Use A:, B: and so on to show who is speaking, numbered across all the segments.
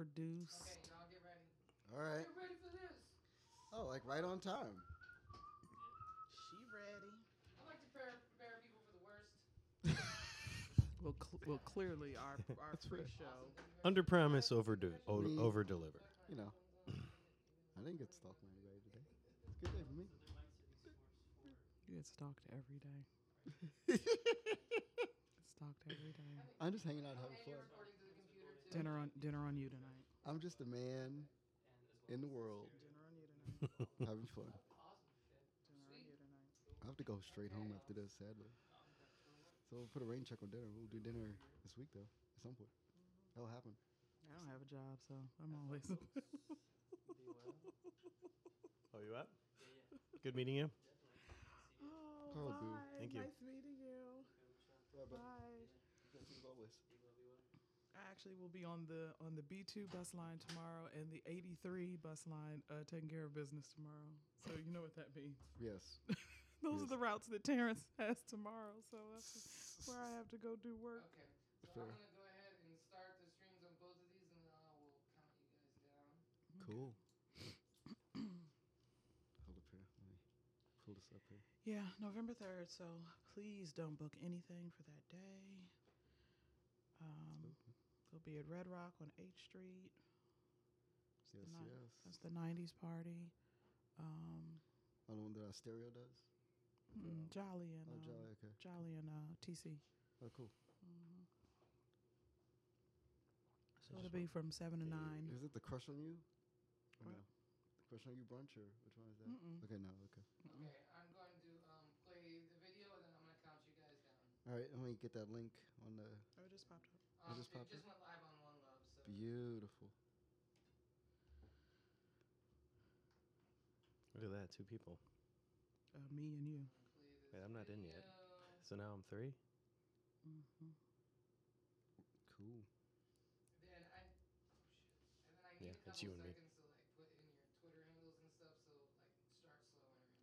A: produced.
B: Okay, y'all get ready.
C: All right.
B: Get ready for this.
C: Oh, like right on time.
D: She ready.
B: I like to prepare, prepare people for the worst.
A: Well, cl- well, clearly our our pre-show.
E: Under promise, overdue, o- over deliver.
C: You know, I didn't get stalked by anybody today. It's a good day for me.
A: You get stalked every day. stalked every day.
C: I'm just hanging out having
B: And you're
C: fun.
B: recording to the computer too.
A: Dinner on dinner on you tonight.
C: I'm just a man in the world
A: Dinner on you tonight.
C: having fun.
A: Dinner on you tonight.
C: I have to go straight home after this, sadly. So we'll put a rain check on dinner. We'll do dinner this week, though, at some point. That'll happen.
A: I don't have a job, so I'm always.
E: Oh, you up? Good meeting you.
A: oh,
C: Oh, boo.
A: bye.
E: Thank you.
A: Nice meeting you. Bye. I actually will be on the on the B2 bus line tomorrow and the 83 bus line uh, taking care of business tomorrow. So you know what that means.
C: Yes.
A: Those are the routes that Terrence has tomorrow. So that's where I have to go do work.
B: Okay.
C: Fair.
B: So I'm gonna go ahead and start the streams on both of these, and then I will count you guys down.
E: Mm-hmm.
C: Cool. Hold up here. Let me pull this up here.
A: Yeah, November 3rd. So please don't book anything for that day. Um, we'll be at Red Rock on H Street.
C: Yes,
A: Ni- That's
C: yes.
A: the 90s party. Um,
C: Another one that our stereo does.
A: mm, Jolly and
C: Oh,
A: um,
C: Jolly, okay.
A: Jolly and uh, TC.
C: Oh, cool.
A: So it'll be from 7 to 9.
C: Is it the crush on you? Or
A: What?
C: no? The crush on you brunch or which one is that?
A: Mm-mm.
C: Okay, no, okay.
B: Okay, I'm going to um, play the video, and then I'm gonna count you guys down.
C: All right, let me get that link on the
A: Oh, it just popped up.
B: Um,
C: just
B: it
C: popped
B: just went live on One Love, so
C: beautiful.
E: Look at that, two people.
A: Uh, me and you.
B: play this
E: Wait, I'm not in yet.
B: video. oh,
E: So now I'm three.
A: Mm-hmm.
C: Cool.
B: Then I, oh shit. And then I
E: Yeah,
B: need a
E: it's
B: couple
E: you and me.
B: seconds to like put in your Twitter handles and stuff, so like start slow in your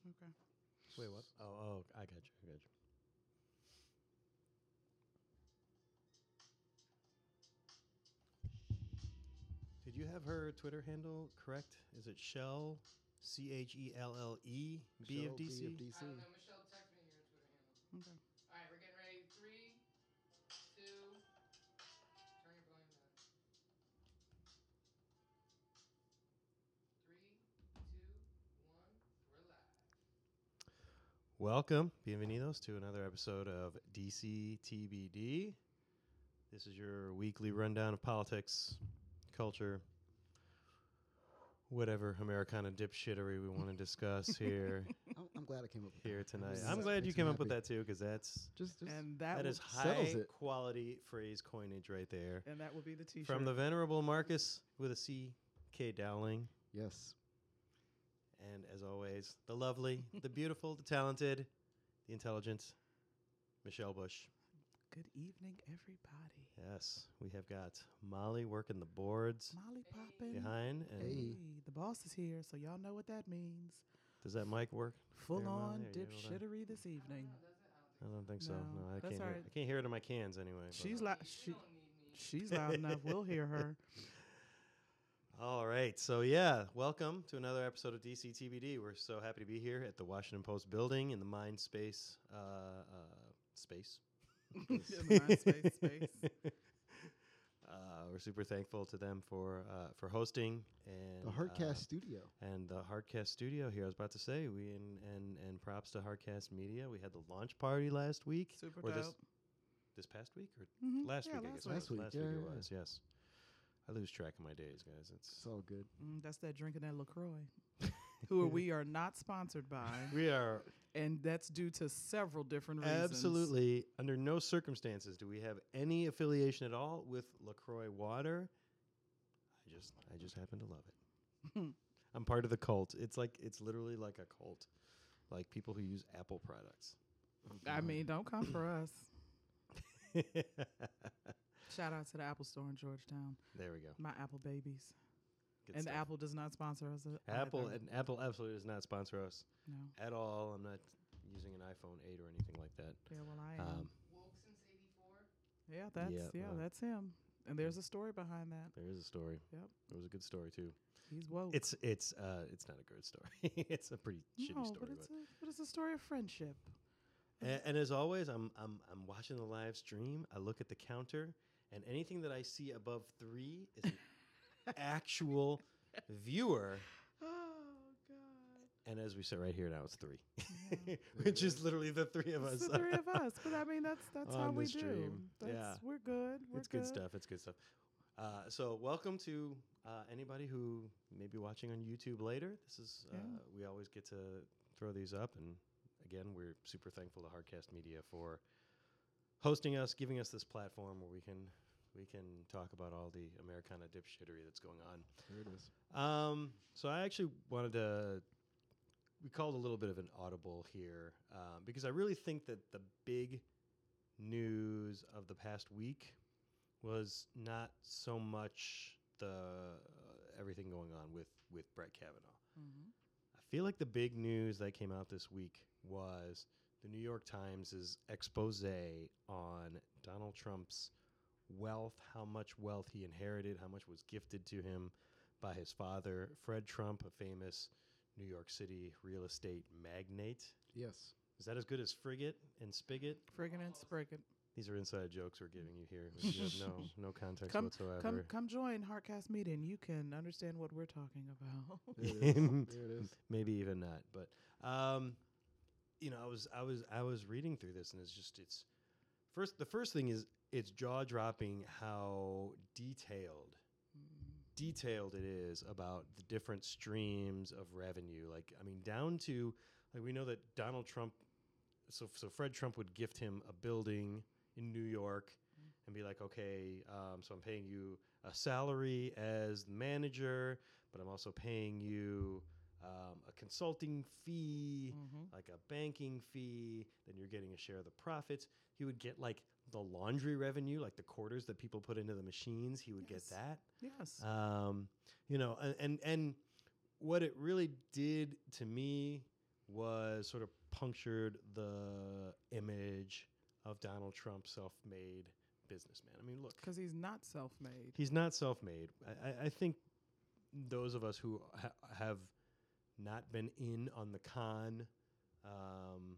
B: introduction.
A: Okay.
E: Wait, what? Oh, oh, I got you. I got you. Did you have her Twitter handle correct? Is it Shell C H E L L E B
C: Show
E: of D C?
B: I don't
C: BFDC.
B: know. Michelle, text me your Twitter handle.
A: Okay.
B: All right, we're getting ready. Three, two. Turn your volume down. Three, two, one. We're live.
E: Welcome, bienvenidos to another episode of DCTBD. This is your weekly rundown of politics, culture, whatever Americana dipshittery we want to discuss here
C: I'm, I'm glad I came up with
E: here
C: that.
E: tonight.
C: This
E: I'm
C: is-
E: glad you
C: makes me
E: came up with
C: happy.
E: that too, because that's
C: Just, just
A: And that,
E: that
A: will,
E: is
C: settles
E: high
C: it.
E: quality phrase coinage right there
A: and that will be the T-shirt.
E: from the venerable Marcus with a C K Dowling,
C: yes.
E: and as always, the lovely, the beautiful, the talented, the intelligent Michelle Bush.
A: Good evening, everybody.
E: Yes, we have got Molly working the boards
A: Molly popping.
E: behind. And
A: Hey, the boss is here, so y'all know what that means.
E: does that mic work?
A: Full
E: there, Molly?
A: on
E: Are you able to-
A: dipshittery this evening.
E: I don't think so.
A: No,
E: No, I
A: that's
E: can't.
A: all
E: Hear,
A: right.
E: I can't hear it in my cans anyway. but-
A: She's loud. She, she's loud enough. We'll hear her.
E: All right. So, yeah, welcome to another episode of DCTBD. We're so happy to be here at the Washington Post building in the Mind Space uh, uh, space.
A: In the MySpace space.
E: Uh, we're super thankful to them for uh, for hosting and
C: The Heartcast Studio.
E: uh, and the Heartcast Studio here. I was about to say we and and and props to Heartcast Media. We had the launch party last week.
A: Super
E: or This,
A: dope. Mm-hmm.
E: this past week or last
A: Yeah,
E: week? I
A: last
E: guess
C: week.
E: it was.
C: Last week,
E: Last
C: yeah,
E: week it
C: yeah, yeah.
E: was. Yes. I lose track of my days, guys. It's
C: It's all good.
A: Mm, that's that drinking that Lacroix, who we are not sponsored by,
E: we are
A: and that's due to several different reasons.
E: Absolutely. Under no circumstances do we have any affiliation at all with LaCroix water. I just I just happen to love it. I'm part of the cult. It's like it's literally like a cult. Like people who use Apple products.
A: I mean, don't come for us. Shout out to the Apple Store in Georgetown.
E: There we go.
A: My Apple babies.
E: Good
A: and
E: stuff.
A: Apple does not sponsor us. either.
E: Apple and Apple absolutely does not sponsor us
A: no.
E: at all. I'm not using an iPhone 8 or anything like that.
A: Yeah, well, I am.
E: Um,
B: Woke since '84.
A: yeah, that's yeah,
E: yeah, well.
A: that's him. And there's a story behind that.
E: There is a story.
A: Yep.
E: It was a good story too.
A: He's woke.
E: It's it's uh it's not a good story. it's a pretty shitty
A: no,
E: story.
A: but it's, a, but it's a story of friendship.
E: And, and as always, I'm I'm I'm watching the live stream. I look at the counter, and anything that I see above three is an actual viewer.
A: Oh God.
E: And as we sit right here now, it's three,
A: Yeah.
E: which is literally the three of
A: It's
E: us.
A: the three of us, but I mean that's that's how
E: On
A: we
E: the
A: do.
E: stream.
A: That's,
E: Yeah.
A: we're good. We're
E: it's good, stuff. It's good stuff. Uh, so welcome to uh, anybody who may be watching on YouTube later. This is uh,
A: Yeah.
E: we always get to throw these up, and again, we're super thankful to Hardcast Media for hosting us, giving us this platform where we can we can talk about all the Americana dipshittery that's going on.
C: There it is.
E: Um, so I actually wanted to. We called a little bit of an audible here um, because I really think that the big news of the past week was not so much the uh, everything going on with with Brett Kavanaugh.
A: Mm-hmm.
E: I feel like the big news that came out this week was the New York Times' expose on Donald Trump's wealth, how much wealth he inherited, how much was gifted to him by his father, Fred Trump, a famous New York City real estate magnate.
C: Yes.
E: Is that as good as Frigate and Spigot?
B: Oh,
A: Friggin' and spriggin'.
E: These are inside jokes we're giving you here. which You have no, no context
A: Come-
E: whatsoever.
A: Come come join Heartcast meeting. You can understand what we're talking about.
C: There it is. there it is.
E: maybe even not but um you know i was i was i was reading through this and it's just it's first the first thing is it's jaw dropping how detailed detailed it is about the different streams of revenue like i mean down to like we know that donald trump so so fred trump would gift him a building in new york
A: Mm-hmm.
E: and be like okay um, so i'm paying you a salary as manager but i'm also paying you um, a consulting fee,
A: Mm-hmm.
E: like a banking fee, then you're getting a share of the profits. He would get like the laundry revenue, like the quarters that people put into the machines. He would
A: Yes.
E: get that
A: Yes.
E: um, you know and, and and what it really did to me was sort of punctured the image of donald trump self-made businessman i mean look
A: Because he's not self made.
E: he's not self-made I, I, I think those of us who ha- have not been in on the con um,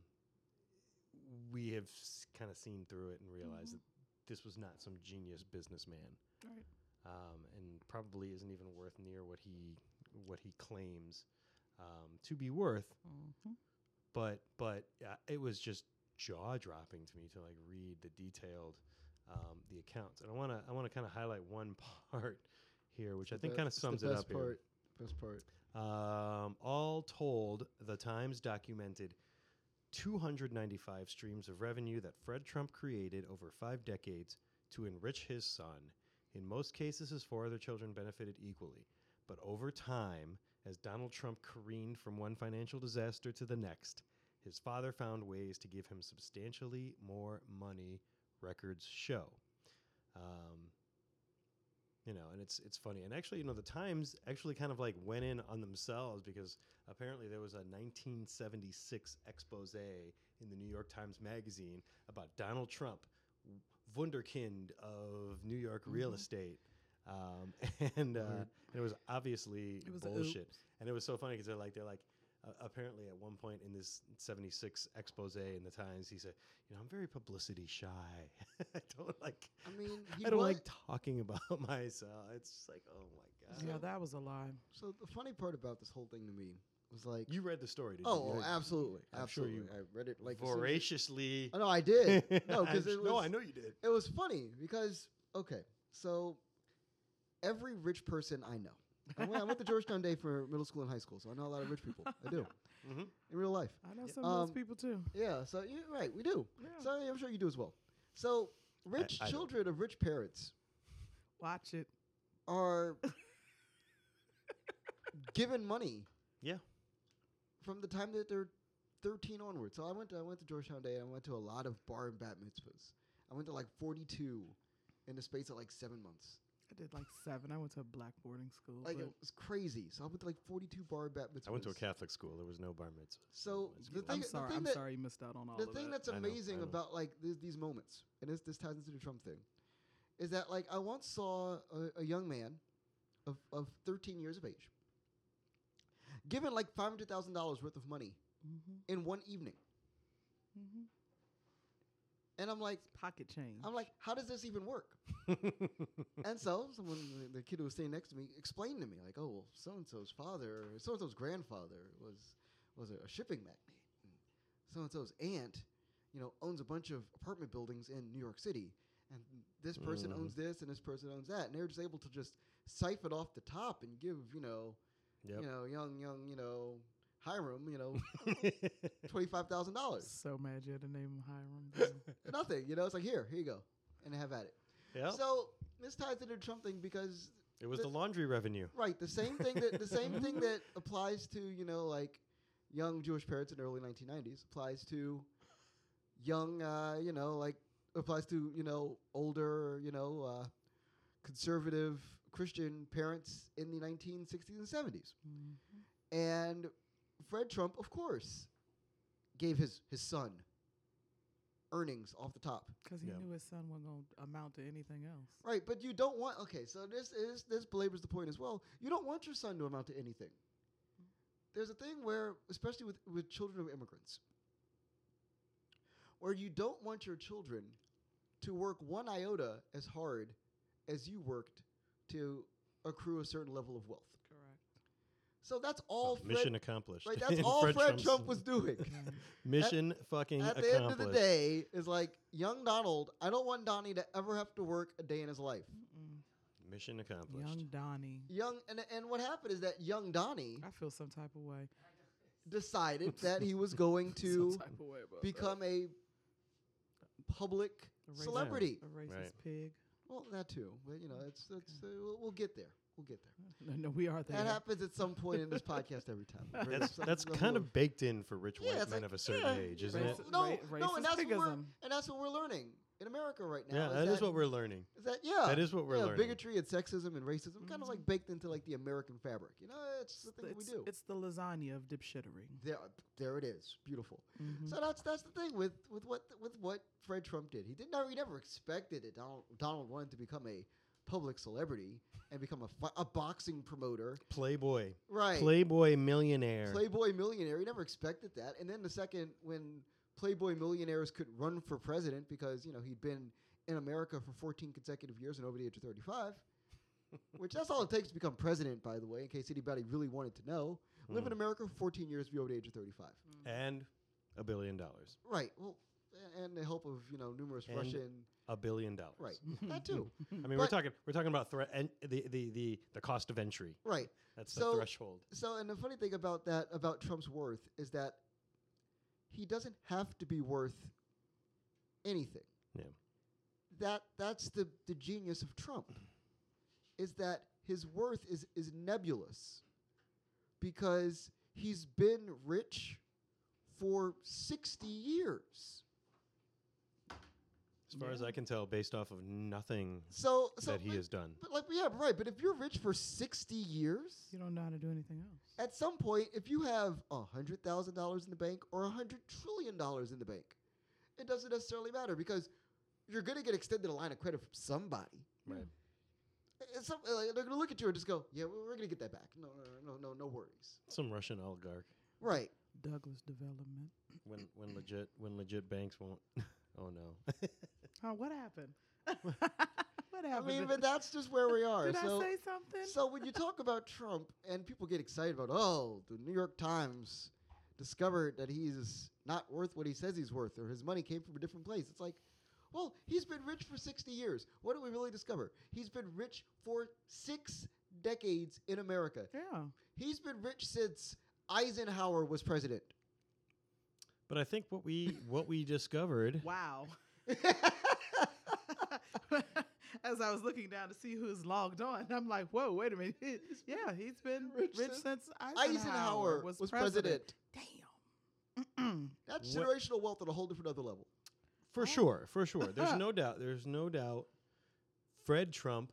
E: we have s- kind of seen through it and realized
A: Mhm.
E: that this was not some genius businessman
A: Right.
E: um, and probably isn't even worth near what he what he claims um, to be worth.
A: Mm-hmm.
E: But but uh, it was just jaw dropping to me to like read the detailed um, the accounts, and I want to I want to kind of highlight one part here, which I think kind of sums it up
C: Best part. Best part.
E: here. Um, all told, the Times documented. 295 streams of revenue that Fred Trump created over five decades to enrich his son. In most cases, his four other children benefited equally. But over time, as Donald Trump careened from one financial disaster to the next, his father found ways to give him substantially more money, records show. Um, you know, and it's it's funny. And actually, you know, the Times actually kind of like went in on themselves because apparently there was a 1976 expose in the New York Times Magazine about Donald Trump, w- wunderkind of New York real
A: Mhm.
E: estate, um, and, uh,
C: Word.
E: it was obviously
A: It was a oop.
E: bullshit. And it was so funny because they're like they're like. Uh, apparently, at one point in this '76 expose in the Times, he said, "You know, I'm very publicity shy. I don't like
C: I mean, he
E: I don't
C: was-
E: like talking about myself. It's just like, oh my god.
A: Yeah, that was a lie.
C: So the funny part about this whole thing to me was like,
E: You read the story, didn't
C: oh,
E: you?
C: well, absolutely,
E: I'm sure
C: absolutely.
E: you
C: I read it like as soon as-
E: voraciously.
C: Oh, no, I did. No,
E: I'm
C: because
E: sh-
C: it was.
E: no, I know you did.
C: It was funny because okay, so every rich person I know. I went, I went to Georgetown Day for middle school and high school, so I know a lot of rich people. I do
E: Mhm.
C: in real life.
A: I know
E: Yeah.
A: some of
C: Um,
A: those people too.
C: Yeah, so you're right, we do.
A: Yeah.
C: So I'm sure you do as well. So rich
E: I don't.
C: children of rich parents
A: Watch it.
C: are given money.
E: Yeah.
C: From the time that they're 13 onward. So I went to I went to Georgetown Day. and I went to a lot of bar and bat mitzvahs. I went to like 42 in the space of like seven months.
A: I did like seven. I went to a black boarding school.
C: Like
A: but
C: it was crazy. So I went to like 42 bar and bat mitzvahs.
E: I went to a Catholic school. There was no bar mitzvah.
C: So
E: That's
C: the
E: cool.
C: thing,
A: I'm
C: the
A: sorry.
C: thing
A: I'm
C: that-
A: sorry you missed out on all
C: the
A: of
C: thing
A: that.
C: that's
E: I know, I
C: amazing
E: know.
C: about like these, these moments, and this this ties into the Trump thing, is that like I once saw a, a young man of, of 13 years of age given like $500,000 worth of money
A: Mm-hmm.
C: in one evening.
A: Mm-hmm.
C: And I'm like,
A: Pocket change.
C: I'm like, how does this even work? and so someone, the- the kid who was sitting next to me, explained to me like, oh, well, so and so's father, or so and so's grandfather was was a, a shipping magnate. So and so's aunt, you know, owns a bunch of apartment buildings in New York City, and this person
E: Mhm.
C: owns this and this person owns that, and they're just able to just siphon off the top and give, you know,
E: Yep.
C: you know, young, young, you know, Hiram, you know, twenty five thousand dollars,
A: so mad you had to name him Hiram. though.
C: nothing, you know, it's like here, here you go, and have at it.
E: Yep.
C: So this ties into the Trump thing because
E: it was
C: the-
E: the laundry revenue.
C: right, the same thing that the same thing that applies to you know like young Jewish parents in the early 1990s applies to young uh, you know like applies to you know older you know uh, conservative Christian parents in the 1960s and 70s.
A: Mm.
C: And Fred Trump, of course, gave his his son earnings off the top.
A: Because he
E: Yeah.
A: knew his son wasn't going to amount to anything else.
C: Right, but you don't want. Okay, so this is this belabors the point as well. You don't want your son to amount to anything. There's a thing where, especially with with children of immigrants, where you don't want your children to work one iota as hard as you worked to accrue a certain level of wealth.
A: Correct.
C: So that's all Fred,
E: mission accomplished.
C: right, that's all Fred, Trump was doing.
A: Right.
E: Mission fucking
C: At the
E: accomplished.
C: end of the day, is like young Donald. I don't want Donnie to ever have to work a day in his life.
A: Mm-mm.
E: Mission accomplished.
A: Young Donnie.
C: Young and and what happened is that young Donnie
A: I feel some type of way.
C: decided that he was going to
A: some type of way about
C: become a public
A: that. A racist-
C: celebrity.
A: a racist
E: Right.
A: pig.
C: Well, that too, but you know, it's it's uh, we'll, we'll get there. We'll get there.
A: No, no, we are there.
C: That happens at some point in this podcast every time. There's
E: That's
C: some
E: that's
C: level
E: kind of baked in for rich
C: Yeah,
E: white
C: it's
E: men
C: like,
E: of a certain
C: yeah,
E: age, isn't it?
A: raci-
C: no,
A: ra-
C: no, and
A: racist
C: that's what we're
A: pigism.
C: and that's what we're learning in America right now.
E: yeah,
C: is
E: that is
C: that-
E: what we're learning.
C: is that yeah.
E: that is what we're
C: yeah,
E: learning.
C: Bigotry and sexism and racism kind
A: Mhm.
C: of like baked into like the American fabric. You know, it's the thing that we
A: it's,
C: do.
A: it's the lasagna of dipshittery.
C: There, there it is. Beautiful.
A: Mhm.
C: So that's that's the thing with with what with what Fred Trump did. He did not he never expected it. Donald Donald wanted to become a public celebrity and become a, fi- a boxing promoter,
E: Playboy,
C: right?
E: Playboy millionaire.
C: Playboy millionaire. He never expected that. And then the second when Playboy millionaires could run for president because you know he'd been in America for 14 consecutive years and over the age of 35, which that's all it takes to become president. By the way, in case anybody really wanted to know, live in America for 14 years, be over the age of 35.
E: and a billion dollars.
C: Right. Well, a- and the help of you know numerous
E: And-
C: Russian.
E: A billion dollars.
C: Right.
A: Mm-hmm.
C: That too.
E: I mean, we're
C: But-
E: talking we're talking about thre- and the, the the the cost of entry.
C: right.
E: That's
C: So-
E: the threshold.
C: So, and the funny thing about that about Trump's worth is that he doesn't have to be worth anything.
E: Yeah.
C: That that's the the genius of Trump is that his worth is is nebulous because he's been rich for 60 years.
E: As far as I can tell, based off of nothing
C: So so
E: that he
C: but,
E: has done.
C: but like yeah, right, but if you're rich for 60 years,
A: You don't know how to do anything else.
C: at some point, if you have hundred thousand dollars in the bank or hundred trillion dollars in the bank, it doesn't necessarily matter because you're going to get extended a line of credit from somebody.
E: Right.
C: And some, uh, like, they're going to look at you and just go, "Yeah, we're, we're going to get that back. No, no, no, no, no worries."
E: Some Russian oligarch.
C: Right.
A: Douglas development.
E: When when legit when legit banks won't. Oh no.
A: Oh, what happened? what
C: I
A: happened?
C: mean, but that's just where we are.
A: Did
C: so,
A: I say something?
C: so when you talk about Trump and people get excited about, oh, the New York Times discovered that he's not worth what he says he's worth, or his money came from a different place. It's like, well, he's been rich for 60 years. What did we really discover? He's been rich for six decades in America.
A: yeah.
C: He's been rich since Eisenhower was president.
E: but I think what we what we discovered.
A: Wow. As I was looking down to see who's logged on, I'm like, whoa, wait a minute. yeah, he's been rich,
C: rich since
A: since Eisenhower,
C: Eisenhower was, president.
A: Damn.
C: That's
E: What-
C: generational wealth on a whole different other level.
E: For
A: Oh.
E: sure, for sure. There's no doubt. There's no doubt. Fred Trump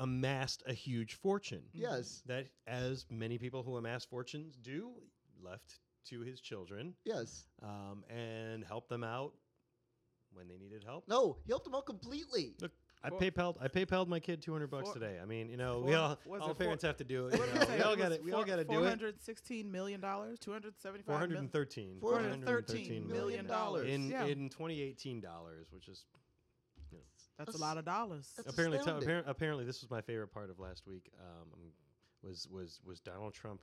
E: amassed a huge fortune
C: Yes,
E: that, as many people who amass fortunes do, left to his children
C: yes.
E: um, and helped them out when they needed help.
C: No, he helped them out completely.
E: Look, I
A: For-
E: PayPal I PayPal my kid 200 bucks
A: For-
E: today. I mean, you know,
A: for-
E: we all
A: was
E: all
A: it
E: parents
A: for-
E: have to do it.
A: What
E: you
A: did I say?
E: know. We all
A: It
E: got
A: was
E: it. We
A: four-
E: all got to do it.
A: $416 million, $275 million.
E: 413
A: $413
C: million
A: million
C: dollars.
E: in
A: yeah,
E: in 2018 dollars, which is
A: that's a
C: That's-
A: lot of dollars.
C: that's- It's
E: apparently t-
C: astounding.
E: appar- apparently this was my favorite part of last week um, was was was Donald Trump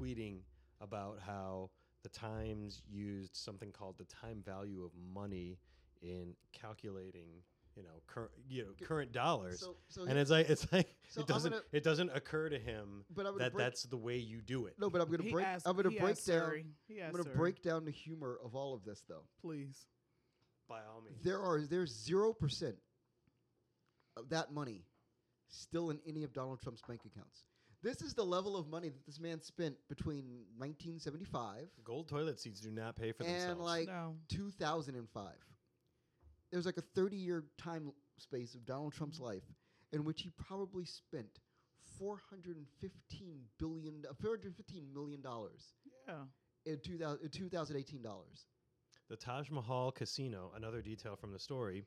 E: tweeting about how the Times used something called the time value of money in calculating you know cur- you know
C: G-
E: current dollars
C: So, so
E: and
C: he-
E: it's like it's like
C: So I'm
E: it doesn't
C: gonna-
E: it doesn't occur to him
C: but I'm gonna
E: that
C: break,
E: that's the way you do it
C: no, but I'm gonna
A: He
C: break.
A: asked-
C: I'm gonna
A: he
C: break
A: asked
C: down.
A: Siri. He
C: I'm
A: asked
C: gonna
A: Siri,
C: break down the humor of all of this, though.
A: Please.
E: by all means
C: There are there's zero percent of that money still in any of Donald Trump's bank accounts. This is the level of money that this man spent between 1975
E: gold toilet seats do not pay for
C: and
E: themselves
C: like
A: no.
C: 2005. There's like a 30 year time space of Donald Trump's life in which he probably spent 415 billion, do- 415 million dollars
A: Yeah.
C: in 2000, in 2018 dollars.
E: The Taj Mahal Casino, another detail from the story,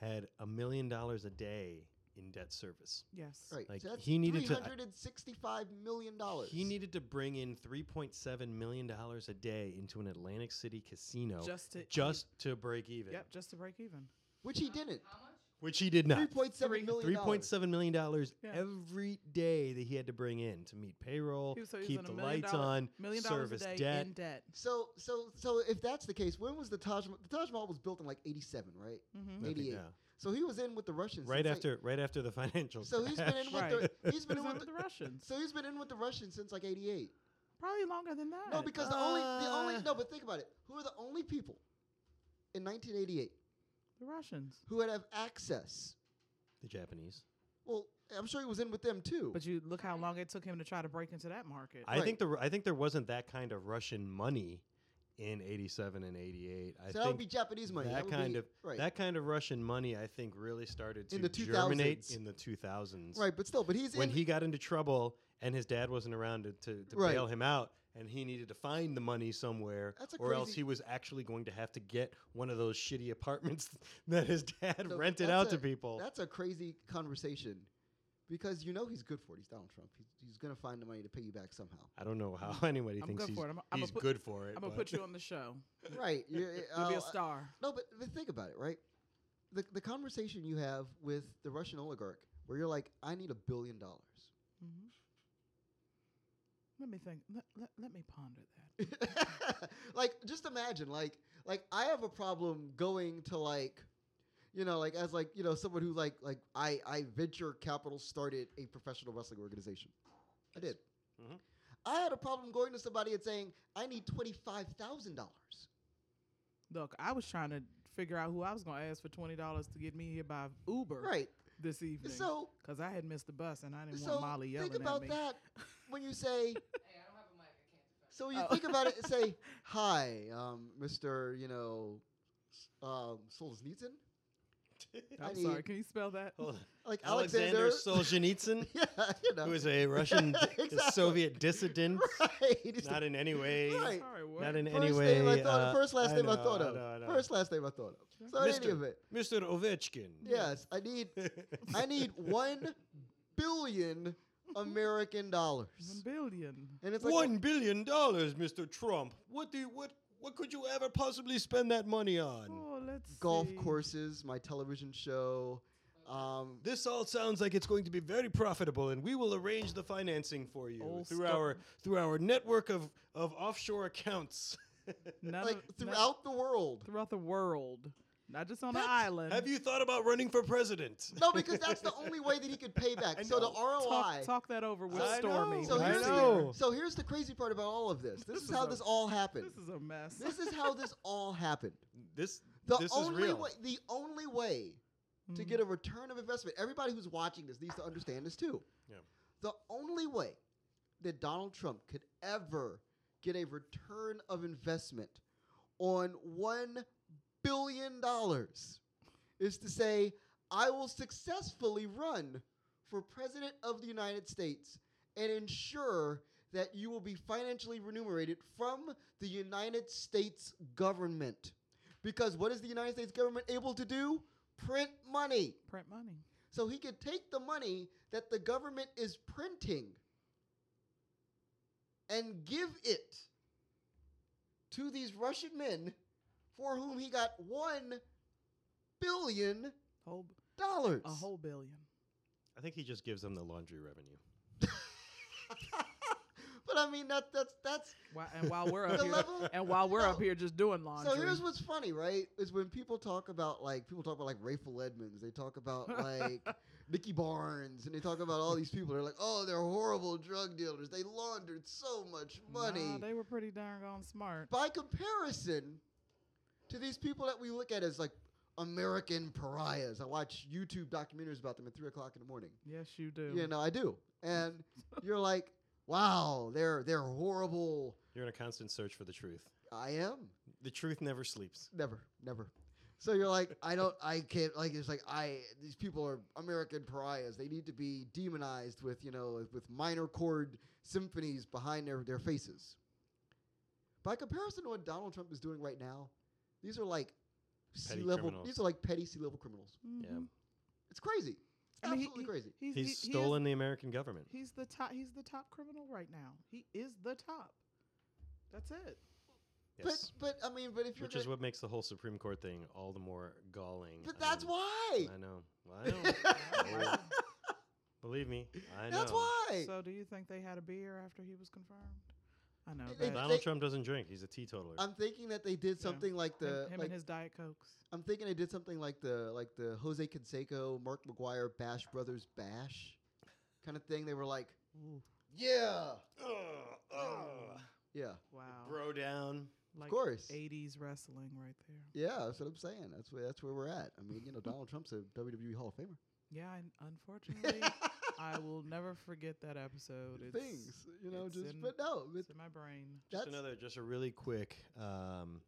E: had a million dollars a day in debt service.
A: Yes.
C: Right.
E: Like,
C: so that's
E: he needed to- uh,
C: 365 million dollars.
E: He needed to bring in three point seven million dollars a day into an Atlantic City casino just
A: Just to
E: to, break even,
A: Yep, just to break even.
C: which he didn't.
B: How much?
E: which he did not.
C: 3.7 million
E: Three point
C: dollars.
E: seven million dollars
A: Yeah.
E: every day that he had to bring in to meet payroll,
A: He was- so he was
E: keep
A: on a
E: the
A: million
E: lights
A: dollar-
E: on,
A: Million dollars
E: service
A: a day
E: debt.
A: in debt.
C: So so so if that's the case, when was the Taj Mahal? The Taj Mahal was built in like 87, right?
A: Mm-hmm.
E: I think,
C: 88.
E: yeah.
C: So he was in with the Russians
E: Right
C: since, like-
E: after, right after the financial.
C: So he's been in
E: crash.
C: with
A: Right.
C: the he's been in with
A: with
C: the,
A: the Russians.
C: so he's been in with the Russians since like 88.
A: Probably longer than that.
C: No, because the only the only
E: Uh,
C: no, but think about it. Who are the only people in 1988
A: the Russians.
C: who would have access?
E: the Japanese.
C: Well, I'm sure he was in with them too.
A: But you look how long it took him to try to break into that market.
E: I think there, I think there wasn't that kind of Russian money in '87 and '88. I
C: so that would
E: think
C: be Japanese money.
E: that
C: would
E: kind
C: be-
E: of-
C: right,
E: that kind of Russian money, I think, really started to
C: In the
E: germinate
C: 2000s.
E: in the 2000s.
C: right. But still, but he's
E: when
C: in,
E: he got into trouble and his dad wasn't around to, to, to
C: Right.
E: bail him out, and he needed to find the money somewhere,
C: That's a
E: or else
C: crazy-
E: he was actually going to have to get one of those shitty apartments that his dad
C: No,
E: rented
C: that's
E: out to
C: a-
E: people.
C: That's a crazy conversation because you know he's good for it. He's Donald Trump. He's, he's going to find the money to pay you back somehow.
E: I don't know how anybody
A: I'm
E: thinks
A: good
E: he's,
A: for it. I'm, I'm
E: he's
A: gonna put,
E: good for it.
A: I'm gonna
E: but-
A: put you on the show.
C: right. You're,
A: You'll be a
C: I'll-
A: star.
C: No, but, but think about it, right? The, the conversation you have with the Russian oligarch where you're like, I need a billion dollars.
A: hmm Let me think. Let, let, let me ponder that.
C: like, just imagine, like, like I have a problem going to like, you know, like as like, you know, someone who like, like I, I venture capital started a professional wrestling organization. I did.
E: Mhm.
C: I had a problem going to somebody and saying, I need $25,000.
A: Look, I was trying to figure out who I was gonna ask for twenty dollars to get me here by Uber
C: Right.
A: this evening
C: So,
A: because I had missed the bus and I didn't
C: so
A: want Molly yelling
C: think about
A: at me.
C: that when you say,
B: Hey, I don't have a mic. I can't defend.
C: So you
A: Oh.
C: think about it and say, "Hi, um, Mr. You know, s- um, Solzhenitsyn." I
A: I'm
C: need-
A: sorry. Can you spell that?
E: Hold on.
C: Like
E: Alexander
C: Alexander,
E: Solzhenitsyn,
C: yeah, you know,
E: who is a Russian
C: Exactly.
E: Soviet dissident,
C: right? He's
E: not in any way,
C: Right.
A: Sorry, what?
E: not in
C: the
E: any
C: first
E: way.
C: name I thought,
E: uh,
C: first last name I
E: know,
C: thought
E: I
C: of,
E: know, I know.
C: first last name I thought of. So in any
E: Mister.
C: of it,
E: Mr. Ovechkin.
C: yes, I need, I need one billion American
A: One
C: dollars,
A: billion.
C: and it's like
E: One billion dollars, Mr. Trump. What do you, what what could you ever possibly spend that money on?
A: Oh, let's
C: golf
A: see.
C: courses, my television show. Um,
E: This all sounds like it's going to be very profitable, and we will arrange the financing for you
A: Old
E: through
A: sto-
E: our through our network of of offshore accounts.
A: None
C: like
A: of- none-
C: throughout the world.
A: throughout the world, not just on the
C: That's-
A: island.
E: Have you thought about running for president?
C: No, because that's the only way that he could pay back.
E: I
C: So the
E: know.
C: ROI.
A: talk, talk that over with
E: I
A: Stormy?
E: know.
C: So
A: when
E: I
A: you're
C: here's,
E: know.
A: there.
C: The, so here's the crazy part about all of this. This,
A: This
C: is
A: is
C: how
A: a-
C: this all happened.
A: This is a mess.
C: This is how this all happened.
E: This
C: The
E: this is
C: only
E: real.
C: way the only way to
A: Mhm.
C: get a return of investment. Everybody who's watching this needs to understand this too.
E: Yeah.
C: The only way that Donald Trump could ever get a return of investment on one billion dollars is to say, I will successfully run for president of the United States and ensure that you will be financially remunerated from the United States government. Because what is the United States government able to do? Print money.
A: Print money.
C: So he could take the money that the government is printing and give it to these Russian men for whom he got one billion
A: Whole
C: dollars.
A: a whole billion.
E: I think he just gives them the laundry revenue.
C: but I mean that that's that's
A: Why, and while we're up
C: The
A: here,
C: level-
A: and while we're up
C: No.
A: here just doing laundry.
C: So here's what's funny, right? Is when people talk about like people talk about like Rayful Edmonds, they talk about like Nicky Barnes, and they talk about all these people. They're like, oh, they're horrible drug dealers. They laundered so much money.
A: Nah, they were pretty darn gone smart.
C: By comparison to these people that we look at as like American pariahs, I watch YouTube documentaries about them at three o'clock in the morning.
A: Yes, you do.
C: You know, I do, and you're like, wow, they're they're horrible.
E: You're in a constant search for the truth.
C: I am.
E: The truth never sleeps.
C: Never, never. So you're like, I don't, I can't, like, it's like, I, these people are American pariahs. They need to be demonized with, you know, with minor chord symphonies behind their, their faces. By comparison to what Donald Trump is doing right now, these are like sea
E: Petty
C: level,
E: criminals.
C: these are like petty sea level criminals.
E: Yeah.
A: Mhm.
C: It's crazy. It's
A: I mean, he-
C: absolutely crazy.
A: He's,
E: He's
A: he- he is-
E: stolen the American government.
A: he's the top. He's the top criminal right now. He is the top. That's it.
E: Yes.
C: But, but, I mean, but if you're,
E: Which is
C: gonna-
E: what makes the whole Supreme Court thing all the more galling.
C: but
E: I
C: that's
E: mean,
C: why.
E: I know. Well, I know.
A: Wow.
E: Believe me, I know.
C: That's why.
A: So do you think they had a beer after he was confirmed? I know.
C: It-
A: that-
C: it-
E: Donald
C: They- Um,
E: Trump doesn't drink. He's a teetotaler.
C: I'm thinking that they did
A: Yeah.
C: something like
A: him
C: the,
A: him
C: like
A: and his diet cokes.
C: I'm thinking I did something like the like the Jose Canseco, Mark McGuire, Bash Brothers Bash kind of thing. They were like, yeah,
E: Ugh,
C: oh.
E: ugh.
C: yeah,
A: Wow.
E: Bro down.
A: Like
C: of course,
A: 80s wrestling right there.
C: yeah. That's what I'm saying. That's where that's where we're at. I mean, you know, Donald Trump's a WWE Hall of Famer.
A: Yeah, and unfortunately, I will never forget that episode. It's,
C: Things, you know,
A: it's
C: just
A: in-
C: but no, but
A: it's in my brain.
E: Just
C: that's
E: another, just a really quick um,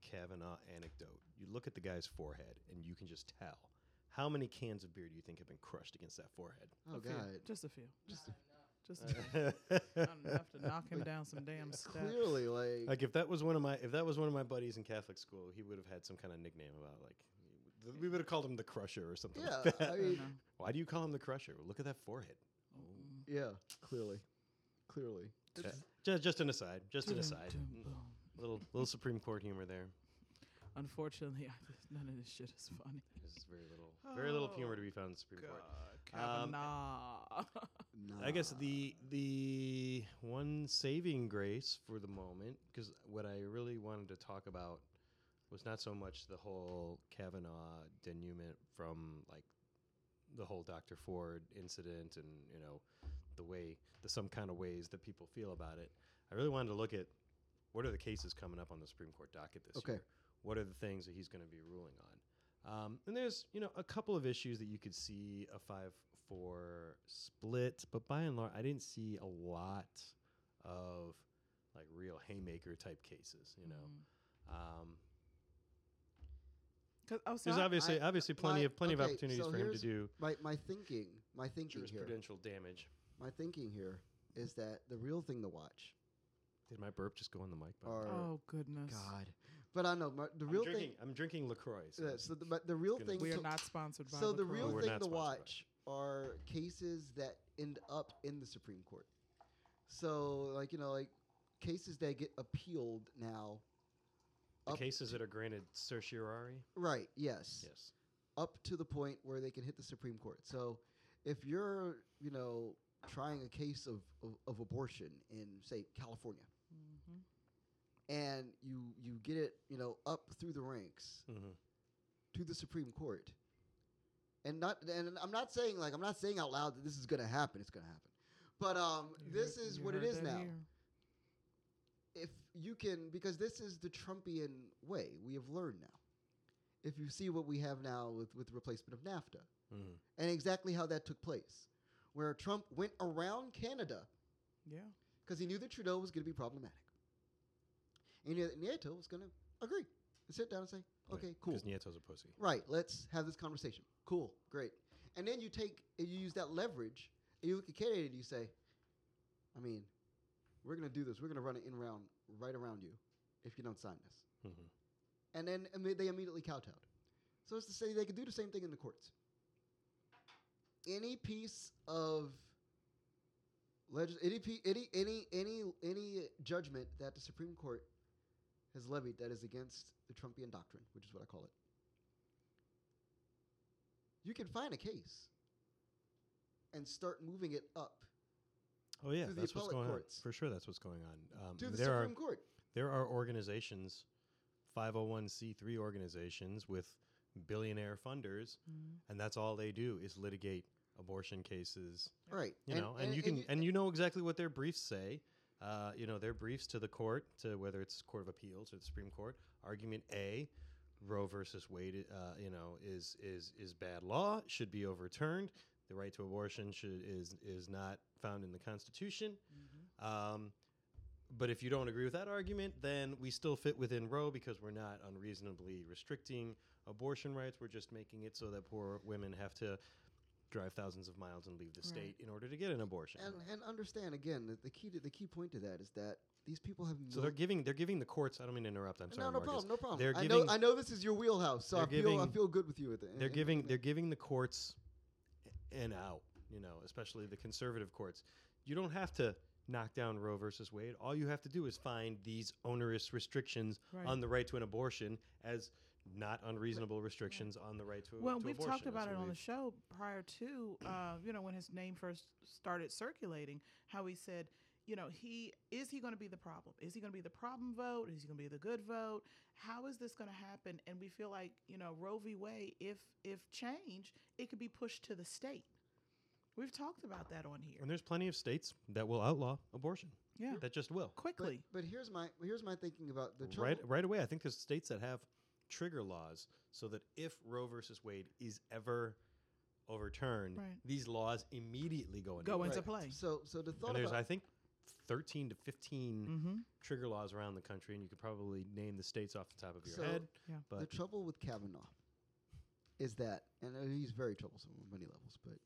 E: Kavanaugh anecdote. You look at the guy's forehead, and you can just tell how many cans of beer do you think have been crushed against that forehead?
C: oh
A: A few.
C: god,
A: Just a few.
C: just
A: Just
E: Uh,
A: a few. Not enough to knock him down some damn steps.
C: clearly like
E: like if that was one of my if that was one of my buddies in Catholic school, he would have had some kind of nickname about like th- we would have called him the Crusher or something.
C: yeah,
E: like that.
C: I
A: I
C: mean,
A: know.
E: Why do you call him the Crusher? Well, look at that forehead.
A: Mm.
C: yeah, clearly, clearly.
E: Yeah. Just, just an aside. Just an
A: Dum,
E: aside.
A: dum,
E: Mm.
A: boom.
E: little little Supreme Court humor there.
A: Unfortunately, I just, none of this shit is funny.
E: There's very little very little humor
A: Oh,
E: to be found in the Supreme Court. Um,
A: Kavanaugh.
E: I guess
C: Nah.
E: the the one saving grace for the moment, because what I really wanted to talk about was not so much the whole Kavanaugh denouement from like the whole Dr. Ford incident and you know the way the some kind of ways that people feel about it. I really wanted to look at what are the cases coming up on the Supreme Court docket this
C: Okay.
E: year. What are the things that he's going to be ruling on? Um, and there's, you know, a couple of issues that you could see a five-four split, but by and large, I didn't see a lot of like real haymaker type cases. You know, um,
A: Cause, oh, so
E: there's
A: I-
E: obviously
C: I-
E: obviously plenty
C: my-
E: of plenty
C: okay,
E: of opportunities
C: so
E: for him to
C: here's
E: do
C: my my thinking, my thinking here.
E: jurisprudential damage.
C: My thinking here is that the real thing to watch
E: Did my burp just go on the mic? by the way?
C: are
A: oh goodness.
C: God, but I know my, the
E: I'm
C: real
E: drinking,
C: thing.
E: I'm drinking Lacroix. So
C: yeah,
E: it's-
C: so the, but the real
E: gonna-
C: thing.
A: We are
C: to,
A: not sponsored by
C: so the
A: LaCroix.
C: real
E: We're
C: thing
E: not
C: to
E: sponsored by-
C: watch are cases that end up in the Supreme Court. So like you know like cases that get appealed now.
E: the
C: up-
E: cases that are granted certiorari.
C: Right. Yes.
E: Yes.
C: Up to the point where they can hit the Supreme Court. So if you're you know trying a case of of, of abortion in say California
A: Mhm.
C: and you you get it you know up through the ranks
E: hmm
C: to the Supreme Court. And not and I'm not saying like I'm not saying out loud that this is gonna happen. It's gonna happen. But um
A: You
C: this
A: heard-
C: is
A: you
C: what it
A: heard
C: is
A: that
C: now.
A: here.
C: If you can because this is the Trumpian way we have learned now. If you see what we have now with, with the replacement of NAFTA
E: hmm
C: and exactly how that took place, where Trump went around Canada
A: Yeah.
C: because he knew that Trudeau was going to be problematic. And he knew that Nieto was going to agree and sit down and say, okay, cool.
E: Because Nieto's a pussy.
C: Right. Let's have this conversation. Cool. Great. And then you take and you use that leverage and you look at Canada and you say, I mean, we're gonna do this. We're gonna run an in round right around you if you don't sign this.
E: Mhm.
C: and then imme- they immediately kowtowed. So it's to say they could do the same thing in the courts. Any piece of legis- any, pe- any any any any judgment that the Supreme Court has levied that is against the Trumpian doctrine, which is what I call it. You can find a case and start moving it up
E: Oh yeah,
C: To the
E: that's what's
C: appellate
E: going
C: courts.
E: on. For sure, that's what's going on. Um,
C: to the
E: there
C: Supreme
E: are
C: Court.
E: there are organizations, 501c3 organizations with billionaire funders,
A: Mm-hmm.
E: and that's all they do is litigate abortion cases.
C: Right.
E: You know, and, you can and you know exactly what their briefs say. Uh, you know their briefs to the court, to whether it's Court of Appeals or the Supreme Court. Argument A, Roe versus Wade. Uh, you know is is is bad law. Should be overturned. The right to abortion should is is not found in the Constitution. Um, but if you don't agree with that argument, then we still fit within Roe because we're not unreasonably restricting abortion rights. We're just making it so that poor women have to drive thousands of miles and leave the
A: Right.
E: state in order to get an abortion.
C: and, and understand again that the key to, the key point to that is that these people have
E: so they're giving they're giving the courts. I don't mean to interrupt. I'm sorry,
C: no, no
E: Marcus.
C: problem, no problem.
E: They're
C: I know,
E: giving-
C: I know this is your wheelhouse, so I
E: they're
C: feel, I
E: giving-
C: feel good with you with it.
E: They're
C: in-
E: giving
C: in-
E: they're giving the courts an out. You know, especially the conservative courts. You don't have to knock down Roe versus Wade. All you have to do is find these onerous restrictions
A: Right.
E: on the right to an abortion as not unreasonable restrictions on the right to,
A: Well,
E: to
A: we've
E: abortion.
A: talked about
E: That's
A: it
E: what
A: on the
E: we've-
A: show prior to, uh, you know, when his name first started circulating, how he said, you know, he is he going to be the problem? Is he going to be the problem vote? Is he going to be the good vote? How is this going to happen? And we feel like, you know, Roe v. Wade, if if changed, it could be pushed to the state. We've talked about that on here.
E: And there's plenty of states that will outlaw abortion.
A: Yeah,
E: That just will.
C: But,
A: quickly.
C: but here's my here's my thinking about the
E: right,
C: trouble.
E: right away. I think there's states that have trigger laws so that if Roe versus Wade is ever overturned,
A: Right.
E: these laws immediately go into
A: Go
E: effect.
A: into play.
C: So so the thought
E: And there's,
C: about
E: I think, 13 to 15
A: Mm-hmm.
E: trigger laws around the country, and you could probably name the states off the top of your
C: So-
E: head.
A: Yeah.
E: But
C: the trouble with Kavanaugh is that, and uh, he's very troublesome on many levels, but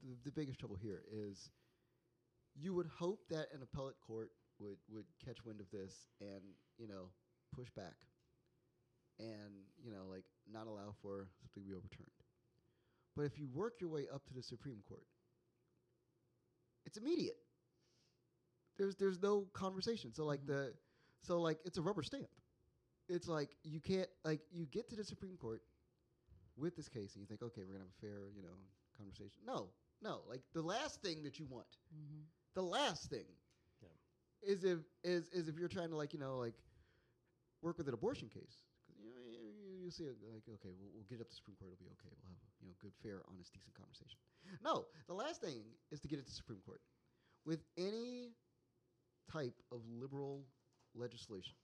C: the, the biggest trouble here is you would hope that an appellate court would, would catch wind of this and, you know, push back and, you know, like not allow for something to be overturned. But if you work your way up to the Supreme Court, it's immediate. There's there's no conversation. So like the so like it's a rubber stamp. It's like you can't like you get to the Supreme Court with this case and you think, okay, we're gonna have a fair, you know, conversation. No, no. Like the last thing that you want,
A: Mm-hmm.
C: the last thing,
E: Yeah.
C: is if is is if you're trying to like you know like work with an abortion case. 'Cause, You know, you, you- you see it like okay, we'll, we'll get it up to the Supreme Court. It'll be okay. We'll have a you know good, fair, honest, decent conversation. No, the last thing is to get it to the Supreme Court with any type of liberal legislation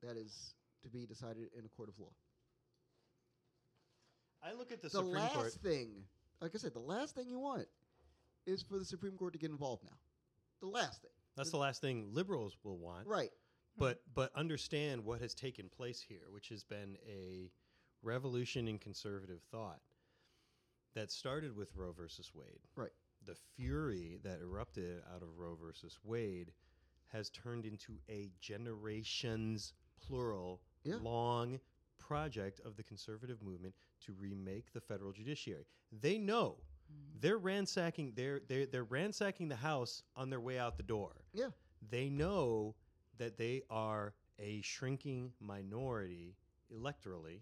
C: that is to be decided in a court of law.
E: I look at the,
C: the
E: Supreme
C: last
E: Court.
C: thing, like I said, the last thing you want is for the Supreme Court to get involved now. The last thing,
E: That's the last thing liberals will want.
C: right?
E: but but understand what has taken place here, which has been a revolution in conservative thought that started with Roe versus Wade.
C: Right.
E: The fury that erupted out of Roe versus Wade has turned into a generations plural
C: Yeah.
E: long project of the conservative movement to remake the federal judiciary. They know
A: Mm-hmm.
E: they're ransacking they're, they're they're ransacking the house on their way out the door.
C: Yeah.
E: They know that they are a shrinking minority electorally,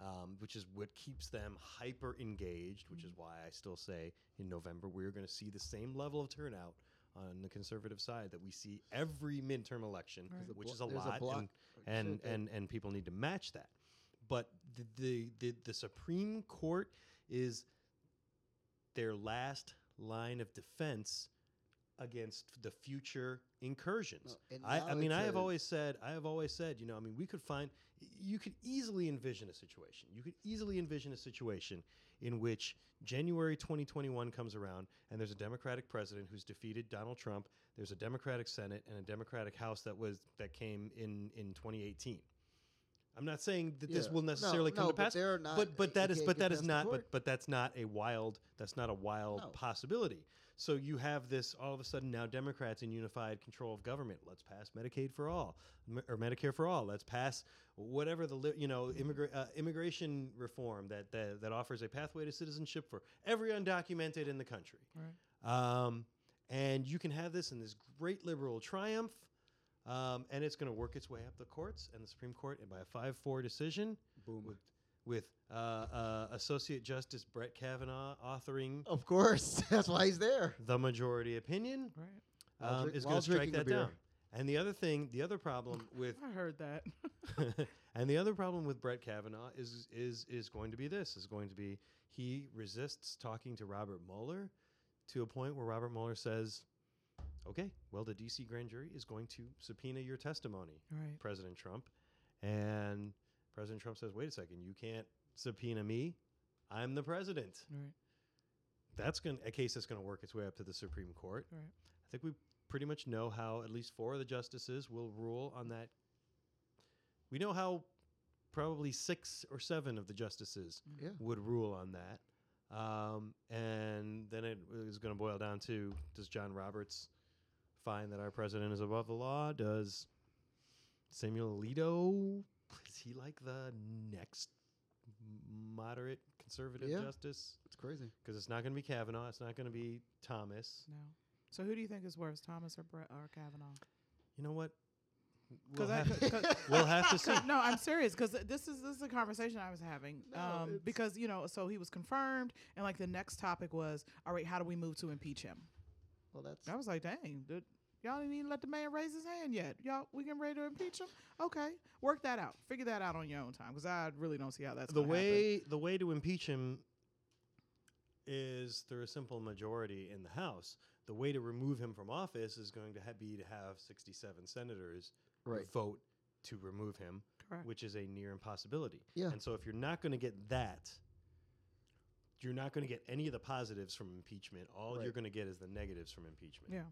E: um, which is what keeps them hyper engaged, which is why I still say in November we're going to see the same level of turnout on the conservative side that we see every midterm election,
A: There's
C: a
E: which
C: blo-
E: is a
C: there's a
E: lot.
C: block.
E: and-
C: Like you
E: and
C: said, that-
E: and and people need to match that. But the the the, the Supreme Court is their last line of defense against the future incursions.
C: No, and
E: I,
C: now
E: I mean,
C: it's
E: I have
C: a-
E: always said, I have always said, you know, I mean, we could find, you could easily envision a situation. You could easily envision a situation in which January 2021 comes around and there's a Democratic president who's defeated Donald Trump. There's a Democratic Senate and a Democratic House that was that came in in 2018. I'm not saying that this
C: Yeah.
E: will
C: No,
E: necessarily come
C: no,
E: to pass,
C: But, they're not,
E: but
C: it
E: but that is
C: can't
E: but
C: get
E: that is
C: past the
E: not
C: court.
E: but but that's not a wild that's not a wild
C: No.
E: possibility. So you have this all of a sudden now Democrats in unified control of government. Let's pass Medicaid for all m- or Medicare for all. Let's pass whatever the li- you know immigra- uh, immigration reform that, that that offers a pathway to citizenship for every undocumented in the country. Um, and you can have this in this great liberal triumph, um, and it's going to work its way up the courts and the Supreme Court, and by a five-four decision
C: Boom.
E: with uh, uh, Associate Justice Brett Kavanaugh authoring
C: Of course, that's why he's there.
E: the majority opinion,
A: Right.
C: While
E: um,
C: drink-
E: is
C: while
E: going to strike
C: drinking a
E: that
C: beer.
E: down. And the other thing, the other problem with
A: I heard that.
E: and the other problem with Brett Kavanaugh is is is going to be this is going to be he resists talking to Robert Mueller to a point where Robert Mueller says, "Okay, well the DC grand jury is going to subpoena your testimony,
A: right.
E: President Trump." And President Trump says, "Wait a second, you can't subpoena me. I'm the president."
A: Right.
E: That's going to a case that's going to work its way up to the Supreme Court.
A: Right.
E: I think we pretty much know how at least four of the justices will rule on that. We know how probably six or seven of the justices
C: Yeah.
E: would rule on that. Um, and then it is going to boil down to does John Roberts find that our president is above the law? Does Samuel Alito, is he like the next moderate conservative
C: Yeah.
E: justice?
C: It's crazy.
E: Because it's not going to be Kavanaugh. It's not going to be Thomas.
A: No. So who do you think is worse, Thomas or Brett or Kavanaugh?
E: You know what? We'll,
A: 'Cause I-
E: have, to,
A: 'cause-
E: we'll have to see.
A: 'Cause- no, I'm serious because this is this is a conversation I was having.
C: No,
A: um,
C: it's-
A: because you know, so he was confirmed, and like the next topic was, all right, how do we move to impeach him?
C: Well, that's
A: I was like, dang, dude, y'all didn't even let the man raise his hand yet. Y'all, we getting ready to impeach him? Okay, work that out. Figure that out on your own time because I really don't see how that's
E: the
A: gonna
E: way the way to impeach him is through a simple majority in the House. The way to remove him from office is going to ha- be to have 67 senators
C: right.
E: vote to remove him,
A: Correct.
E: which is a near impossibility.
C: Yeah.
E: And so, if you're not going to get that, you're not going to get any of the positives from impeachment. All
C: Right.
E: you're going to get is the negatives from impeachment.
A: Yeah,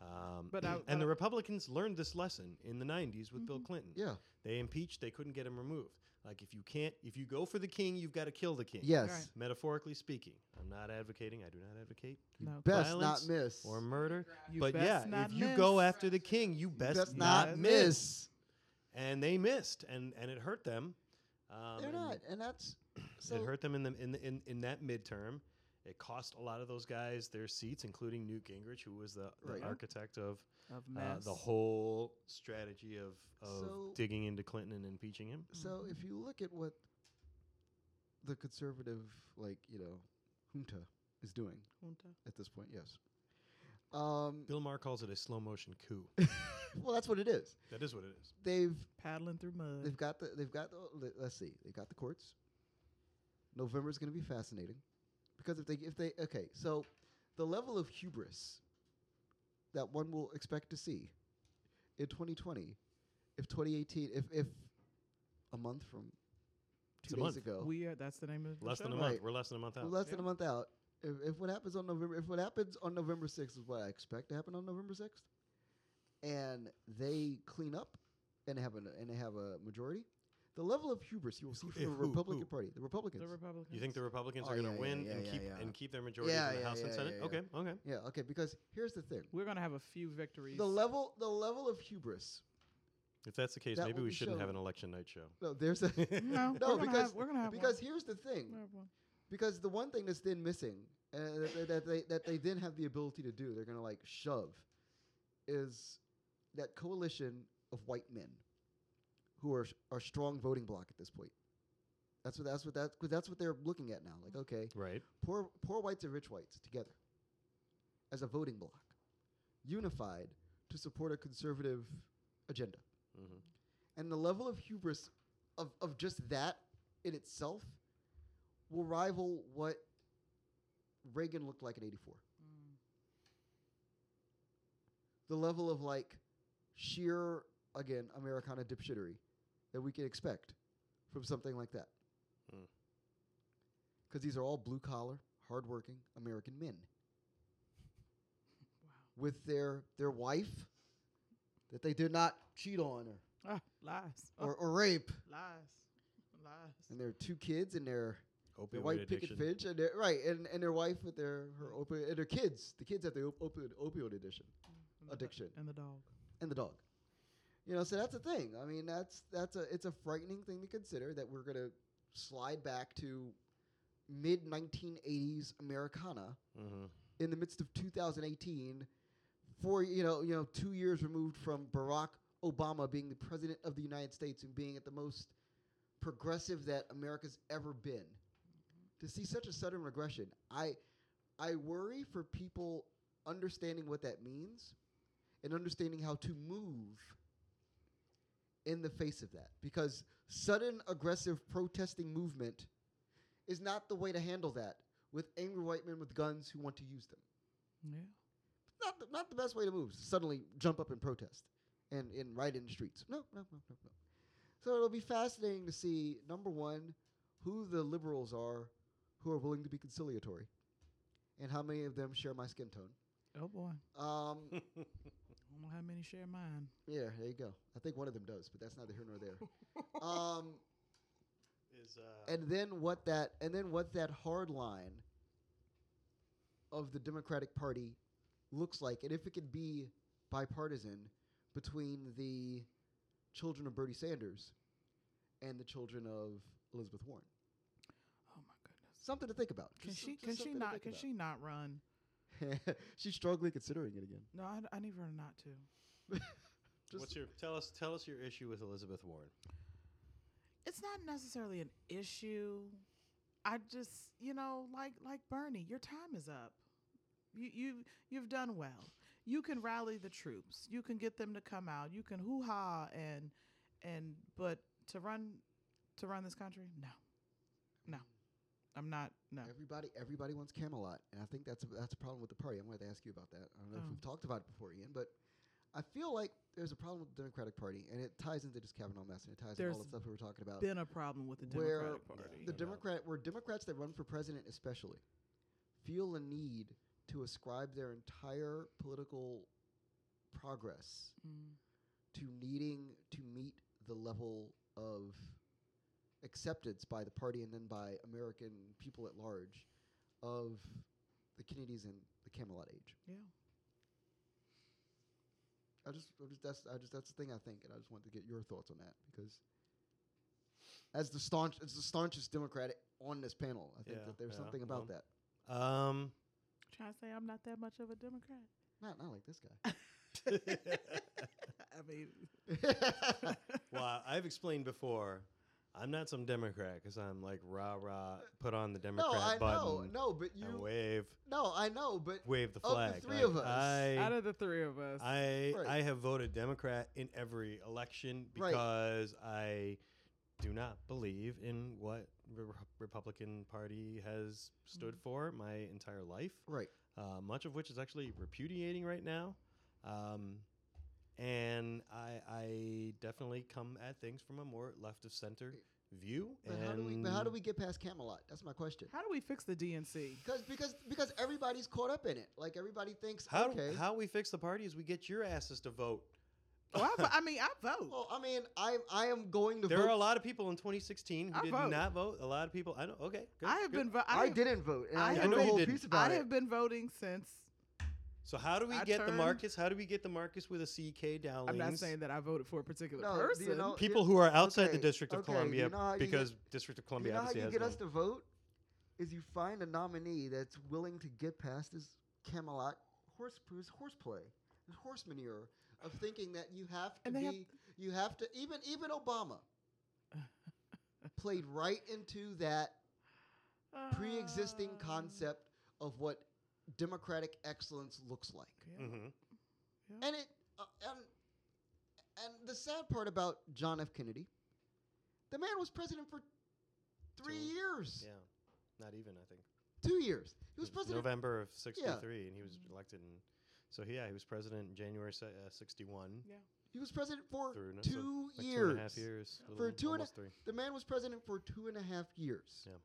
E: Um,
A: But I-
E: and
A: but
E: the
A: I-
E: Republicans learned this lesson in the 90s with Bill Clinton.
C: Yeah.
E: They impeached, they couldn't get him removed. Like if you can't if you go for the king, you've got to kill the king.
C: Yes.
A: Right.
E: Metaphorically speaking. I'm not advocating, I do not advocate
A: no,
C: Best
E: Violence
C: not miss.
E: or murder.
A: You
E: but
A: best
E: yeah,
A: not
E: if you go
A: miss.
E: after the king, you best,
C: best
E: not,
C: not
E: miss.
C: miss.
E: And they missed and and it hurt them. Um,
C: They're
E: and
C: not, and that's so.
E: it hurt them in the in the, in, in that midterm. It cost a lot of those guys their seats, including Newt Gingrich, who was the, the
C: Right.
E: architect of
A: of
E: uh,
A: mess.
E: the whole strategy of, of
C: So-
E: digging into Clinton and impeaching him.
C: So if you look at what the conservative, like you know, junta is doing
A: junta.
C: at this point, yes. Um,
E: Bill Maher calls it a slow motion coup.
C: well, that's what it is.
E: that is what it is.
C: They've
A: paddling through mud.
C: they've got the they've got the le- let's see they've got the courts. November is going to be fascinating because if they if they okay so the level of hubris that one will expect to see in 2020 if 2018 if if a month from
E: It's
C: two
E: a
C: days
E: month.
C: ago
A: we are. That's the name of the
E: Less
A: show.
E: than a
C: Right.
E: month. We're less than a month out.
C: less than
A: Yeah.
C: a month out. If, if what happens on November, if what happens on November sixth is what I expect to happen on November sixth, and they clean up and have an and they have a majority, the level of hubris you will see from
E: If
C: the
E: who-
C: Republican
E: who?
C: Party, the Republicans.
A: The Republicans.
E: you think the Republicans
C: Oh,
E: are going to
C: yeah, yeah,
E: win
C: yeah,
E: and
C: yeah,
E: keep
C: yeah.
E: and keep their majority
C: Yeah,
E: in the
C: yeah,
E: House and
C: yeah,
E: Senate?
C: yeah,
E: Okay, okay.
C: yeah, okay. Because here's the thing:
A: we're gonna have a few victories?
C: the level the level of hubris.
E: If that's the case,
C: That
E: maybe
C: will
E: we
C: be
E: shouldn't have
C: shown.
E: an election night show.
C: No, there's a
A: No,
C: no
A: we're gonna
C: because
A: have, we're gonna have
C: because
A: one.
C: here's the thing:
A: We're gonna have one.
C: because the one thing that's then missing uh, that, that they that they then have the ability to do they're gonna like shove is that coalition of white men who are are strong voting bloc at this point that's what that's what that cause that's what they're looking at now like okay
E: Right.
C: poor poor whites and rich whites together as a voting bloc unified to support a conservative agenda
E: hmm
C: and the level of hubris of, of just that in itself will rival what Reagan looked like in 84.
A: Mm.
C: The level of like sheer, again, Americana dipshittery that we can expect from something like that.
E: Mm.
C: Because these are all blue collar, hardworking American men with their, their wife that they did not cheat on or
A: Ah, lies. Oh,
C: or, or rape.
A: lies. Lies.
C: And their two kids and their, their
E: Opioid
C: white
E: addiction.
C: picket fence and their, right and, and their wife with their her opioid and their kids. The kids have the op- opioid opioid addiction
A: And the do-
C: addiction
A: And the dog.
C: and the dog. You know, so that's a thing. I mean, that's that's a it's a frightening thing to consider that we're gonna slide back to mid 1980s Americana
E: Mhm.
C: in the midst of 2018, for you know, you know, two years removed from Barack Obama being the president of the United States and being at the most progressive that America's ever been, to see such a sudden regression, I, I worry for people understanding what that means, and understanding how to move in the face of that, because sudden aggressive protesting movement is not the way to handle that with angry white men with guns who want to use them.
A: Yeah.
C: Not the, not the best way to move. Suddenly jump up and protest and, and right in the streets. No, no, no, no, no. So it'll be fascinating to see, number one, who the liberals are who are willing to be conciliatory and how many of them share my skin tone.
A: Oh boy.
C: Um,
A: I don't know how many share mine.
C: yeah, there you go. I think one of them does, but that's neither here nor there. um,
E: Is, uh,
A: Uh-huh.
C: and then what that and then what that hard line of the Democratic Party looks like, and if it could be bipartisan between the children of Bernie Sanders and the children of Elizabeth Warren.
A: Oh my goodness.
C: Something to think about.
A: Can
C: Just-
A: she?
C: just
A: Can she
C: something to
A: not?
C: think
A: Can she not run?
C: about. She's strongly considering it again.
A: No, I, I need her not to.
C: Just
E: what's your tell us tell us your issue with Elizabeth Warren?
A: It's not necessarily an issue. I just, you know, like like Bernie, your time is up. You you you've done well. You can rally the troops. You can get them to come out. You can hoo ha and and but to run to run this country, no, no, I'm not. No,
C: everybody everybody wants Camelot, and I think that's a, that's a problem with the party. I'm going to ask you about that. I don't know
A: Oh.
C: if we've talked about it before, Ian, but I feel like there's a problem with the Democratic Party, and it ties into this Kavanaugh mess, and it ties into
A: There's
C: all the stuff we were talking about.
A: been a problem with the
C: where
A: Democratic Party.
C: the
E: No doubt.
C: Democrat, where Democrats that run for president especially feel a need to ascribe their entire political progress
A: Mm.
C: to needing to meet the level of acceptance by the party and then by American people at large of the Kennedys and the Camelot age.
A: Yeah.
C: I just, I just that's I just that's the thing I think, and I just wanted to get your thoughts on that because as the staunch as the staunchest Democrat on this panel, I think
E: Yeah,
C: that there's
E: yeah,
C: something about
E: well.
C: that.
E: Um
A: Trying to say I'm not that much of a Democrat.
C: Not not like this guy.
A: I mean,
E: Um. well, I've explained before. I'm not some Democrat because I'm like rah rah, put on the
C: no,
E: Democrat
C: I know,
E: button
C: no, but
E: and
C: you,
E: wave,
C: no, I know, but
E: wave the
C: Of the
E: flag.
C: three of us,
A: out
E: I,
A: of the three of us,
E: I,
C: Right.
E: I have voted Democrat in every election
C: Right.
E: because I do not believe in what the Re- Republican Party
C: Mm.
E: has stood for my entire life
C: right,
E: uh, much of which is actually repudiating right now. Um, and I, I definitely come at things from a more left of center view.
C: but
E: and
C: how do we, but how do we get past Camelot? That's my question.
A: how do we fix the DNC?
C: Because because because everybody's caught up in it. Like everybody thinks,
E: how,
C: okay.
E: how we fix the party is we get your asses to vote.
A: Well, I, vo- I mean, I vote.
C: well, I mean, I I am going to
E: there
C: vote.
E: are a lot of people in 2016 who
A: I
E: did
A: vote.
E: not vote. A lot of people, I know. Okay, good,
A: I have been.
E: good.
A: Vo-
C: I,
A: I, have-
C: didn't vote, and
A: I
C: I, wrote
A: have
C: a
E: been-
C: whole
E: I
C: piece about
A: I
C: it.
A: have been voting since.
E: So how do we
A: I
E: get the
A: turned-
E: Marcus? How do we get the Marcus with a CK Dowlings?
A: I'm not saying that I voted for a particular
C: No, do you
A: person.
C: know-
E: people who are outside
C: Okay,
E: the District of
C: okay, you
E: Columbia
C: know how you get-
E: because District of
C: you
E: Columbia
C: know how
E: obviously
C: you
E: has
C: get
E: no-
C: us to vote is you find a nominee that's willing to get past this Camelot horse his horseplay, his horse manure of thinking that you have to
A: And
C: be,
A: they have-
C: you have to even even Obama played right into that pre-existing
A: Uh,
C: concept of what democratic excellence looks like.
A: yeah.
E: Mhm.
C: And it uh, and and the sad part about John F. Kennedy, the man was president for three
E: Two.
C: years,
E: Yeah, not even I think.
C: two years. He was
E: It
C: president.
E: November of '63, and he was elected. In, so he- yeah, he was president in January se- uh, '61
C: He was president for
E: through no- so
C: two
E: like
C: years.
E: two and a half years.
A: For
E: little-
C: two and a-
E: almost three.
C: The man was president for two and a half years.
E: Yeah.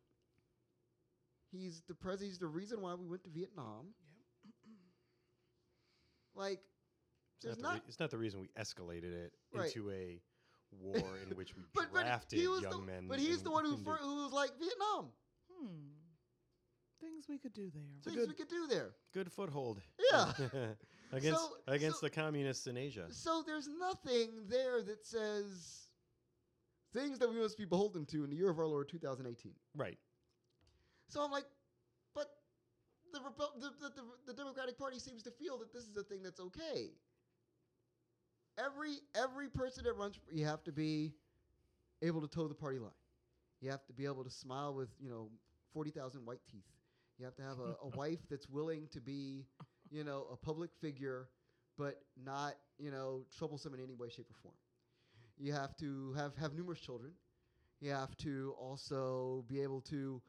C: He's the pres. He's the reason why we went to Vietnam. Like,
E: It's
C: there's
E: not, the re-
C: not-
E: it's not the reason we escalated it
C: Right.
E: into a war in which we
C: But, but
E: drafted
C: he was
E: young
C: the,
E: men.
C: but he's
E: and
C: the one who,
E: into-
C: fir- who was like Vietnam.
A: Hmm. Things we could do there.
C: Things
E: good-
C: we could do there.
E: good foothold.
C: Yeah.
E: against
C: So-
E: against
C: so-
E: the communists in Asia.
C: So there's nothing there that says things that we must be beholden to in the year of our Lord 2018.
E: Right.
C: So I'm like, but the, Repo- the, the, the, the Democratic Party seems to feel that this is a thing that's okay. Every every person that runs, you have to be able to toe the party line. You have to be able to smile with you know forty thousand white teeth. You have to have a, a wife that's willing to be, you know, a public figure, but not you know troublesome in any way, shape, or form. You have to have have numerous children. You have to also be able to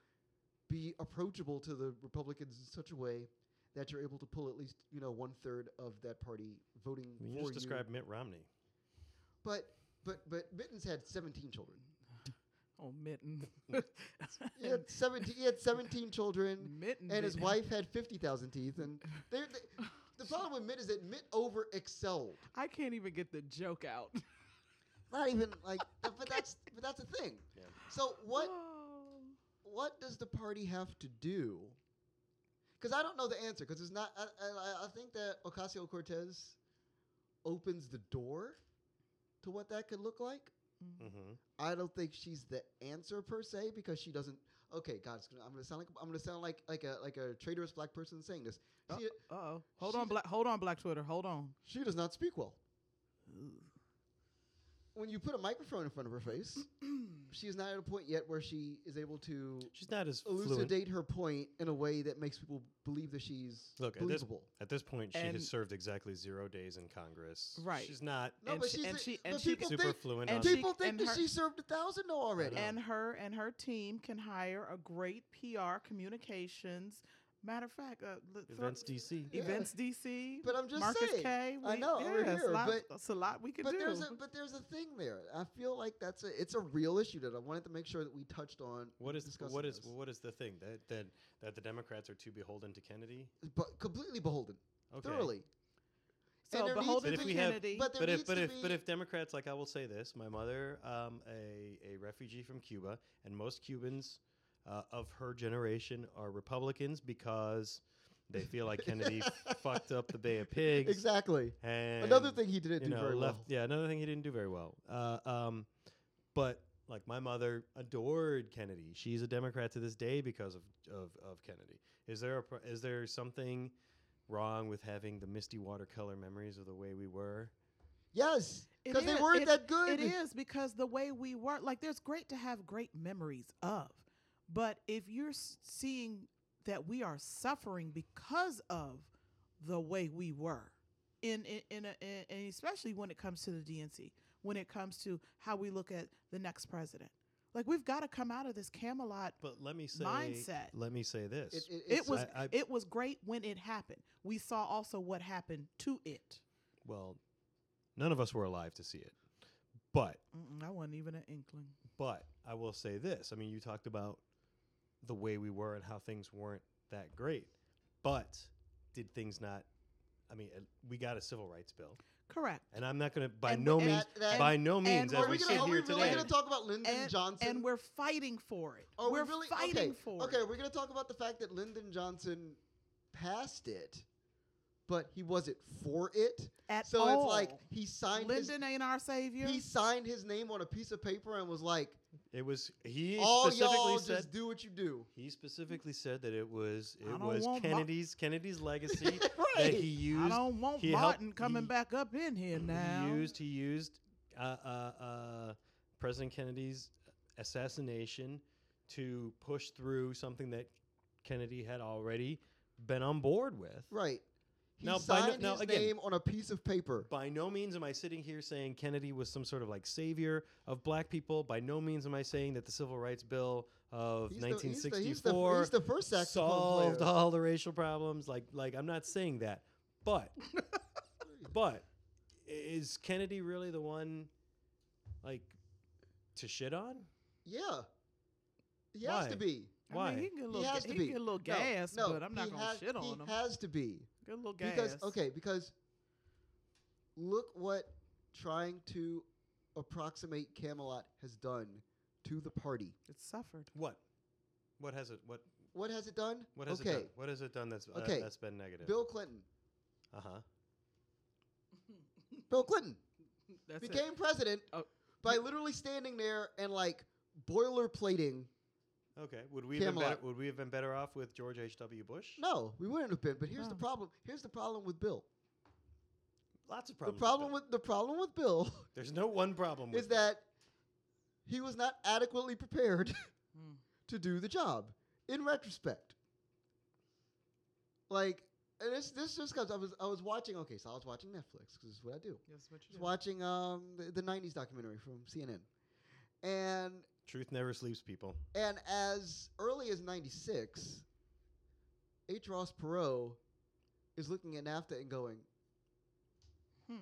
C: be approachable to the Republicans in such a way that you're able to pull at least you know one third of that party voting
E: I mean,
C: for
E: you just
C: you.
E: described Mitt Romney.
C: But but but Mittens had 17 children.
A: Oh, mitten.
C: He had 17. He had 17 children,
A: mitten.
C: and his
A: did-
C: wife had 50,000 teeth. And they're, they, the problem with Mitt is that Mitt over excelled.
A: I can't even get the joke out.
C: Not even like, but but that's but that's the thing.
E: Yeah.
C: So what
A: Oh.
C: what does the party have to do? Because I don't know the answer. Because it's not. I, I, I think that Ocasio Cortez opens the door to what that could look like.
E: hmm
C: I don't think she's the answer per se because she doesn't. Okay, God, it's gonna, I'm gonna sound like I'm gonna sound like like a like a traitorous black person saying this. She,
A: Uh-oh. Hold on,
C: She's-
A: black. Hold on, Black Twitter. Hold on.
C: she does not speak well. When you put a microphone in front of her face, she is not at a point yet where she is able to
E: She's not as fluent.
C: elucidate her point in a way that makes people believe that she's
E: Look, at this-
C: believable.
E: At this point, she
A: And-
E: has served exactly zero days in Congress.
A: Right.
E: She's not
C: No,
A: and
C: but
A: she-
C: she's
A: and
C: a-
A: she-
C: but
A: and she
C: people
E: super
C: think,
E: fluent
A: and
E: on.
A: she-
C: people think
A: and
C: that
A: her-
C: she served a thousand already.
E: know.
A: And her and her team can hire a great PR communications. Matter of fact, uh, l- throw-
E: Events DC.
C: Yeah.
A: Events DC.
C: But I'm just
A: Marcus
C: saying.
A: K.
C: I know, over
A: it's a
C: here,
A: lot-
C: but-
A: it's a lot we could
C: but
A: do.
C: there's a but there's a thing there. I feel like that's a it's a real issue that I wanted to make sure that we touched on.
E: What is
C: discussing
E: what is
C: this.
E: what is the thing that that that the Democrats are too beholden to Kennedy?
C: but completely beholden,
E: Okay.
C: thoroughly.
A: so
C: there needs
A: beholden
E: to
A: to
E: be- But if we have-
A: Kennedy.
C: But there
E: But if
C: needs
E: but
C: to
E: if but
C: be-
E: if Democrats like I will say this, my mother, um, a a refugee from Cuba, and most Cubans uh, of her generation are Republicans because they feel like Kennedy fucked up the Bay of Pigs.
C: exactly
E: And
C: another thing he didn't
E: you
C: do
E: know,
C: very
E: left.
C: well.
E: Yeah, another thing he didn't do very well. Uh, um, but like my mother adored Kennedy. She's a Democrat to this day because of of, of Kennedy. Is there a pro- is there something wrong with having the misty watercolor memories of the way we were?
C: Yes,
A: It
C: because they
A: is-
C: weren't
A: it-
C: that
A: It
C: good.
A: is because the way we were, like, there's great to have great memories of, but if you're s- seeing that we are suffering because of the way we were, in in, in, a, in and especially when it comes to the DNC, when it comes to how we look at the next president, like we've got to come out of this Camelot.
E: But let me say
A: Mindset.
E: Let me say this.
C: It, it-
A: It
C: it's-
A: was
E: I- I-
A: it was great when it happened. We saw also what happened to it.
E: well, none of us were alive to see it, but
A: Mm-mm, I wasn't even an inkling.
E: But I will say this. I mean, you talked about the way we were and how things weren't that great. But did things not? I mean, uh, we got a civil rights bill,
A: Correct.
E: and I'm not going to by
A: And-
E: no
A: and-
E: means
C: that-
E: by no means
A: and
E: as
C: are
A: we're
E: we
C: we,
A: gonna-
E: sit
C: gonna, are we
E: here
C: really
E: today.
C: going to talk about Lyndon
A: and,
C: Johnson?
A: and we're fighting for it.
C: Are Oh, we
A: we're
C: really
A: fighting
C: okay,
A: for
C: Okay,
A: it.
C: we're going to talk about the fact that Lyndon Johnson passed it, but he wasn't for it.
A: At
C: so
A: all.
C: it's like he signed
A: Lyndon ain't our savior.
C: his he signed his name on a piece of paper and was like,
E: It was he
C: "All
E: specifically
C: y'all
E: said.
C: just do what you do."
E: he specifically said that it was
A: I
E: it
A: don't
E: was
A: want my-
E: Kennedy's Kennedy's legacy that
C: right.
E: he used.
A: I don't want
E: he helped-
A: Martin coming
E: he-
A: back up in here now.
E: He used he used uh, uh, uh, President Kennedy's assassination to push through something that Kennedy had already been on board with.
C: Right. He
E: Now, by no-
C: signed
E: now,
C: his
E: again-
C: name on a piece of paper.
E: By no means am I sitting here saying Kennedy was some sort of like savior of black people. By no means am I saying that the Civil Rights Bill of
C: He's the- he's the- he's the-
E: 1964
C: He's the, first saxophone
E: solved
C: player.
E: all the racial problems. Like, like I'm not saying that, but, but is Kennedy really the one, like, to shit on?
C: Yeah. He has
E: Why?
C: to be.
A: I
E: Why?
A: mean, he can get a
C: He
A: little, ga-
C: has to
A: he can
C: be.
A: get a little
C: No,
A: gas,
C: no,
A: but I'm not
C: he
A: gonna
C: has-
A: shit on
C: he
A: him.
C: has to be.
A: Get a little gas.
C: Because okay, because look what trying to approximate Camelot has done to the party?
A: It's suffered.
E: What? What has it? What?
C: What has it done?
E: What has
C: okay.
E: it done? What has it done? That's uh,
C: Okay.
E: that's been negative.
C: Bill Clinton.
E: Uh huh.
C: Bill Clinton
A: That's it.
C: became president
A: Oh.
C: by literally standing there and like boilerplating.
E: Okay. Would we have been better,
C: Camelot.
E: would we have been better off with George H. W. Bush?
C: No, we wouldn't have been. But here's the
A: No.
C: problem. Here's the problem with Bill.
E: Lots of problems.
C: the problem with the problem with Bill
E: there's no one problem.
C: is
E: with
C: that he was not adequately prepared
A: Mm.
C: to do the job in retrospect. Like, and this this just comes. I was I was watching. Okay, so I was watching Netflix because is what I do.
A: That's what
C: I
A: you
C: was
A: do.
C: watching um the, the '90s documentary from CNN, and
E: truth never sleeps, people.
C: and as early as '96, H. Ross Perot is looking at NAFTA and going,
A: Hmm. Oh,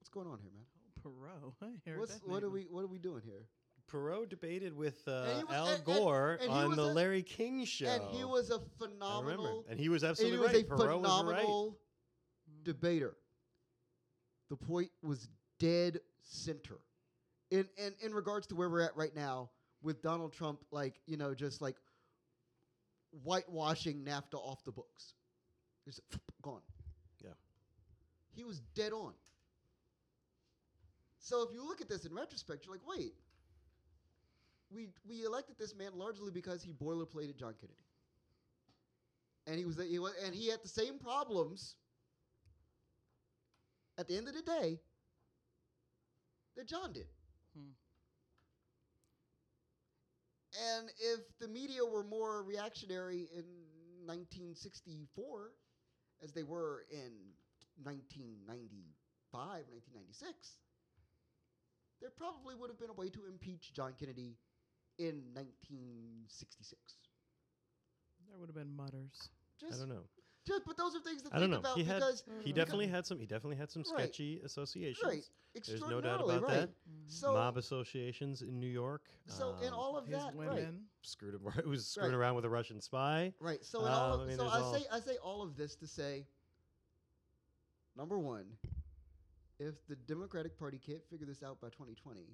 C: "What's going on here, man?
A: Perot. I heard
C: What's
A: that
C: what
A: name.
C: are we what are we doing here?"
E: Perot debated with uh,
C: he was-
E: Al
C: and- and-
E: Gore
C: and he
E: on
C: was
E: the
C: a-
E: Larry King show.
C: And he was a
E: I remember.
C: phenomenal.
E: And he was absolutely
C: it was
E: right.
C: a
E: Perot was right.
C: phenomenal debater. The point was dead center. In, in in regards to where we're at right now with Donald Trump, like you know, just like whitewashing NAFTA off the books, it's gone.
E: Yeah.
C: he was dead on. So if you look at this in retrospect, you're like, wait, we we elected this man largely because he boilerplated John Kennedy and he was, he was and he had the same problems at the end of the day that John did.
A: Hmm.
C: And if the media were more reactionary in 1964 as they were in 1995, 1996, there probably would have been a way to impeach John Kennedy in 1966.
A: There would have been mutters.
E: I
C: Just
E: don't know.
C: just, but those are things to
E: I
C: think
E: don't know.
C: about
E: He had-
C: because
E: He
C: because-
E: definitely had some. He definitely had some
C: Right.
E: sketchy associations.
C: right,
E: There's no doubt
C: extraordinarily,
E: about
C: right.
E: that.
C: So,
E: Mob associations in New York.
C: so in
E: um,
C: all of
A: His
C: that, right,
A: women.
E: screwed him. It was screwing
C: Right.
E: around with a Russian spy.
C: right. So in all,
E: Um, I
C: of,
E: mean,
C: so
E: there's
C: I
E: all-
C: say I say all of this to say, number one, if the Democratic Party can't figure this out by 2020,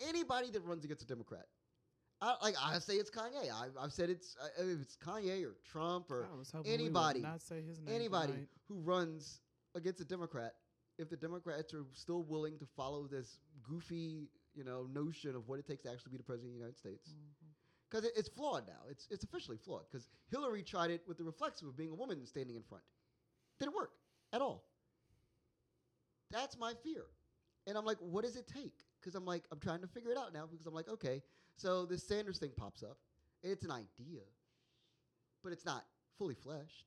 C: anybody that runs against a Democrat. I, like I say, it's Kanye. I, I've said it's uh, if it's Kanye or Trump or
A: I was hoping we would
C: anybody,
A: not say his name
C: anybody
A: tonight.
C: who runs against a Democrat, if the Democrats are still willing to follow this goofy, you know, notion of what it takes to actually be the president of the United States, because it, it's flawed now. It's it's officially flawed because Hillary tried it with the reflexive of being a woman standing in front. Didn't work at all. That's my fear, and I'm like, what does it take? Because I'm like, I'm trying to figure it out now. Because I'm like, okay, so this Sanders thing pops up. It's an idea, but it's not fully fleshed.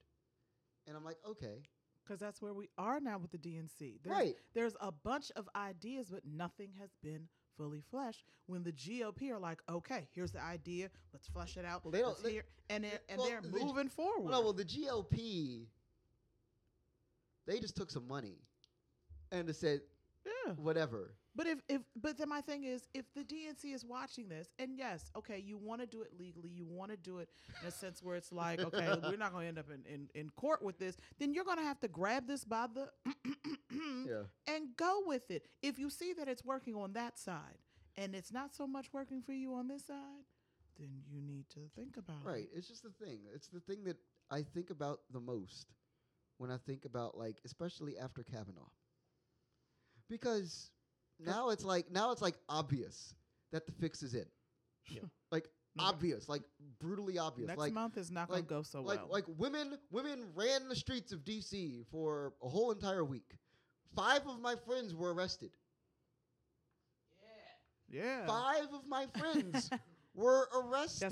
C: And I'm like, okay,
A: Because that's where we are now with the DNC. There's,
C: right,
A: There's a bunch of ideas, but nothing has been fully fleshed. When the GOP are like, "Okay, here's the idea. Let's flesh it out."
C: Well, they don't-
A: let's
C: they-
A: hear-" and they're, and
C: well,
A: they're
C: the-
A: moving forward.
C: Well, no, well, the GOP, they just took some money and just said,
A: yeah.
C: whatever.
A: But if, if but then my thing is if the DNC is watching this and yes, okay, you want to do it legally, you want to do it in a sense where it's like, okay, we're not going to end up in, in, in court with this, then you're going to have to grab this by the
C: Yeah.
A: and go with it. If you see that it's working on that side and it's not so much working for you on this side, then you need to think about
C: Right.
A: it.
C: It's just the thing. It's the thing that I think about the most when I think about, like, especially after Kavanaugh. Because now it's like, now it's like obvious that the fix is in.
E: Yep.
C: like,
A: No,
C: obvious, like, brutally obvious.
A: Mm-hmm. Next
C: like,
A: month Oh, is not
C: like-
A: going to go so
C: like
A: well.
C: like women women ran the streets of DC for a whole entire week. Five of my friends were arrested.
B: Yeah.
A: yeah.
C: Five of my friends were arrested.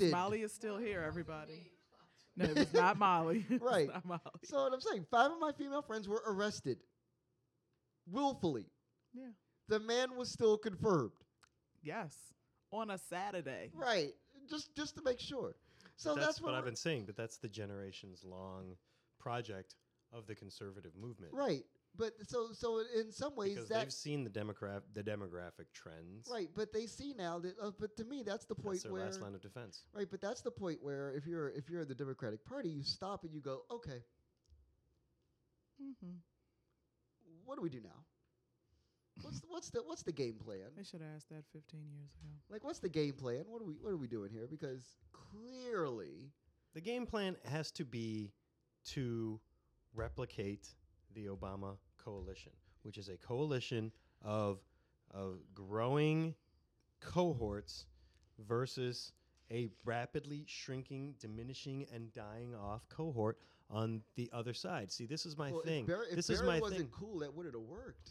A: Yes, Molly is still here,
B: Wow,
A: everybody.
B: me.
A: No, it's not Molly. It's
C: Right.
A: not Molly.
C: So what I'm saying, five of my female friends were arrested willfully.
A: Yeah.
C: The man was still confirmed.
A: Yes. On a Saturday.
C: Right. Just just to make sure. So
E: that's,
C: that's,
E: what
C: where
E: I've
C: we're-
E: been saying. But that's the generations long project of the conservative movement.
C: Right. But so so in some ways
E: Because
C: that
E: they've seen the demograph the demographic trends.
C: right, but they see now that uh, but to me that's the point
E: That's their
C: where
E: last line of defense.
C: Right, but that's the point where if you're if you're in the Democratic Party, you stop and you go, okay,
A: Mm-hmm.
C: what do we do now? What's the, what's the what's the game plan?
A: They should have asked that 15 years ago.
C: Like, what's the game plan? What are we what are we doing here? Because clearly,
E: The game plan has to be to replicate the Obama coalition, which is a coalition of of growing cohorts versus a rapidly shrinking, diminishing, and dying off cohort on the other side. See, this is my
C: well,
E: thing.
C: If Barry, if
E: this
C: Barry
E: is my
C: wasn't
E: thing.
C: cool, that would have worked.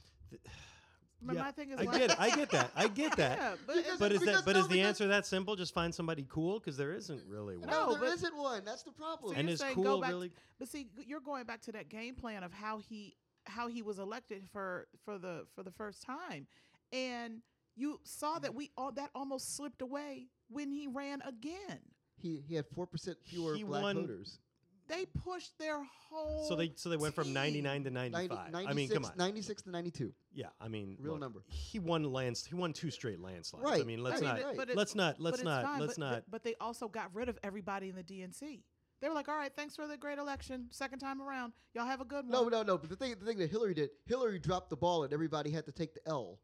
A: But
E: Yeah,
A: my thing is,
E: I
A: like-
E: get, it, I get that, I get that.
A: Yeah, but
C: Because
A: it's-
E: But is
C: Because
E: that? But
C: no,
E: is the
C: because-
E: answer that simple? Just find somebody cool, because there isn't really one.
A: No,
C: No, there
A: but-
C: isn't one. That's the problem.
A: So
E: and
A: you're
E: is
A: saying go
E: cool
A: back to-
E: really?
A: But see, g- you're going back to that game plan of how he how he was elected for for the for the first time, and you saw that we all that almost slipped away when he ran again.
C: he he had four percent fewer
E: He
C: black
E: won
C: voters.
A: They pushed their whole
E: So they so they went from
A: team.
E: 99 to
C: 90,
E: 95.
C: 96,
E: I mean, come on.
C: 96 to 92.
E: Yeah, I mean,
C: Real
E: look,
C: number.
E: He won lands. He won two straight landslides. I
C: Right,
E: mean, let's
C: right,
E: not.
C: right.
A: But it-
E: Let's not.
A: but
E: Let's
A: it's
E: not.
A: fine,
E: let's
A: but,
E: not.
A: But they also got rid of everybody in the DNC. They were like, "All right, thanks for the great election, second time around. Y'all have a good one."
C: No, no, no. But the thing, the thing that Hillary did, Hillary dropped the ball, and everybody had to take the L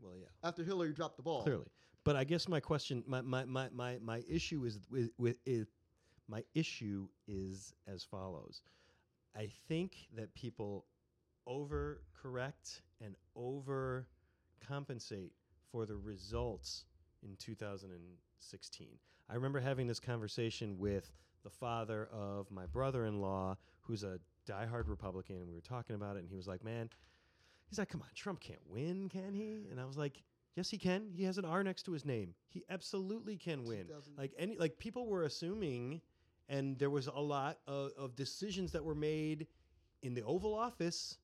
E: well, yeah,
C: after Hillary dropped the ball.
E: clearly. But I guess my question, my my my my, my issue is with, with is my issue is as follows. I think that people overcorrect and overcompensate for the results in 2016. I remember having this conversation with the father of my brother-in-law, who's a diehard Republican, and we were talking about it, and he was like, "Man, he's like, come on, Trump can't win, can he?" And I was like, "Yes, he can. He has an R next to his name. He absolutely can win."
C: 2000
E: like any like people were assuming and there was a lot of, of decisions that were made in the oval office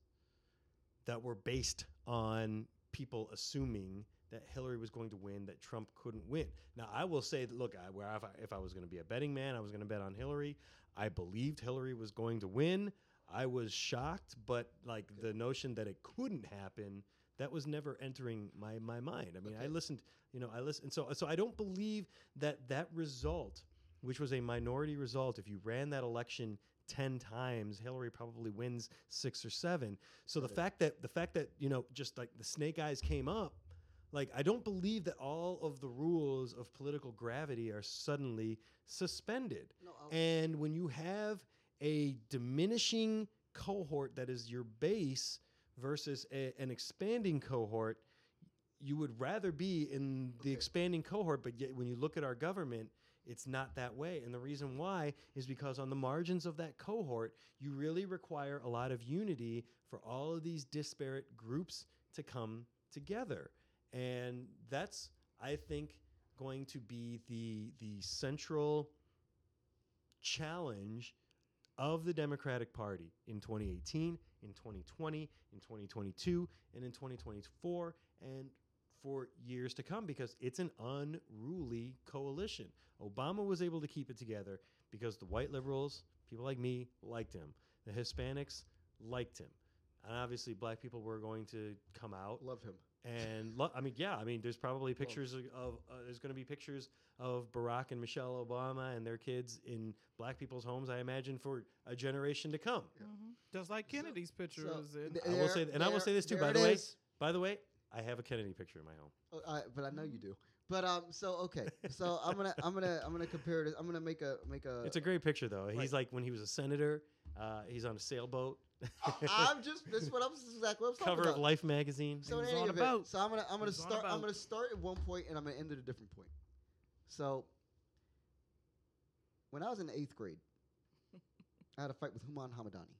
E: that were based on people assuming that Hillary was going to win, that Trump couldn't win. Now, I will say that, look, I, where if I, if I was going to be a betting man, I was going to bet on Hillary. I believed Hillary was going to win. I was shocked, but like the notion that it couldn't happen, that was never entering my, my mind. I mean, I
C: Okay.
E: listened, you know, I listened. So, so I don't believe that that result, which was a minority result, if you ran that election 10 times, Hillary probably wins six or seven. So the
C: Right.
E: fact that the fact that you know just like the snake eyes came up, like I don't believe that all of the rules of political gravity are suddenly suspended.
C: No, I'll-
E: And when you have a diminishing cohort that is your base versus a, an expanding cohort, you would rather be in the
C: Okay.
E: expanding cohort. But yet, when you look at our government, it's not that way. And the reason why is because on the margins of that cohort, you really require a lot of unity for all of these disparate groups to come together. And that's, I think, going to be the the central challenge of the Democratic Party in 2018, in 2020, in 2022, and in 2024, and for years to come because it's an unruly coalition. Obama was able to keep it together because the white liberals, people like me, liked him. The Hispanics liked him. And obviously, black people were going to come out
C: love him.
E: and lo- I mean, yeah, I mean, there's probably pictures of- of uh, there's going to be pictures of Barack and Michelle Obama and their kids in black people's homes. I imagine for a generation to come.
A: Mhm. Just like Kennedy's picture
C: So,
A: was in.
C: th-
E: I will say- and I will say this too, by the
C: it
E: way.
C: is.
E: By the way, I have a Kennedy picture in my home.
C: Oh, I, but I know you do. But um, so okay, so I'm gonna I'm gonna I'm gonna compare it. I'm gonna make a make a.
E: it's a great picture though. He's like when he was a senator. Uh, he's on a sailboat.
C: Oh, I'm just this is what I'm this is exactly what I'm
E: Cover
C: talking
E: of
C: about.
E: Life magazine.
C: So
A: He
C: in
A: was
C: any
A: on a
C: event,
A: boat.
C: so I'm gonna I'm
A: He
C: gonna
A: was on a
C: start I'm
A: boat.
C: gonna start at one point and I'm gonna end at a different point. So when I was in eighth grade, I had a fight with Human Hamadani,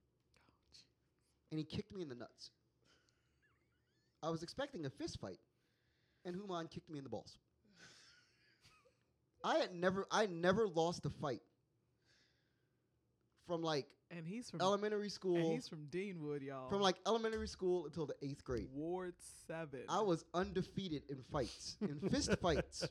C: and he kicked me in the nuts. I was expecting a fist fight, and Human kicked me in the balls. I had never I never lost a fight from like
A: and he's from
C: elementary
A: and
C: school
A: he's from Deanwood, y'all.
C: from like elementary school until the eighth grade.
A: Ward Seven.
C: I was undefeated in fights, in fist fights,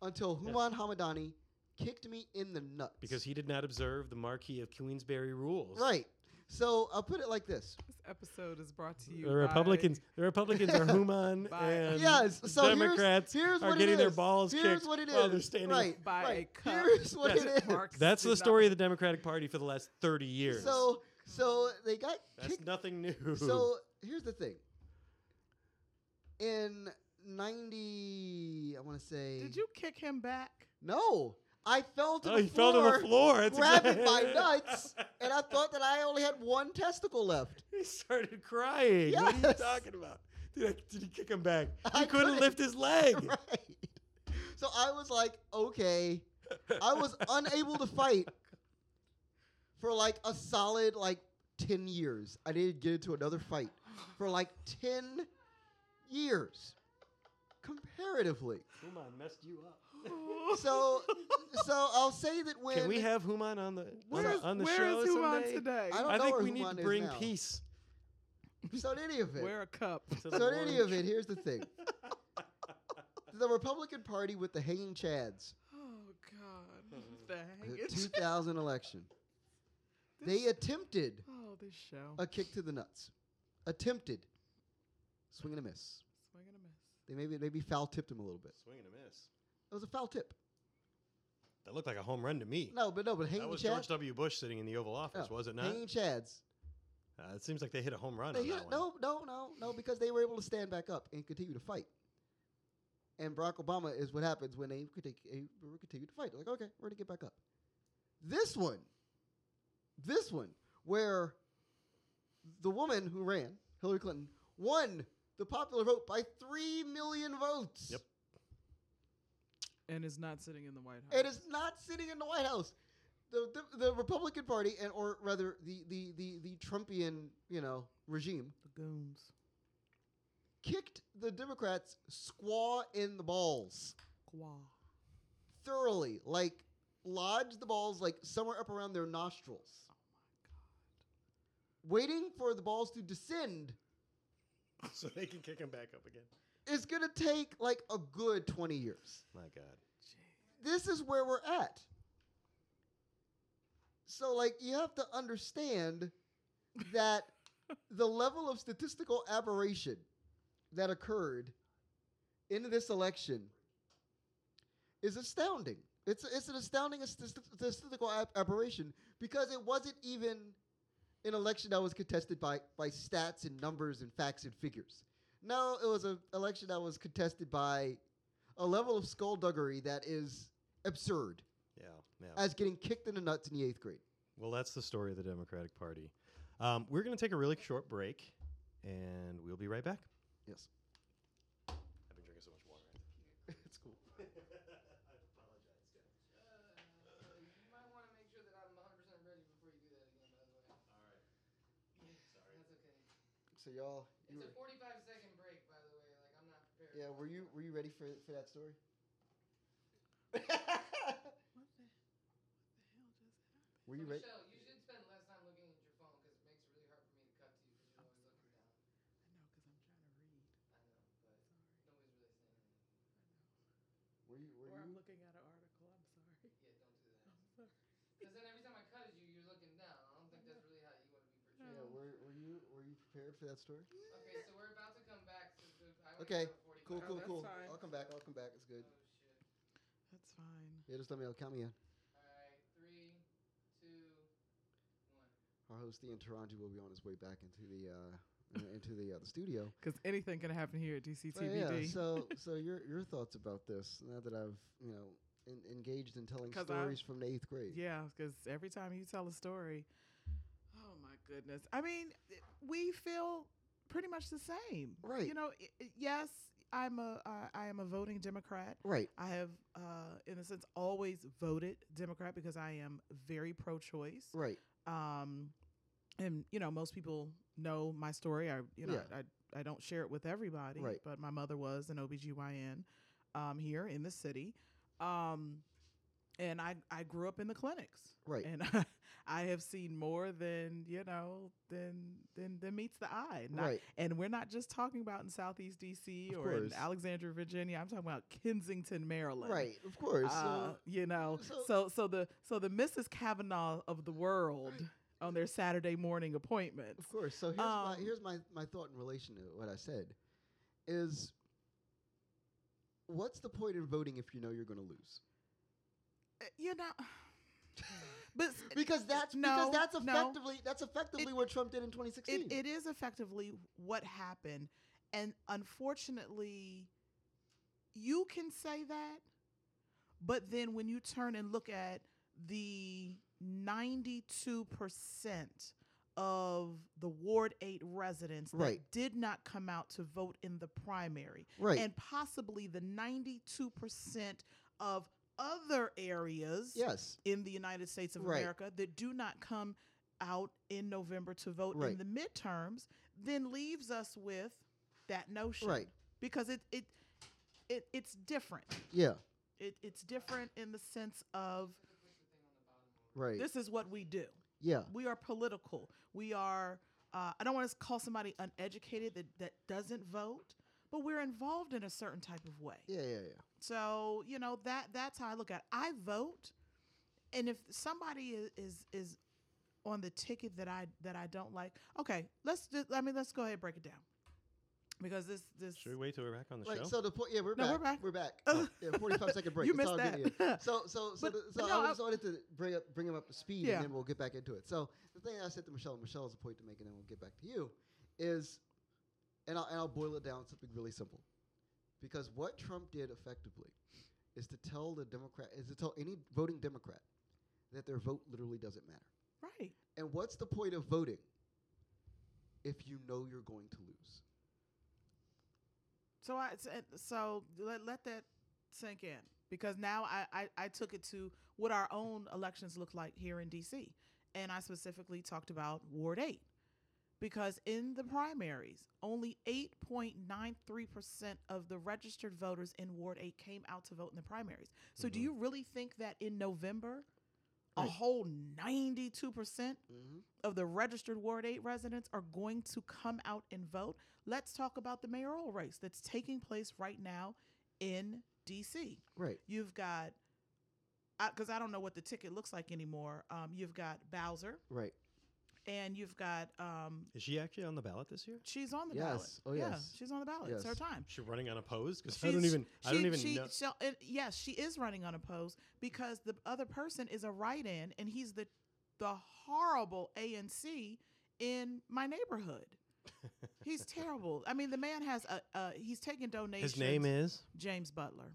C: until Human Hamadani kicked me in the nuts.
E: Because he did not observe the Marquis of Queensberry rules.
C: right. So I'll put it like this.
A: This episode is brought to you.
E: The Republicans. The Republicans are Human
A: By-
E: and
C: yes. So here's-
E: Democrats
C: here's,
E: are
C: what it
E: getting their
C: is.
E: balls
C: Here's
E: kicked
C: what it is.
E: while they're standing-
C: right.
A: By a
C: right.
A: cup.
C: Here's what
E: Yes.
C: it is.
E: That's the story of the Democratic Party for the last 30 years.
C: So so they got
E: That's
C: kicked.
E: nothing new.
C: So here's the thing. in 90, I want to say.
A: Did you kick him back?
C: No. I fell to
E: Oh,
C: the
E: he
C: floor.
E: fell to the floor. That's
C: grabbing my
E: exactly-
C: nuts, And I thought that I only had one testicle left.
E: He started crying. What are you
C: Yes.
E: talking about? Did, I, did he kick him back?
C: I
E: He couldn't
C: couldn't.
E: lift his leg.
C: right. So I was like, okay. I was unable to fight for like a solid like 10 years. I didn't get into another fight for like 10 years comparatively.
E: Human messed you up.
C: So so I'll say that when
E: Can we have Human on the on
A: Where
E: the,
A: is
E: on the
A: where
E: show
A: is Human
E: someday?
A: today?
C: I don't
E: I
C: know
E: think
C: where
E: we need
C: Human
E: to
C: is
E: bring
C: now.
E: peace.
C: so in any event,
A: Wear a cup.
E: to the
C: so in any
E: orange.
C: event, here's the thing. The Republican Party with the hanging chads,
A: Oh God!
E: Mhm.
A: the
C: the
A: hanging-
C: 2000 election.
A: This-
C: They attempted
A: oh, this show.
C: a kick to the nuts. Attempted. Swing and a miss.
A: Swing and a miss.
C: They maybe maybe foul tipped him a little bit.
E: Swing and a miss.
C: It was a foul tip.
E: That looked like a home run to me.
C: No, Oh, but no, but hanging
E: that was George
C: chads.
E: W. Bush sitting in the Oval Office,
C: No,
E: was it not?
C: Hanging chads.
E: Uh, it seems like they hit a home run.
C: They
E: on
C: hit
E: that
C: it- no,
E: one.
C: no, no, no, because they were able to stand back up and continue to fight. And Barack Obama is what happens when they conti- eh, continue to fight. They're like, okay, we're gonna get back up. This one, this one, where the woman who ran, Hillary Clinton, won the popular vote by three million votes.
E: Yep.
A: And is not sitting in the White House.
C: It is not sitting in the White House. The, the, the Republican Party, and or rather the, the, the, the Trumpian, you know, regime,
A: the goons.
C: kicked the Democrats squaw in the balls
A: Gua.
C: thoroughly, like lodged the balls like somewhere up around their nostrils, waiting for the balls to descend.
E: so they can kick him back up again.
C: It's gonna take like a good twenty years.
E: My God.
C: This is where we're at. So like you have to understand that the level of statistical aberration that occurred in this election is astounding. It's, it's an astounding st- statistical ab- aberration because it wasn't even an election that was contested by, by stats and numbers and facts and figures. No, it was an election that was contested by a level of skullduggery that is absurd
E: Yeah. Yeah.
C: as getting kicked in the nuts in the eighth grade.
E: Well, that's the story of the Democratic Party. Um, we're going to take a really short break, and we'll be right back.
C: Yes.
E: I've been drinking so much water.
C: it's cool.
B: You might want to make sure that I'm 100% ready before you do that again, by the way. Alright. Sorry. That's okay.
C: So y'all, you
B: It's a
C: were,
B: 45 second break, by the way. Like, I'm not prepared.
C: yeah, were you were you ready for for that story? were you ready?
B: Michelle, you should spend less time looking at your phone because it makes it really hard for me to cut to you because you're always looking down. I know, because I'm trying to read. I know, but nobody's really saying anything.
C: Were you were
A: Or I'm
C: you?
A: looking at an article. I'm sorry.
B: Yeah, don't do that. Because then every time I cut at you, you're looking down. I don't think that's really how you want to be
C: Yeah,
B: portrayed.
C: were, were you were you prepared for that story?
B: Okay, so we're about to come back to the. I wanna
C: Okay,
B: go to
A: Oh,
C: Cool,
B: 45.
C: cool,
A: that's
C: cool.
A: fine.
C: I'll come back. I'll come back. It's good.
B: Oh, shit.
A: That's fine.
C: Yeah, just let me know. Count me in.
B: Alright, three, two, one.
C: Our host Ian Taranji will be on his way back into the uh, uh, into the uh, the studio.
A: Because anything can happen here at
C: So yeah.
A: DCTVD.
C: So so your your thoughts about this now that I've you know en- engaged in telling
A: 'Cause
C: stories from the eighth grade.
A: Yeah, because every time you tell a story, oh my goodness. I mean, th- we feel pretty much the same,
C: Right.
A: You know, i- i- yes, I'm a uh, I am a voting Democrat.
C: Right.
A: I have, uh, in a sense, always voted Democrat because I am very pro-choice.
C: Right.
A: Um, and you know, most people know my story. I you know
C: Yeah.
A: I I don't share it with everybody,
C: Right.
A: but my mother was an OBGYN um, here in the city. Um, and I, I grew up in the clinics
C: Right.
A: and I have seen more than you know than than than meets the eye. Not,
C: right.
A: And we're not just talking about in Southeast DC
C: Of
A: or in
C: course.
A: Alexandria, Virginia. I'm talking about Kensington, Maryland.
C: Right. Of course.
A: Uh, you know,
C: so-
A: so, so the so the Mrs. Kavanaugh of the world on their Saturday morning appointments.
C: Of course. So here's my
A: Um,
C: here's my, my thought in relation to what I said is what's the point in voting if you know you're going to lose?
A: Uh, You know, but s-
C: Because that's
A: no,
C: because that's
A: no.
C: effectively that's effectively what Trump did in 2016.
A: it, it is effectively what happened And unfortunately, you can say that, but then when you turn and look at the 92% of the Ward 8 residents
C: Right.
A: that did not come out to vote in the primary,
C: Right.
A: and possibly the 92% of other areas
C: yes.
A: in the United States of
C: Right.
A: America that do not come out in November to vote
C: Right.
A: in the midterms, then leaves us with that notion.
C: Right.
A: Because it it, it it's different.
C: Yeah.
A: It, it's different in the sense of
C: Right.
A: this is what we do.
C: yeah.
A: We are political. We are. Uh, I don't want to call somebody uneducated that that doesn't vote, but we're involved in a certain type of way.
C: Yeah. Yeah. Yeah.
A: So you know that that's how I look at. It. I vote, and if somebody is is, is on the ticket that I that I don't like, okay, let's just. I mean, let's go ahead and break it down because this this
E: Should we wait till we're back on the
C: Right.
E: show?
C: So the point. Yeah, we're
A: No, we're
C: back.
A: back.
C: We're back.
A: Oh.
C: yeah. Forty-five second break.
A: You
C: it's
A: missed
C: all good
A: that.
C: here. So so so
A: But-
C: the, so
A: but no,
C: I
A: I-
C: just wanted to bring up bring him up to speed,
A: Yeah.
C: and then we'll get back into it. So the thing I said to Michelle, and Michelle has a point to make, and then we'll get back to you, is, and I'll, and I'll boil it down to something really simple, because what Trump did effectively is to tell the Democrat is to tell any voting Democrat that their vote literally doesn't matter.
A: right.
C: And what's the point of voting if you know you're going to lose?
A: So I so- so let let that sink in because now I, I I took it to what our own elections look like here in D.C. and I specifically talked about Ward Eight because in the primaries only 8.93% of the registered voters in Ward Eight came out to vote in the primaries. So do
E: Mhm.
A: you really think that in November a
C: Right.
A: whole 92%
C: Mm-hmm.
A: of the registered Ward 8 residents are going to come out and vote. Let's talk about the mayoral race that's taking place right now in DC.
C: Right.
A: You've got, because I, don't know what the ticket looks like anymore, um, you've got Bowser
C: Right.
A: and you've got, um,
E: Is she actually on the ballot this year?
A: she's on the
C: Yes.
A: ballot.
C: Oh, yes.
A: Yeah, she's on the ballot. It's her
C: Yes.
A: time.
E: Is she running unopposed? Because I don't
A: She's-
E: even. I don't
A: she-
E: even
A: she-
E: know.
A: she'll- and yes, she is running unopposed because the other person is a write-in, and he's the the horrible ANC in my neighborhood. he's terrible. I mean, the man has a uh, he's taking donations.
E: His name is
A: James Butler.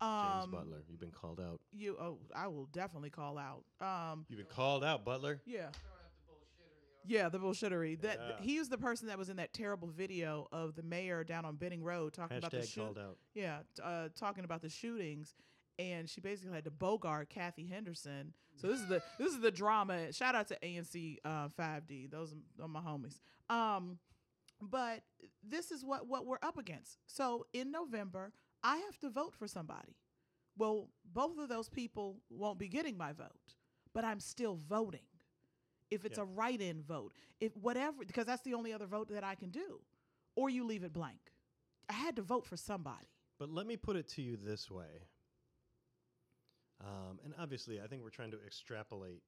E: James
A: Um,
E: Butler. You've been called out.
A: You oh, I will definitely call out. Um,
E: You've been called out, Butler.
A: yeah.
B: Throwing up the bullshittery. or-
A: Yeah, the bullshittery. That
E: Yeah.
A: he was the person that was in that terrible video of the mayor down on Benning Road talking about the
E: Hashtag
A: shoot,
E: called out.
A: yeah, t- uh, talking about the shootings, and she basically had to bogart Kathy Henderson. So this is the this is the drama. Shout out to ANC uh, 5D. Those are my homies. Um, but this is what what we're up against. So in November, I have to vote for somebody. Well, both of those people won't be getting my vote, but I'm still voting. If it's
E: Yeah.
A: a write-in vote, if whatever, because that's the only other vote that I can do, or you leave it blank. I had to vote for somebody.
E: But let me put it to you this way. Um, and obviously, I think we're trying to extrapolate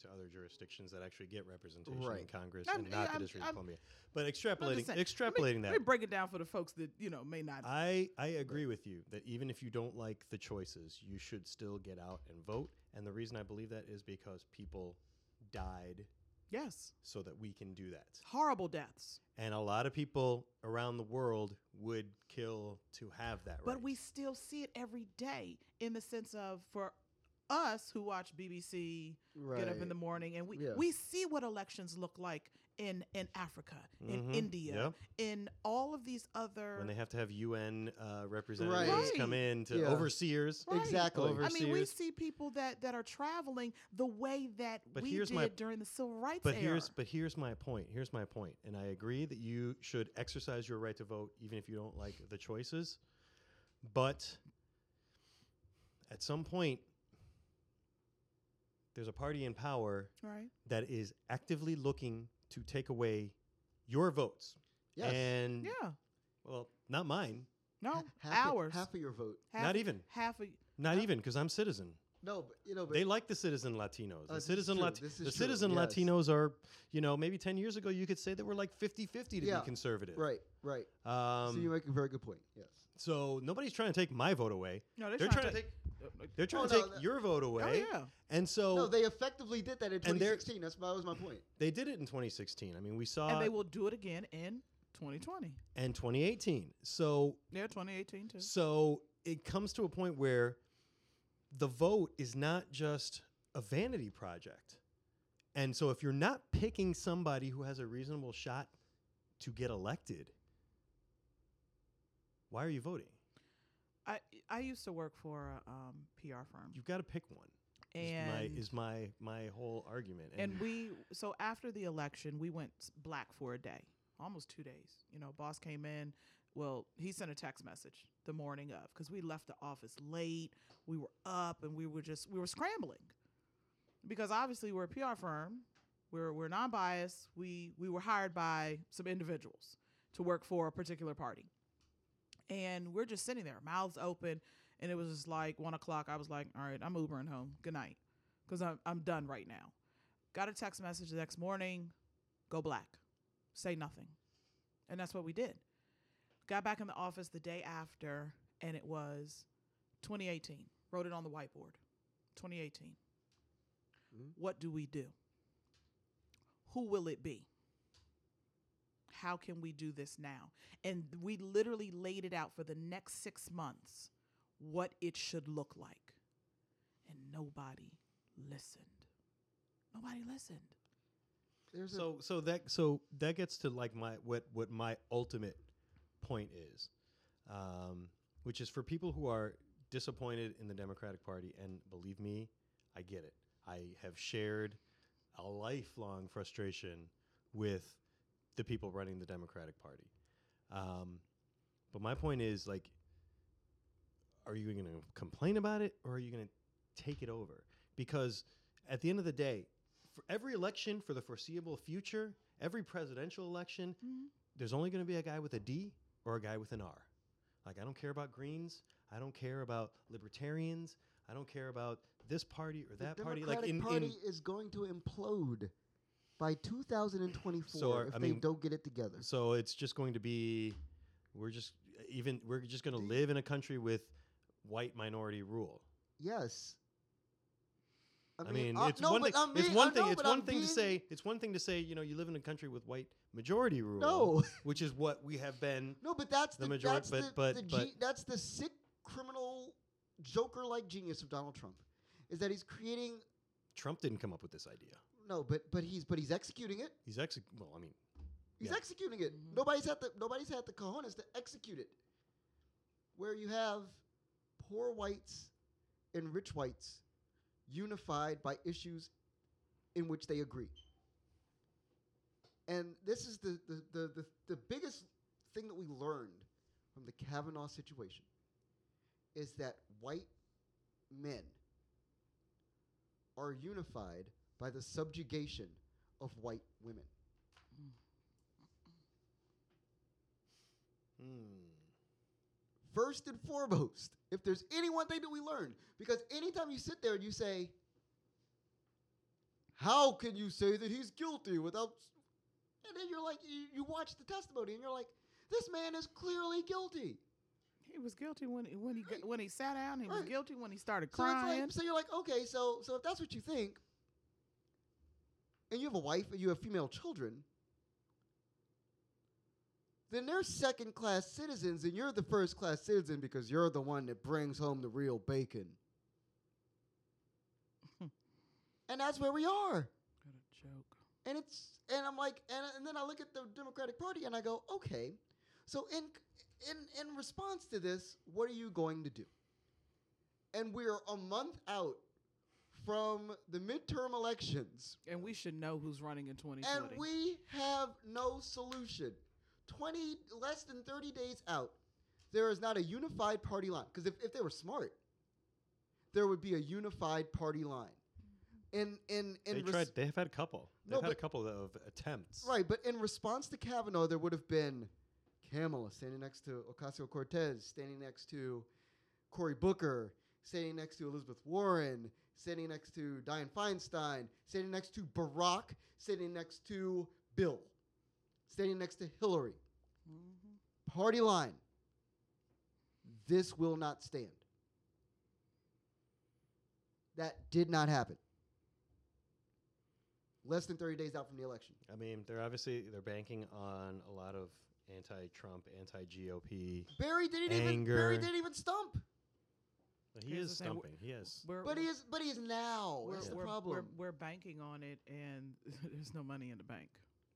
E: to other jurisdictions that actually get representation in
C: Right.
E: Congress
A: I'm- e-
E: and not
A: I'm-
E: the District of
A: I'm-
E: Columbia. But
A: I'm
E: extrapolating,
A: just saying- let
E: extrapolating
A: me,
E: that.
A: Let me break it down for the folks that you know may not.
E: I, I agree with you that even if you don't like the choices, you should still get out and vote. And the reason I believe that is because people died
A: yes,
E: so that we can do that.
A: horrible deaths,
E: And a lot of people around the world would kill to have that right.
A: but we still see it every day in the sense of for us who watch BBC,
C: Right.
A: get up in the morning, and we
C: Yeah.
A: we see what elections look like in in Africa, in
E: Mhm.
A: India,
E: Yep.
A: in all of these other.
E: when they have to have UN uh, representatives come
A: Right.
E: in to
C: Yeah.
E: overseers.
A: Right.
C: Exactly.
E: Over-
A: I mean, we
E: overseas.
A: see people that that are traveling the way that
E: But
A: we
E: here's
A: did
E: my-
A: during the civil rights
E: But
A: era.
E: here's but here's my point. Here's my point, and I agree that you should exercise your right to vote, even if you don't like the choices. But at some point, there's a party in power
A: right?
E: that is actively looking to take away your votes,
C: Yes.
E: and
A: Yeah.
E: well, not mine,
A: No.
C: half of-
A: hours.
C: half of your vote.
A: half
E: not
A: a-
E: even.
A: half a
E: not
A: Uh,
E: even because I'm citizen.
C: No, but you know, but
E: they like the citizen Latinos.
C: Uh,
E: the
C: this is
E: citizen
C: true.
E: Lat- the
C: This is true.
E: citizen
C: Yes.
E: Latinos are, you know, maybe 10 years ago you could say that we're like 50-50 to
C: Yeah.
E: be conservative.
C: right, right.
E: Um,
C: so you make a very good point. Yes.
E: so nobody's trying to take my vote away.
A: no.
E: They're trying to take they're trying
C: Oh,
E: to
C: no,
E: take
C: that-
E: your vote away.
A: Oh yeah.
E: And so
C: no,
E: they,
C: they effectively did that in
E: and they're-
C: 2016. That's that was my point.
E: did it in 2016. I mean, we saw
A: and they will do it again in 2020.
E: and 2018. So
A: Yeah, 2018 too.
E: So it comes to a point where the vote is not just a vanity project. And so if you're not picking somebody who has a reasonable shot to get elected, why are you voting?
A: I I used to work for a um, PR firm,
E: You've got to pick one.
A: and
E: is my is my my whole argument.
A: and we so after the election we went s- black for a day almost two days you know boss came in well he sent a text message the morning of because we left the office late we were up and we were just we were scrambling because obviously we're a pr firm we're, we're non-biased we we were hired by some individuals to work for a particular party and we're just sitting there mouths open and it was just like one o'clock i was like all right i'm ubering home good night because I'm, I'm done right now got a text message the next morning go black say nothing and that's what we did got back in the office the day after and it was 2018 wrote it on the whiteboard 2018
C: Mm.
A: what do we do who will it be how can we do this now and we literally laid it out for the next six months what it should look like and nobody listened nobody listened
C: There's
E: so so that so that gets to like my what what my ultimate point is um, which is for people who are disappointed in the democratic party and believe me i get it i have shared a lifelong frustration with the people running the democratic party um, but my point is like are you going to complain about it or are you going to take it over because at the end of the day for every election for the foreseeable future, every presidential election,
C: Mm-hmm.
A: Mhm.
E: there's only going to be a guy with a D or a guy with an R. Like, I don't care about Greens. I don't care about libertarians. I don't care about this party or
C: the
E: that party.
C: Democratic
E: Like, in,
C: Party
E: in
C: is going to implode by 2024
E: So, uh,
C: if
E: I
C: they
E: mean,
C: don't get it together.
E: so it's just going to be, we're just even we're just going to
C: Do you-
E: live in a country with white minority rule.
C: Yes.
E: I mean,
C: uh,
E: it's
C: no,
E: one
C: but
E: thing.
C: I'm
E: it's
C: being-
E: one
C: I
E: thing.
C: know,
E: it's
C: but
E: one
C: I'm
E: thing to
C: being-
E: say. It's one thing to say. You know, you live in a country with white majority rule.
C: No,
E: which is what we have been
C: no, but that's
E: The
C: the,
E: majority-
C: that's
E: but-
C: the,
E: but-
C: the
E: but-
C: ge- that's the sick criminal Joker-like genius of Donald Trump, is that he's creating
E: Trump didn't come up with this idea.
C: no, but but he's but he's executing it.
E: He's actually well. I mean,
C: He's
E: Yeah.
C: executing it.
A: Mhm.
C: Nobody's had the nobody's had the cojones to execute it. Where you have poor whites and rich whites unified by issues in which they agree. And this is the the, the, the, the biggest thing that we learned from the Kavanaugh situation is that white men are unified by the subjugation of white women. Hmm. first and foremost, if there's any one thing that we learned, because anytime you sit there and you say, How can you say that he's guilty without. And then you're like, you, you watch the testimony and you're like, This man is clearly guilty.
A: He was guilty when he- when he got, when he sat down. He was
C: Right.
A: guilty when he started
C: So, it's
A: crying.
C: like, so you're like, Okay, so, so if that's what you think, and you have a wife and you have female children, then they're second class citizens and you're the first class citizen because you're the one that brings home the real bacon. and that's where we are.
A: What a joke.
C: And it's and I'm like and, and then I look at the Democratic Party and I go, "Okay. So in in in response to this, what are you going to do?" And we're a month out from the midterm elections.
A: And we should know who's running in 2020.
C: And we have no solution. 20, less than 30 days out, there is not a unified party line. Because if, if they were smart, there would be a unified party line. In, in, in
E: they
C: res-
E: tried. They have had a couple. They've
C: No,
E: had a
C: but-
E: couple of attempts.
C: Right, but in response to Kavanaugh, there would have been Kamala standing next to Ocasio Cortez, standing next to Cory Booker, standing next to Elizabeth Warren, standing next to Dianne Feinstein, standing next to Barack, standing next to Bill, standing next to Hillary.
A: Mhm.
C: Party line. This will not stand. That did not happen. Less than 30 days out from the election.
E: I mean, they're obviously they're banking on a lot of anti-Trump, anti-GOP.
C: Barry didn't even Barry
E: Anger.
C: didn't even stump.
E: But he
A: Here's
E: is
A: the thing, wh-
E: stumping. He is.
A: We're,
C: But he
A: we're-
C: is but he is now.
A: we're,
C: That's the
A: we're-
C: problem.
A: We're, we're banking on it, and there's no money in the bank.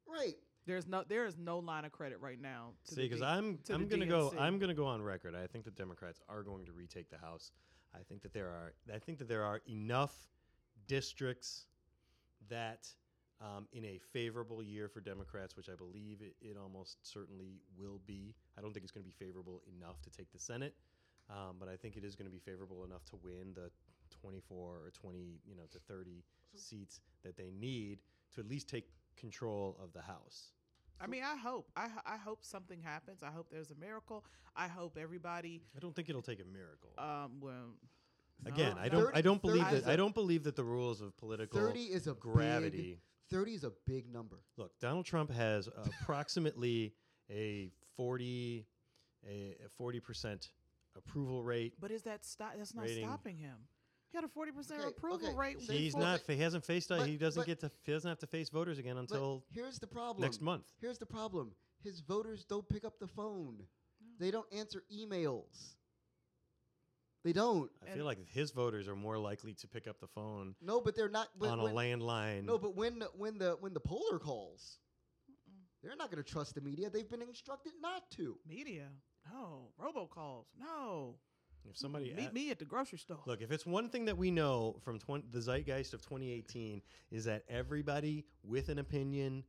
C: right.
A: There's no there is no line of credit right now. To
E: See,
A: the
E: because
A: D-
E: I'm
A: to the
E: I'm gonna go
A: DNC.
E: I'm gonna go on record. I think the Democrats are going to retake the House. I think that there are I think that there are enough districts that um, in a favorable year for Democrats, which I believe it, it almost certainly will be. I don't think it's going to be favorable enough to take the Senate, um, but I think it is going to be favorable enough to win the 24 or 20, you know, to 30 seats that they need to at least take control of the House.
A: I mean, I hope I ho- I hope something happens. I hope there's a miracle. I hope everybody.
E: I don't think it'll take a miracle.
A: Um, well,
E: Again,
A: no,
E: I don't. I
C: 30
E: don't believe that.
A: is a-
E: I don't believe that the rules of political
C: Thirty is a
E: gravity.
C: Big, Thirty is a big number.
E: Look, Donald Trump has approximately a forty a forty percent approval rate.
A: But is that stop? That's not
E: Rating.
A: stopping him. He had a forty percent
C: Okay,
A: approval
C: okay,
A: rate.
C: so
A: with
E: He's
A: four-
E: not. He hasn't faced. uh,
C: but-
E: he doesn't
C: but-
E: get to. He doesn't have to face voters again
C: But
E: until
C: here's the problem.
E: next month.
C: Here's the problem. His voters don't pick up the phone. They don't answer emails. They don't.
E: I
A: And-
E: feel like his voters are more likely to pick up the phone
C: No, but they're not. But
E: on a
C: when,
E: landline.
C: no, but when when the when the poller calls, they're not going to trust the media. They've been instructed not to.
A: media. No robocalls. No.
E: if somebody
A: Meet
E: a-
A: me at the grocery store.
E: Look, if it's one thing that we know from 20, the zeitgeist of 2018 is that everybody with an opinion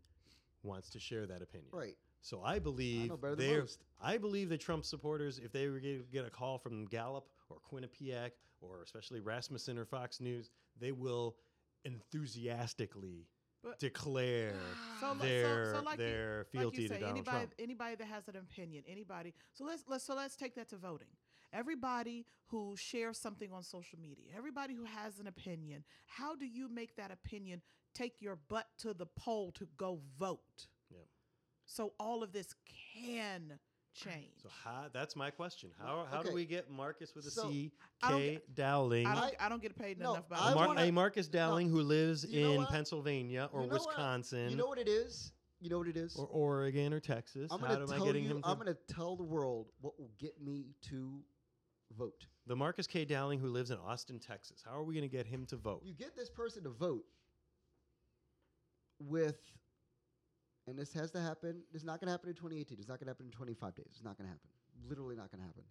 E: wants to share that opinion.
C: Right.
E: So I believe
C: better than
E: they're-
C: most.
E: I believe that Trump supporters, if they were to get a call from Gallup or Quinnipiac or especially Rasmussen or Fox News, they will enthusiastically
A: But-
E: declare
A: So, li- so-
E: their
A: so like you-
E: their
A: like
E: fealty
A: you say,
E: to Donald
A: anybody
E: Trump.
A: anybody that has an opinion, anybody. So let's let's so let's take that to voting. Everybody who shares something on social media, everybody who has an opinion, how do you make that opinion take your butt to the poll to go vote?
E: Yep.
A: So all of this can change.
E: So how, that's my question. How, how
C: Okay.
E: do we get Marcus with a
C: So,
E: C
A: I don't
E: K Dowling?
A: I don't
C: I-
A: I, don't get paid
C: no,
A: enough by
C: I
E: Mar-
C: wanna-
E: a Marcus Dowling who lives
C: You know
E: in
C: what?
E: Pennsylvania or
C: You know what?
E: Wisconsin
C: You know what it is? You know what it is?
E: or Oregon or Texas.
C: I'm
E: How
C: going
E: am
C: to
E: I
C: tell
E: getting
C: you.
E: him? To
C: I'm going to tell the world what will get me to vote.
E: the Marcus K. Dowling who lives in Austin, Texas. How are we going to get him to vote?
C: You get this person to vote with, and this has to happen. This is not going to happen in 2018. It's not going to happen in 25 days. It's not going to happen. Literally not going to happen.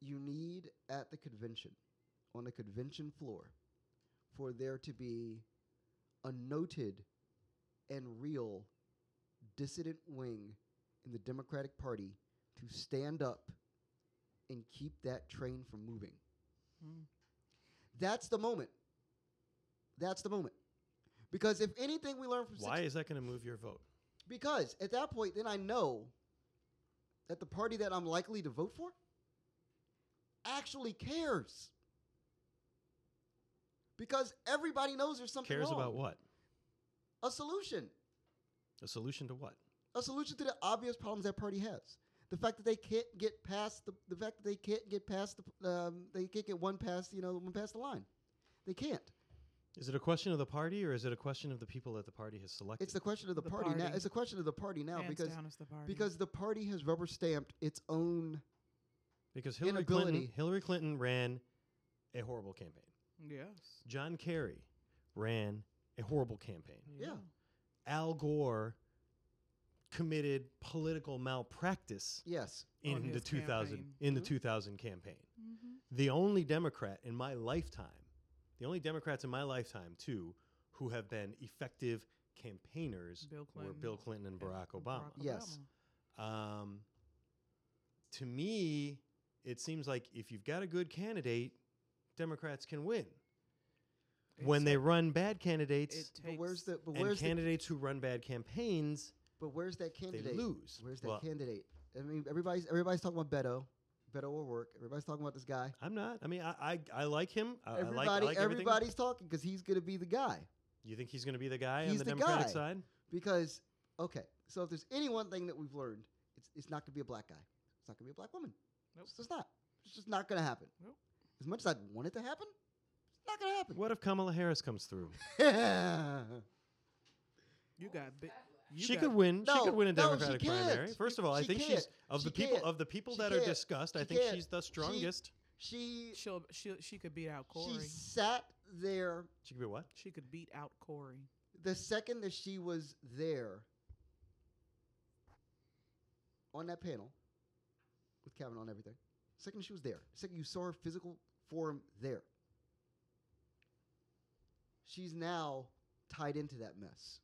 C: You need at the convention, on the convention floor, for there to be a noted and real dissident wing in the Democratic Party to stand up and keep that train from moving.
A: Mm.
C: That's the moment. That's the moment. Because if anything we learn from
E: Why
C: six-
E: is that going to move your vote?
C: because at that point then I know that the party that I'm likely to vote for actually cares. Because everybody knows there's something
E: Cares
C: wrong.
E: about what?
C: A solution.
E: A solution to what?
C: a solution to the obvious problems that party has. The fact that they can't get past the, the fact that they can't get past the um, they can't get one past you know one past the line, they can't.
E: Is it a question of the party or is it a question of the people that the party has selected?
C: It's the question of the,
A: The
C: party, now.
A: party.
C: It's a question of the party now
A: Hands
C: because
A: down is the party.
C: because the party has rubber stamped its own.
E: because Hillary Clinton,
C: inability.
E: Hillary Clinton ran a horrible campaign.
A: yes.
E: John Kerry ran a horrible campaign.
C: Yeah.
E: Al Gore committed political malpractice
C: Yes,
A: On
E: in the
A: his
E: 2000
A: campaign.
E: in the
C: Mhm.
E: 2000 campaign.
A: Mhm.
E: The only Democrat in my lifetime, the only Democrats in my lifetime too, who have been effective campaigners
A: Bill
E: were Bill Clinton and Barack Obama.
C: Yes.
E: Um, to me, it seems like if you've got a good candidate, Democrats can win. when they run bad candidates
A: it takes
C: but where's the but
E: and
C: where's the,
E: candidates who run bad campaigns,
C: but where's that candidate?
E: they lose.
C: Where's that
E: Well,
C: candidate? I mean, everybody's everybody's talking about Beto, Beto O'Rourke. Everybody's talking about this guy.
E: I'm not. I mean, I I, I like him. I, I like- I
C: Everybody,
E: like, everything.
C: everybody's talking because he's going to be the guy.
E: You think he's going to be the guy on
C: He's
E: the,
C: the
E: Democratic
C: guy.
E: side?
C: Because okay, so if there's any one thing that we've learned, it's it's not gonna be a black guy. It's not gonna be a black woman.
A: Nope.
C: It's just not. It's just not gonna happen.
A: Nope.
C: As much as I'd want it to happen, it's not gonna happen.
E: What if Kamala Harris comes through?
A: You got big, You
E: She
A: got-
E: could win. she
C: No,
E: could win a
C: no, she
E: Democratic primary.
C: can't.
E: First of all, I
C: She
E: think she's of the
C: She
E: people
C: can't.
E: of the people
C: She
E: that are
C: can't.
E: discussed. I
C: She
E: think
C: can't.
E: she's the strongest.
C: She
A: She'll, she'll, she could beat out Corey.
C: she sat there
E: She, could be what?
A: she could beat out Corey.
C: the second that she was there on that panel with Kavanaugh and everything. Second she was there. Second you saw her physical form there. She's now tied into that mess.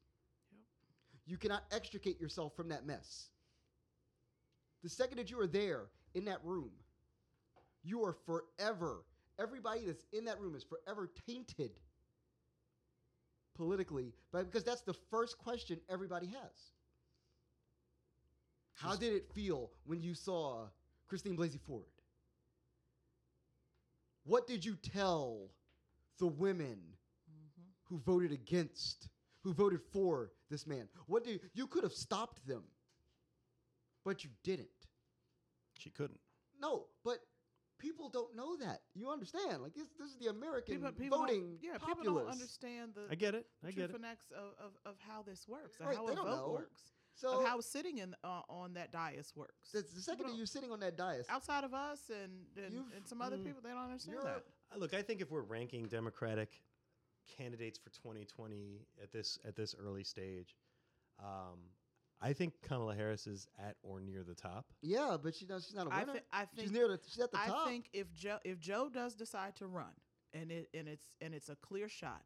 A: Yep.
C: You cannot extricate yourself from that mess. The second that you are there in that room, you are forever, everybody that's in that room is forever tainted politically, but because that's the first question everybody has. How did it feel when you saw Christine Blasey Ford? What did you tell the women
A: hmm
C: who voted against, who voted for this man? What do you could have stopped them, but you didn't.
E: She couldn't.
C: No, but people don't know that. You understand? Like this, this is the American
A: People, people don't-
C: voting
A: yeah,
C: populace.
A: people don't understand the,
E: I get it. I
A: the
E: get
A: truth
E: it.
A: and acts of, of, of how this works, of
C: Right,
A: how
C: they
A: a
C: don't
A: vote
C: know.
A: works,
C: So
A: of how sitting in uh, on that dais works.
C: the, the second
A: People
C: that you're sitting on that dais,
A: outside of us and and,
C: You've-
A: and some other
E: mm,
A: people, they don't understand
C: you're-
A: that.
E: Uh, Look, I think if we're ranking Democratic candidates for 2020 at this at this early stage, um, I think Kamala Harris is at or near the top.
C: Yeah, but she does, she's not a
A: I,
C: winner.
A: thi- I
C: she's
A: think
C: near the, she's at the
A: I
C: top.
A: think if Joe if Joe does decide to run and it and it's and it's a clear shot,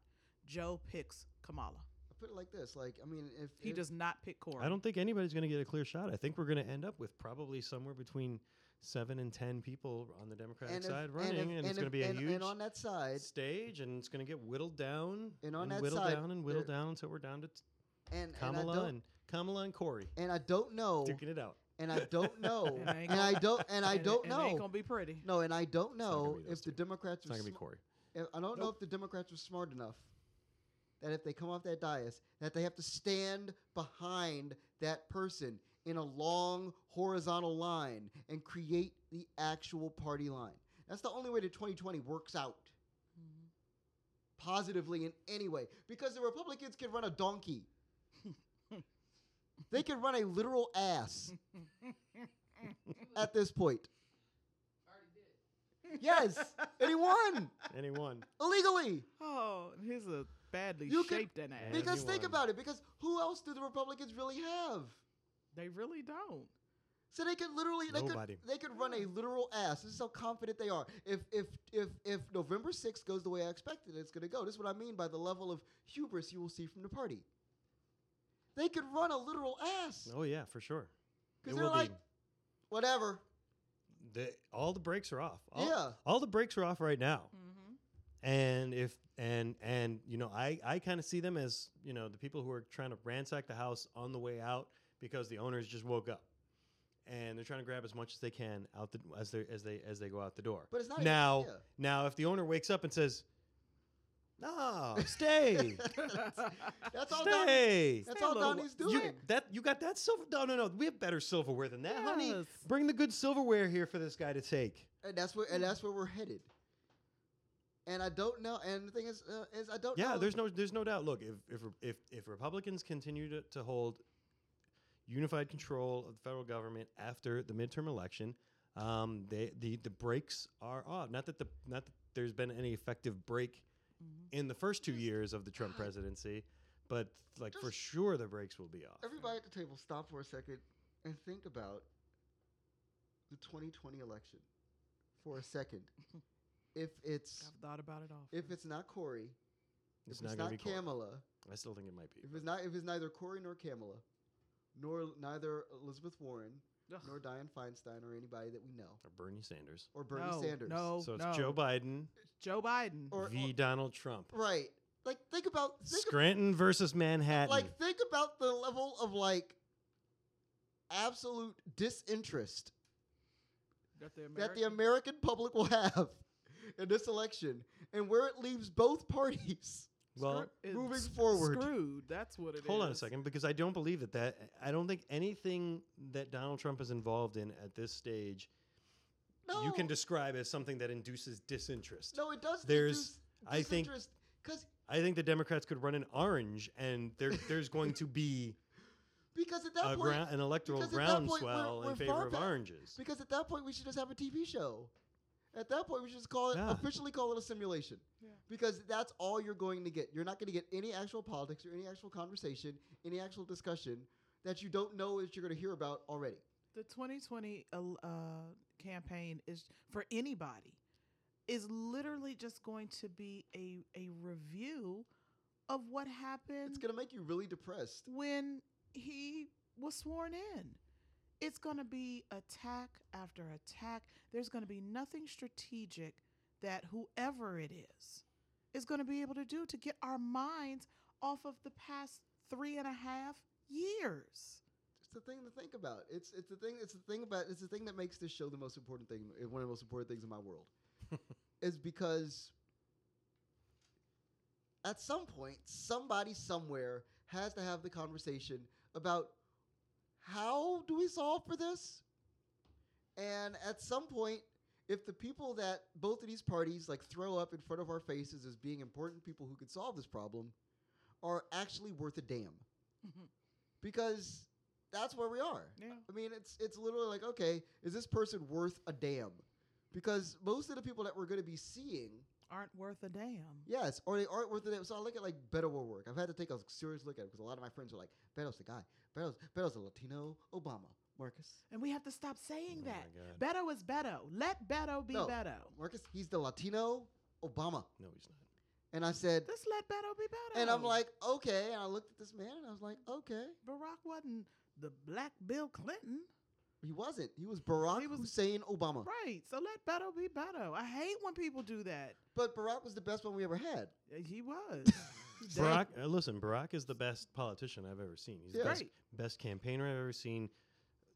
A: Joe picks Kamala.
C: I put it like this: like I mean, if
A: He
C: if-
A: does not pick Corey.
E: I don't think anybody's going to get a clear shot. I think we're going to end up with probably somewhere between seven and ten people on the Democratic
C: and if-
E: side
C: and
E: running,
C: if-
E: and, it's
C: if-
E: going to be a
C: and-
E: huge
C: and on that side,
E: stage, and it's going to get whittled down
C: And on that
E: whittled
C: side,
E: down and whittled
C: there-
E: down until we're down to t-
C: and and I
E: Kamala
C: don't, Oh.
E: and Kamala and Corey
C: and I don't know,
E: duking it out.
C: and I don't know,
A: And I ain't
C: and I don't, and I
A: And it-
C: don't
A: and it ain't
C: know.
A: gonna be pretty.
C: No, and I don't
E: not gonna
C: know
E: be those
C: if the
E: two.
C: Democrats
E: It's
C: are.
E: not going to be
C: sma-
E: Corey.
C: if- I don't know if the Democrats are smart enough that if they come off that dais, that they have to stand behind that person in a long horizontal line and create the actual party line. That's the only way that 2020 works out.
A: Mm-hmm.
C: positively in any way because the Republicans can run a donkey. they can run a literal ass at this point.
B: Already did.
C: Yes, and he won
E: Anyone?
C: illegally.
A: Oh, and he's a badly
C: You could-
A: shaped an ass.
E: Big-
C: Because think
E: won.
C: about it. Because who else do the Republicans really have?
A: they really don't.
C: So they could literally they
E: Nobody.
C: could they could run a literal ass. This is how confident they are. If if if if November 6th goes the way I expected it's gonna go, this is what I mean by the level of hubris you will see from the party. They could run a literal ass.
E: Oh yeah, for sure. It
C: Because they're
E: will
C: like,
E: be.
C: whatever.
E: The, all the brakes are off. All,
C: yeah.
E: all the brakes are off right now.
A: Mm-hmm.
E: and if and and you know i i kind of see them as you know the people who are trying to ransack the house on the way out because the owners just woke up and they're trying to grab as much as they can out the as they as they as they go out the door
C: But it's not
E: now
C: even,
E: now if the owner wakes up and says no stay
C: yeah. that's all. Donnie,
E: stay
C: that's
A: Stay a
C: all
A: little
C: Donnie's
E: you,
C: doing.
E: that you got that silver no no no we have better silverware than that honey
A: Yes.
E: bring the good silverware here for this guy to take
C: And that's where and that's where we're headed. And I don't know. And the thing is, uh, is I don't.
E: Yeah,
C: know.
E: there's no there's no doubt. Look, if if if, if Republicans continue to, to hold unified control of the federal government after the midterm election, um, they the the brakes are off. Not that the not that there's been any effective break
A: Mm-hmm.
E: in the first two years of the Trump
C: God.
E: presidency, but like for
C: Just-
E: sure the brakes will be off.
C: Everybody at the table, stop for a second and think about the 2020 election for a second. if it's
A: I've thought about it all.
C: if it's not Corey,
E: it's
C: if
E: not
C: it's
E: going
C: not
E: to be Corey.
C: Kamala,
E: I still think it might be.
C: if it's not if it's neither Corey nor Kamala, nor neither Elizabeth Warren,
A: Ugh.
C: nor Dianne Feinstein, or anybody that we know,
E: Or Bernie Sanders.
C: or Bernie
A: no,
C: Sanders.
A: No,
E: so it's
A: Oh, no.
E: Joe Biden
A: Joe Biden.
C: Or-
E: v. Donald Trump.
C: Right. Like think about think ab-
E: Scranton versus Manhattan.
C: like think about the level of like absolute disinterest
A: Got the
C: that the American public will have in this election and where it leaves both parties.
E: well,
A: Screw-
C: moving
A: it's
C: forward.
A: Screwed. That's what it is.
E: Hold on a second, because I don't believe that that I don't think anything that Donald Trump is involved in at this stage
C: No.
E: you can describe as something that induces disinterest.
C: No, it does.
E: There's-
C: induce
E: I think-
C: disinterest cuz
E: I think the Democrats could run an orange, and there, there's going to be
C: Because at that
E: a
C: point,
E: gra- an electoral
C: because at that point we're-
E: groundswell
C: we're
E: in favor
C: far
E: of
C: ba-
E: oranges.
C: because at that point we should just have a TV show. At that point, we should just call it
E: Yeah.
C: officially call it a simulation,
A: Yeah.
C: because that's all you're going to get. You're not going to get any actual politics or any actual conversation, any actual discussion that you don't know that you're going to hear about already.
A: The 2020 el- uh, campaign is for anybody is literally just going to be a a review of what happened
C: It's going to make you really depressed.
A: when he was sworn in. It's going to be attack after attack. There's going to be nothing strategic that whoever it is is going to be able to do to get our minds off of the past three and a half years.
C: It's the thing to think about. It's it's the thing. It's the thing about. It's the thing that makes this show the most important thing. eh, One of the most important things in my world is because at some point, somebody somewhere has to have the conversation about how do we solve for this. And at some point, if the people that both of these parties like throw up in front of our faces as being important people who could solve this problem are actually worth a damn,
A: Mhm.
C: because that's where we are.
A: Yeah.
C: I mean, it's it's literally like, okay, is this person worth a damn? Because most of the people that we're going to be seeing,
A: Aren't worth a damn.
C: yes, or they aren't worth a damn. So I look at like Beto will work. I've had to take a serious look at it because a lot of my friends are like, Beto's the guy. Beto's Beto's a Latino Obama. Marcus,
A: And we have to stop saying
E: Oh my
A: that.
E: God.
A: Beto is Beto. Let Beto be
C: No.
A: Beto.
C: Marcus, he's the Latino Obama.
E: No, he's not.
C: And I said,
A: Just let Beto be Beto.
C: and I'm like, okay. And I looked at this man and I was like, okay.
A: Barack wasn't the black Bill Clinton.
C: He wasn't. He was Barack
A: He was-
C: Hussein Obama.
A: Right. So let Beto be Beto. I hate when people do that.
C: But Barack was the best one we ever had.
A: Uh, He was.
E: Barack, uh, listen, Barack is the best politician I've ever seen. He's
C: Yeah.
E: the best,
A: Right.
E: best campaigner I've ever seen,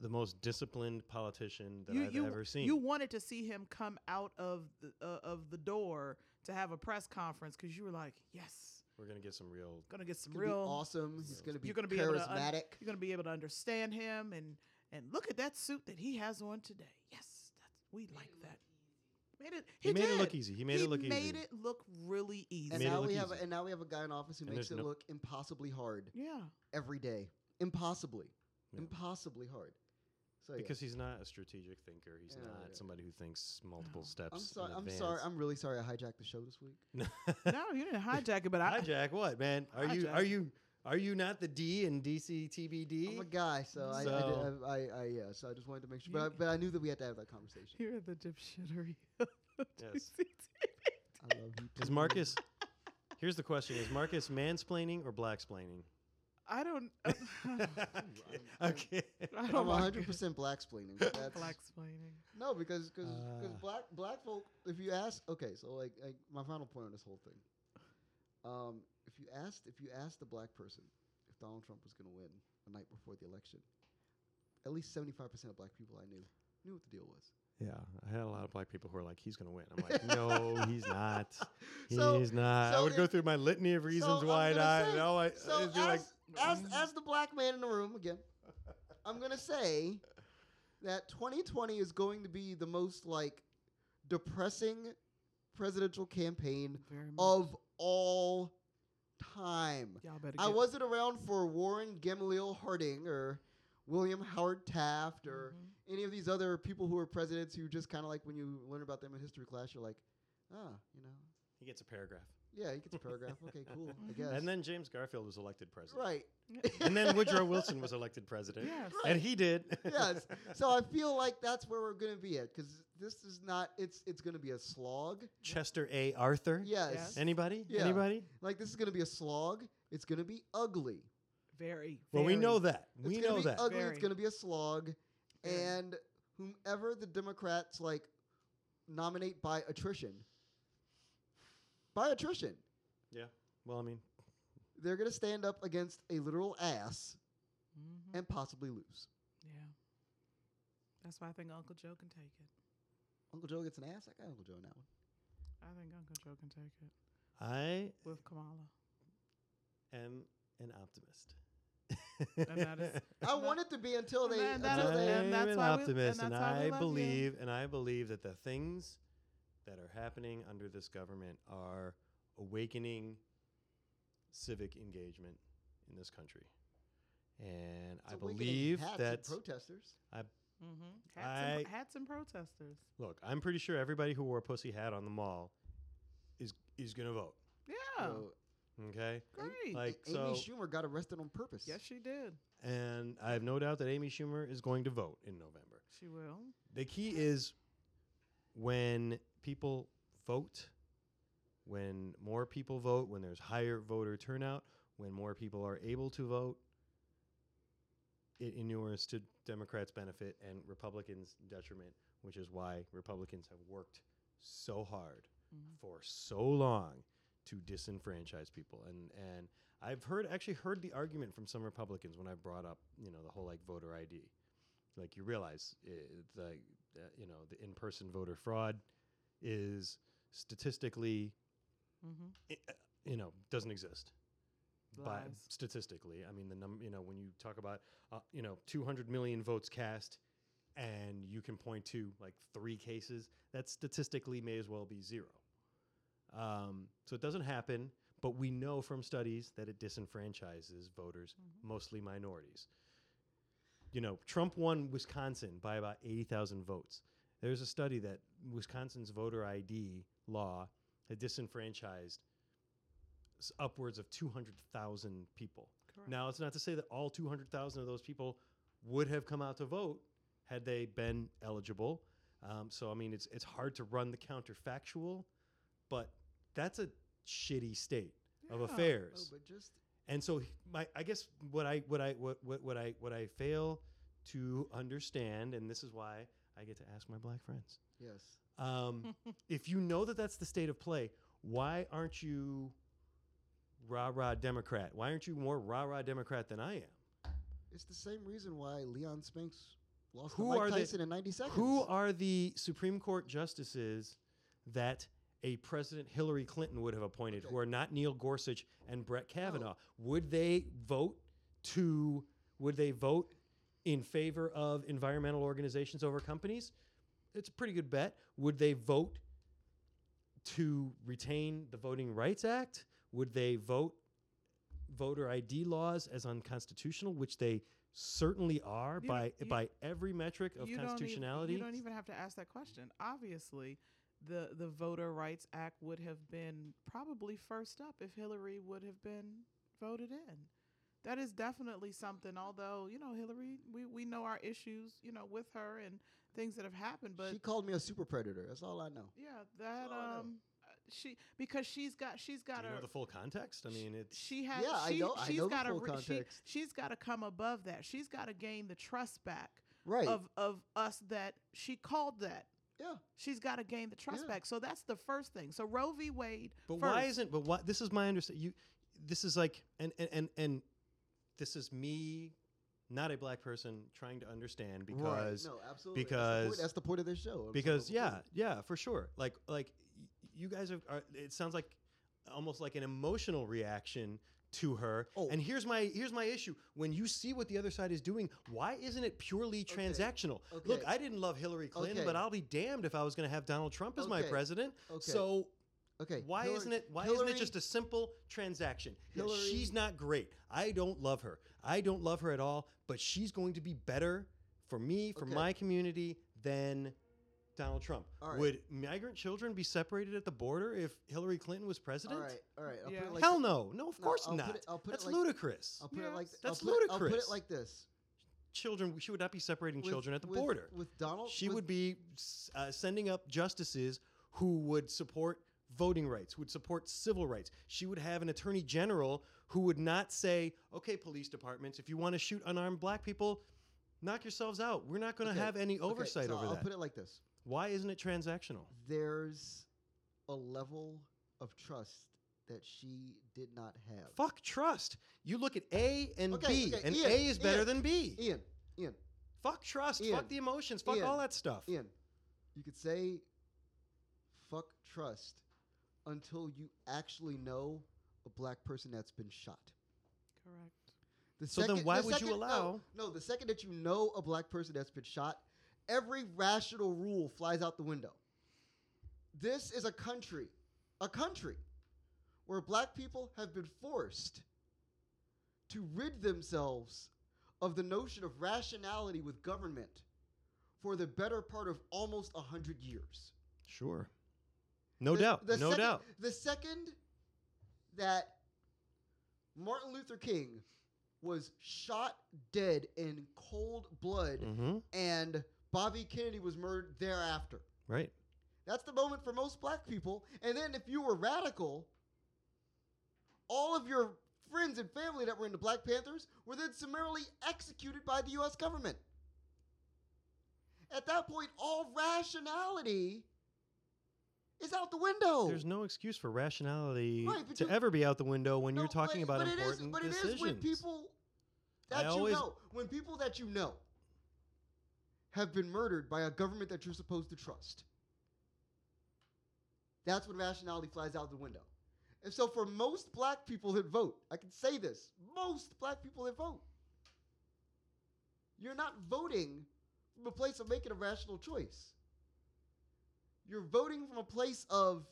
E: the most disciplined politician that
A: you,
E: I've
A: you,
E: ever seen.
A: you wanted to see him come out of the, uh, of the door to have a press conference because you were like, yes,
E: We're gonna get some real.
A: gonna get some
C: He's gonna
A: real.
C: be awesome. He's gonna be
A: You're gonna be able to un-
C: charismatic.
A: You're gonna be able to understand him and and look at that suit that he has on today. Yes, that's we like that. Made it.
E: He,
A: He,
E: made it look
A: did.
E: easy. He made it look
A: made
E: easy.
A: it look really easy.
C: And
E: Made it
C: now
E: look
C: we have,
E: easy.
C: and now we have a guy in office who
E: And
C: makes it
E: there's no-
C: look impossibly hard
A: yeah.
C: every day, impossibly,
E: Yeah.
C: impossibly hard. So Oh, yeah.
E: because he's not a strategic thinker. He's
C: Yeah,
E: not
C: yeah.
E: somebody who thinks
A: No.
E: multiple steps.
C: I'm sorry,
E: in
C: I'm
E: advance.
C: sorry, I'm really sorry I hijacked the show this week.
A: No, you didn't hijack it, but I.
E: hijack what, man? Are you
A: Hijack.
E: are you are you not the D in DC
C: I'm a
E: TBD?
C: guy, so, I, I, did,
E: So-
C: I, I, I yeah, so I just wanted to make sure, but I,
A: You-
C: but I knew that we had to have that conversation.
A: Here are the dipshittery.
E: Yes.
C: I love you.
E: Is
C: too.
E: Marcus? here's the question: Is Marcus mansplaining or blacksplaining?
A: I don't.
E: okay. okay.
A: I
C: I'm
A: don't like
C: 100 percent black splaining. but That's,
A: black explaining.
C: No, because because
E: Ah.
C: black black folk, if you ask, okay, so like, like my final point on this whole thing, um, if you asked if you asked the black person if Donald Trump was going to win the night before the election, at least 75 percent of black people I knew knew what the deal was.
E: Yeah, I had a lot of black people who were like, "He's gonna win." I'm like, "No, he's not.
C: So-
E: he's not."
C: so
E: I would go
C: if-
E: through my litany of reasons
C: I'm
E: why
C: gonna
E: not.
C: say-
E: and all I,
C: So
E: it'd
C: as,
E: be like,
C: as as the black man in the room again, I'm going to say that 2020 is going to be the most like depressing presidential campaign
A: Very much.
E: Mm-hmm.
C: of all time.
A: Y'all better. Get,
C: I wasn't around for Warren Gamaliel Harding or William Howard Taft or
A: Mhm.
E: Mm-hmm.
C: any of these other people who were presidents who just kind of like when you learn about them in history class, you're like, ah, you know,
E: he gets a paragraph,
C: yeah, he gets a paragraph. Okay, cool. I guess.
E: and then James Garfield was elected president,
C: right.
E: and then Woodrow Wilson was elected president,
A: Yes.
E: and he did.
C: Yes. So I feel like that's where we're gonna be at because this is not. It's it's gonna be a slog.
E: Chester A. Arthur.
C: Yes.
A: Yes.
E: Anybody?
C: Yeah.
E: Anybody?
C: Like this is gonna be a slog. It's gonna be ugly.
A: Very.
E: Well, we
A: very-
E: know that.
C: It's
E: we
C: gonna
E: know
C: be
E: that.
C: ugly.
A: Very.
C: It's gonna be a slog,
A: Very.
C: and whomever the Democrats like nominate by attrition, by attrition,
E: well, I mean,
C: they're gonna stand up against a literal ass
A: Mhm.
C: and possibly lose.
A: Yeah. That's why I think Uncle Joe can take it.
C: Uncle Joe gets an ass. I got Uncle Joe in that one.
A: I think Uncle Joe can take it
E: I
A: with Kamala.
E: am an optimist.
A: And that is-
C: I
A: No.
C: wanted to be until they.
A: Man, that
C: until
A: is-
C: they
A: and
E: I'm
A: that's
E: an
A: why we-
E: optimist,
A: and
E: and,
A: that's why we
E: I
A: love you.
E: believe, and I believe that the things that are happening under this government are awakening civic engagement in this country, and
C: It's
E: I
C: awakening
E: believe
C: hats and
E: that
C: protesters.
A: Mm-hmm. Hats, and,
E: I-
A: hats and protesters.
E: look, I'm pretty sure everybody who wore a pussy hat on the mall is is gonna vote.
A: Yeah,
C: So,
E: Okay,
A: great.
E: like
C: Amy
E: so,
C: Schumer got arrested on purpose.
A: yes, she did.
E: and I have no doubt that Amy Schumer is going to vote in November.
A: She will.
E: The key is when people vote, when more people vote, when there's higher voter turnout, when more people are able to vote, it inures to Democrats' benefit and Republicans' detriment, which is why Republicans have worked so hard
A: Mhm.
E: for so long to disenfranchise people. And and I've heard actually heard the argument from some Republicans when I brought up you know the whole like voter ID, like you realize i- it's like uh, you know the in person voter fraud is statistically
A: Mm-hmm.
E: i- uh, you know doesn't exist by
A: Lies.
E: statistically i mean the number you know when you talk about uh, you know 200 million votes cast and you can point to like three cases that statistically may as well be zero um, so it doesn't happen but we know from studies that it disenfranchises voters mostly minorities you know trump won wisconsin by about 80000 votes there's a study that wisconsin's voter id law had disenfranchised s- upwards of 200,000 people.
A: Correct.
E: Now, it's not to say that all 200,000 of those people would have come out to vote had they been eligible. Um, so, I mean, it's it's hard to run the counterfactual, but that's a shitty state of
A: Yeah.
C: Oh,
E: affairs.
C: but just
E: And so, h- my I guess what I what I what what, what I what I fail to understand, and this is why I get to ask my black friends.
C: yes.
E: Um, if you know that that's the state of play, why aren't you rah rah Democrat? Why aren't you more rah rah Democrat than I am?
C: It's the same reason why Leon Spinks lost
E: Who
C: to Mike
E: are they-
C: Tyson in 90 seconds.
E: Who are the Supreme Court justices that a President Hillary Clinton would have appointed who
C: Okay.
E: are not Neil Gorsuch and Brett Kavanaugh? Would they vote to, would they vote in favor of environmental organizations over companies? It's a pretty good bet. Would they vote to retain the Voting Rights Act? Would they vote voter ID laws as unconstitutional, which they certainly are
A: You
E: by
A: don't- you-
E: by every metric of
A: You don't ev-
E: constitutionality?
A: you don't even have to ask that question. Obviously, the the Voter Rights Act would have been probably first up if Hillary would have been voted in. That is definitely something. Although you know Hillary, we we know our issues, you know, with her and things that have happened, but.
C: she called me a super predator. That's all I know.
A: yeah, that
C: all I know.
A: um, uh, she because she's got she's
E: Do
A: got
E: you
A: her
E: know the full context. I mean, it's
A: she has
C: Yeah, I
A: she,
C: know- I
A: she's
C: know the
A: got to
C: full
A: re- she,
C: context.
A: she's got to come above that. She's got to gain the trust back
C: Right.
A: of of us that she called that.
C: Yeah.
A: She's got to gain the trust
C: Yeah.
A: back. So that's the first thing. So Roe v. Wade.
E: But why
A: first.
E: isn't? But why? This is my understanding. You, this is like, and and and and this is me, not a black person, trying to understand
C: Right.
E: because
C: No, absolutely. That's the
E: because-
C: point- that's the point of this show. I'm
E: because
C: sorry, I'm
E: yeah,
C: sorry.
E: yeah, for sure. Like like y- you guys have, are. It sounds like almost like an emotional reaction to her.
C: Oh.
E: And here's my here's my issue. When you see what the other side is doing, why isn't it purely
C: Okay.
E: transactional? Look,
C: Okay.
E: I didn't love Hillary Clinton, but
C: Okay.
E: I'll be damned if I was going to have Donald Trump as my
C: Okay.
E: president.
C: Okay.
E: So
C: Okay.
E: Why
C: Hillary-
E: isn't it? Why isn't
C: Hillary-
E: it just a simple transaction? Yeah,
C: Hillary-
E: she's not great. I don't love her. I don't love her at all. But she's going to be better for me, for
C: Okay.
E: my community, than Donald Trump.
C: All right.
E: Would migrant children be separated at the border if Hillary Clinton was president?
C: All right. All right. I'll put
A: Yeah.
C: it like
E: Hell
C: thi-
E: no. No, of
C: No,
E: course
C: I'll put
E: not.
C: it- I'll put it
E: That's
C: like-
E: ludicus.
C: I'll put it like
A: Yes.
C: th-
E: That's
C: I'll put it- I'll put
E: ludicrous.
C: it like this.
E: children. She would not be separating
C: With-
E: children at the
C: with-
E: border.
C: With Donald.
E: she
C: with-
E: would be s- uh, sending up justices who would support voting rights, would support civil rights. She would have an attorney general who would not say, okay, police departments, if you want to shoot unarmed black people, knock yourselves out. We're not going to
C: Okay,
E: have any
C: okay,
E: oversight
C: so
E: over
C: I'll
E: that.
C: put it like this.
E: Why isn't it transactional?
C: There's a level of trust that she did not have.
E: Fuck trust. You look at A and
C: Okay,
E: B,
C: okay,
E: and
C: Ian,
E: A is better
C: Ian,
E: than B.
C: Ian. Ian.
E: Fuck trust.
C: Ian,
E: fuck the emotions. Fuck
C: Ian,
E: all that stuff.
C: Ian, you could say fuck trust until you actually know a black person that's been shot.
A: correct?
C: The
E: So then why would you
C: no,
E: allow-
C: No, the second that you know a black person that's been shot, every rational rule flies out the window. This is a country, a country where black people have been forced to rid themselves of the notion of rationality with government for the better part of almost 100 years.
E: Sure. No
C: The-
E: doubt.
C: the
E: no
C: second-
E: doubt.
C: The second that Martin Luther King was shot dead in cold blood
E: Mm-hmm.
C: and Bobby Kennedy was murdered thereafter.
E: Right.
C: That's the moment for most black people. And then if you were radical, all of your friends and family that were into Black Panthers were then summarily executed by the US government. At that point, all rationality is out the window.
E: There's no excuse for rationality
C: Right, but
E: to
C: you-
E: ever be out the window when
C: No,
E: you're talking
C: but-
E: about
C: but
E: important
C: it is, but it is
E: decisions.
C: when people that you
E: I always-
C: know, when people that you know have been murdered by a government that you're supposed to trust. That's when rationality flies out the window. And so for most black people that vote, I can say this, most black people that vote, you're not voting from a place of making a rational choice. You're voting from a place of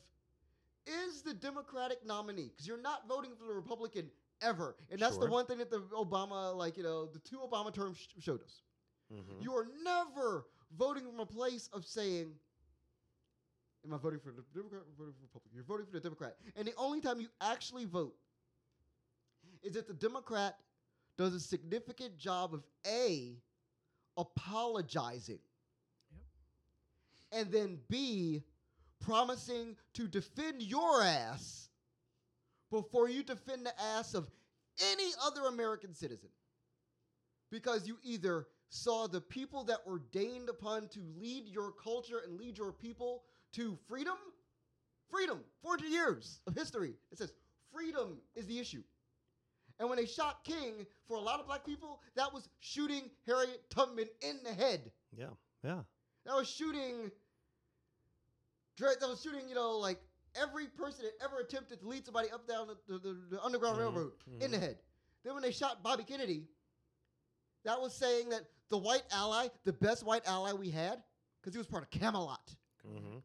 C: is the Democratic nominee because you're not voting for the Republican ever, and that's
E: Sure.
C: the one thing that the Obama, like you know, the two Obama terms sh- showed us.
E: Mhm.
C: You are never voting from a place of saying, Am I voting for the Democrat or voting for Republican? You're voting for the Democrat. And the only time you actually vote is if the Democrat does a significant job of A, apologizing, and then B, promising to defend your ass before you defend the ass of any other American citizen because you either saw the people that were deigned upon to lead your culture and lead your people to freedom, freedom, 400 years of history. It says freedom is the issue. And when they shot King, for a lot of black people, that was shooting Harriet Tubman in the head.
E: Yeah. Yeah.
C: That was shooting. Dre- That was shooting, you know, like every person that ever attempted to lead somebody up down the, the, the, the Underground
E: Mhm,
C: Railroad in the head. Then when they shot Bobby Kennedy, that was saying that the white ally, the best white ally we had, because he was part of Camelot,
E: Mm-hmm.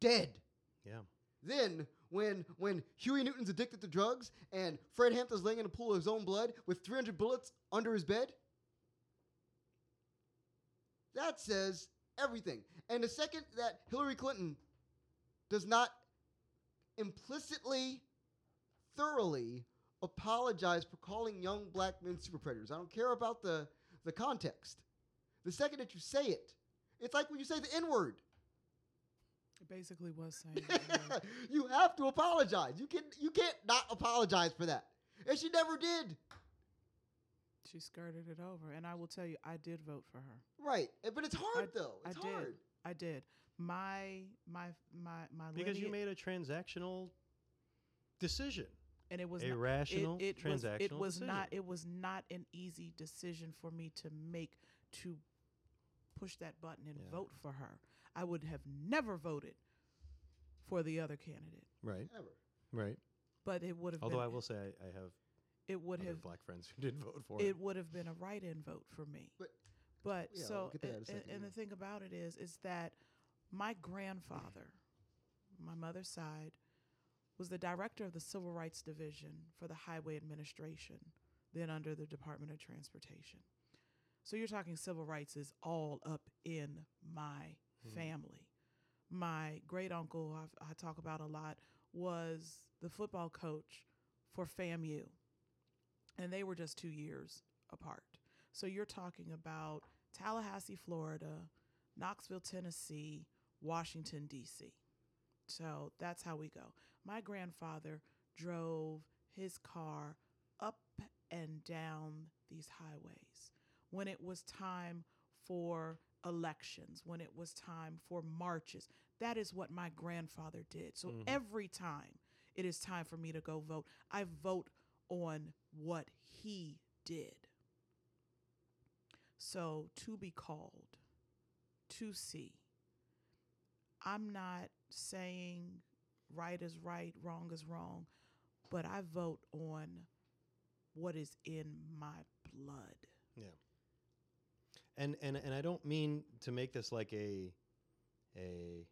C: dead.
E: Yeah.
C: Then when when Huey Newton's addicted to drugs and Fred Hampton's laying in a pool of his own blood with 300 bullets under his bed, that says everything. And the second that Hillary Clinton does not implicitly, thoroughly apologize for calling young black men super predators, I don't care about the the context. The second that you say it, it's like when you say the N word.
A: It basically was saying. that, yeah.
C: you have to apologize. You can you can't not apologize for that. And she never did.
A: She skirted it over, and I will tell you, I did vote for her.
C: Right. Eh, But it's hard
A: I-
C: though.
A: I
C: It's
A: did.
C: hard.
A: I did. My my my my
E: Because you
A: lineage-
E: made a transactional decision.
A: and it was
E: a
A: not,
E: rational
A: it, it was,
E: transactional
A: it was
E: decision.
A: not it was not an easy decision for me to make to push that button and
E: Yeah.
A: vote for her. I would have never voted for the other candidate,
E: right.
C: Never.
E: Right.
A: but it would have
E: Although
A: been,
E: I will say I, I have
A: it would
E: other
A: have
E: black friends who did vote for it.
A: it would have been a write-in vote for me.
C: But-
A: But
C: yeah, we'll
A: so,
C: get to that in a
A: and,
C: second,
A: and
C: yeah.
A: the thing about it is, is that my grandfather, my mother's side, was the director of the Civil Rights Division for the Highway Administration, then under the Department of Transportation. So you're talking civil rights is all up in my
C: Hmm.
A: family. My great uncle, I've- I talk about a lot, was the football coach for FAMU, and they were just two years apart. So you're talking about Tallahassee, Florida, Knoxville, Tennessee, Washington, D.C. So that's how we go. My grandfather drove his car up and down these highways when it was time for elections, when it was time for marches. That is what my grandfather did. So
E: Mhm.
A: every time it is time for me to go vote, I vote on what he did. So to be called, to see. I'm not saying right is right, wrong is wrong, but I vote on what is in my blood.
E: and and and I don't mean to make this like a a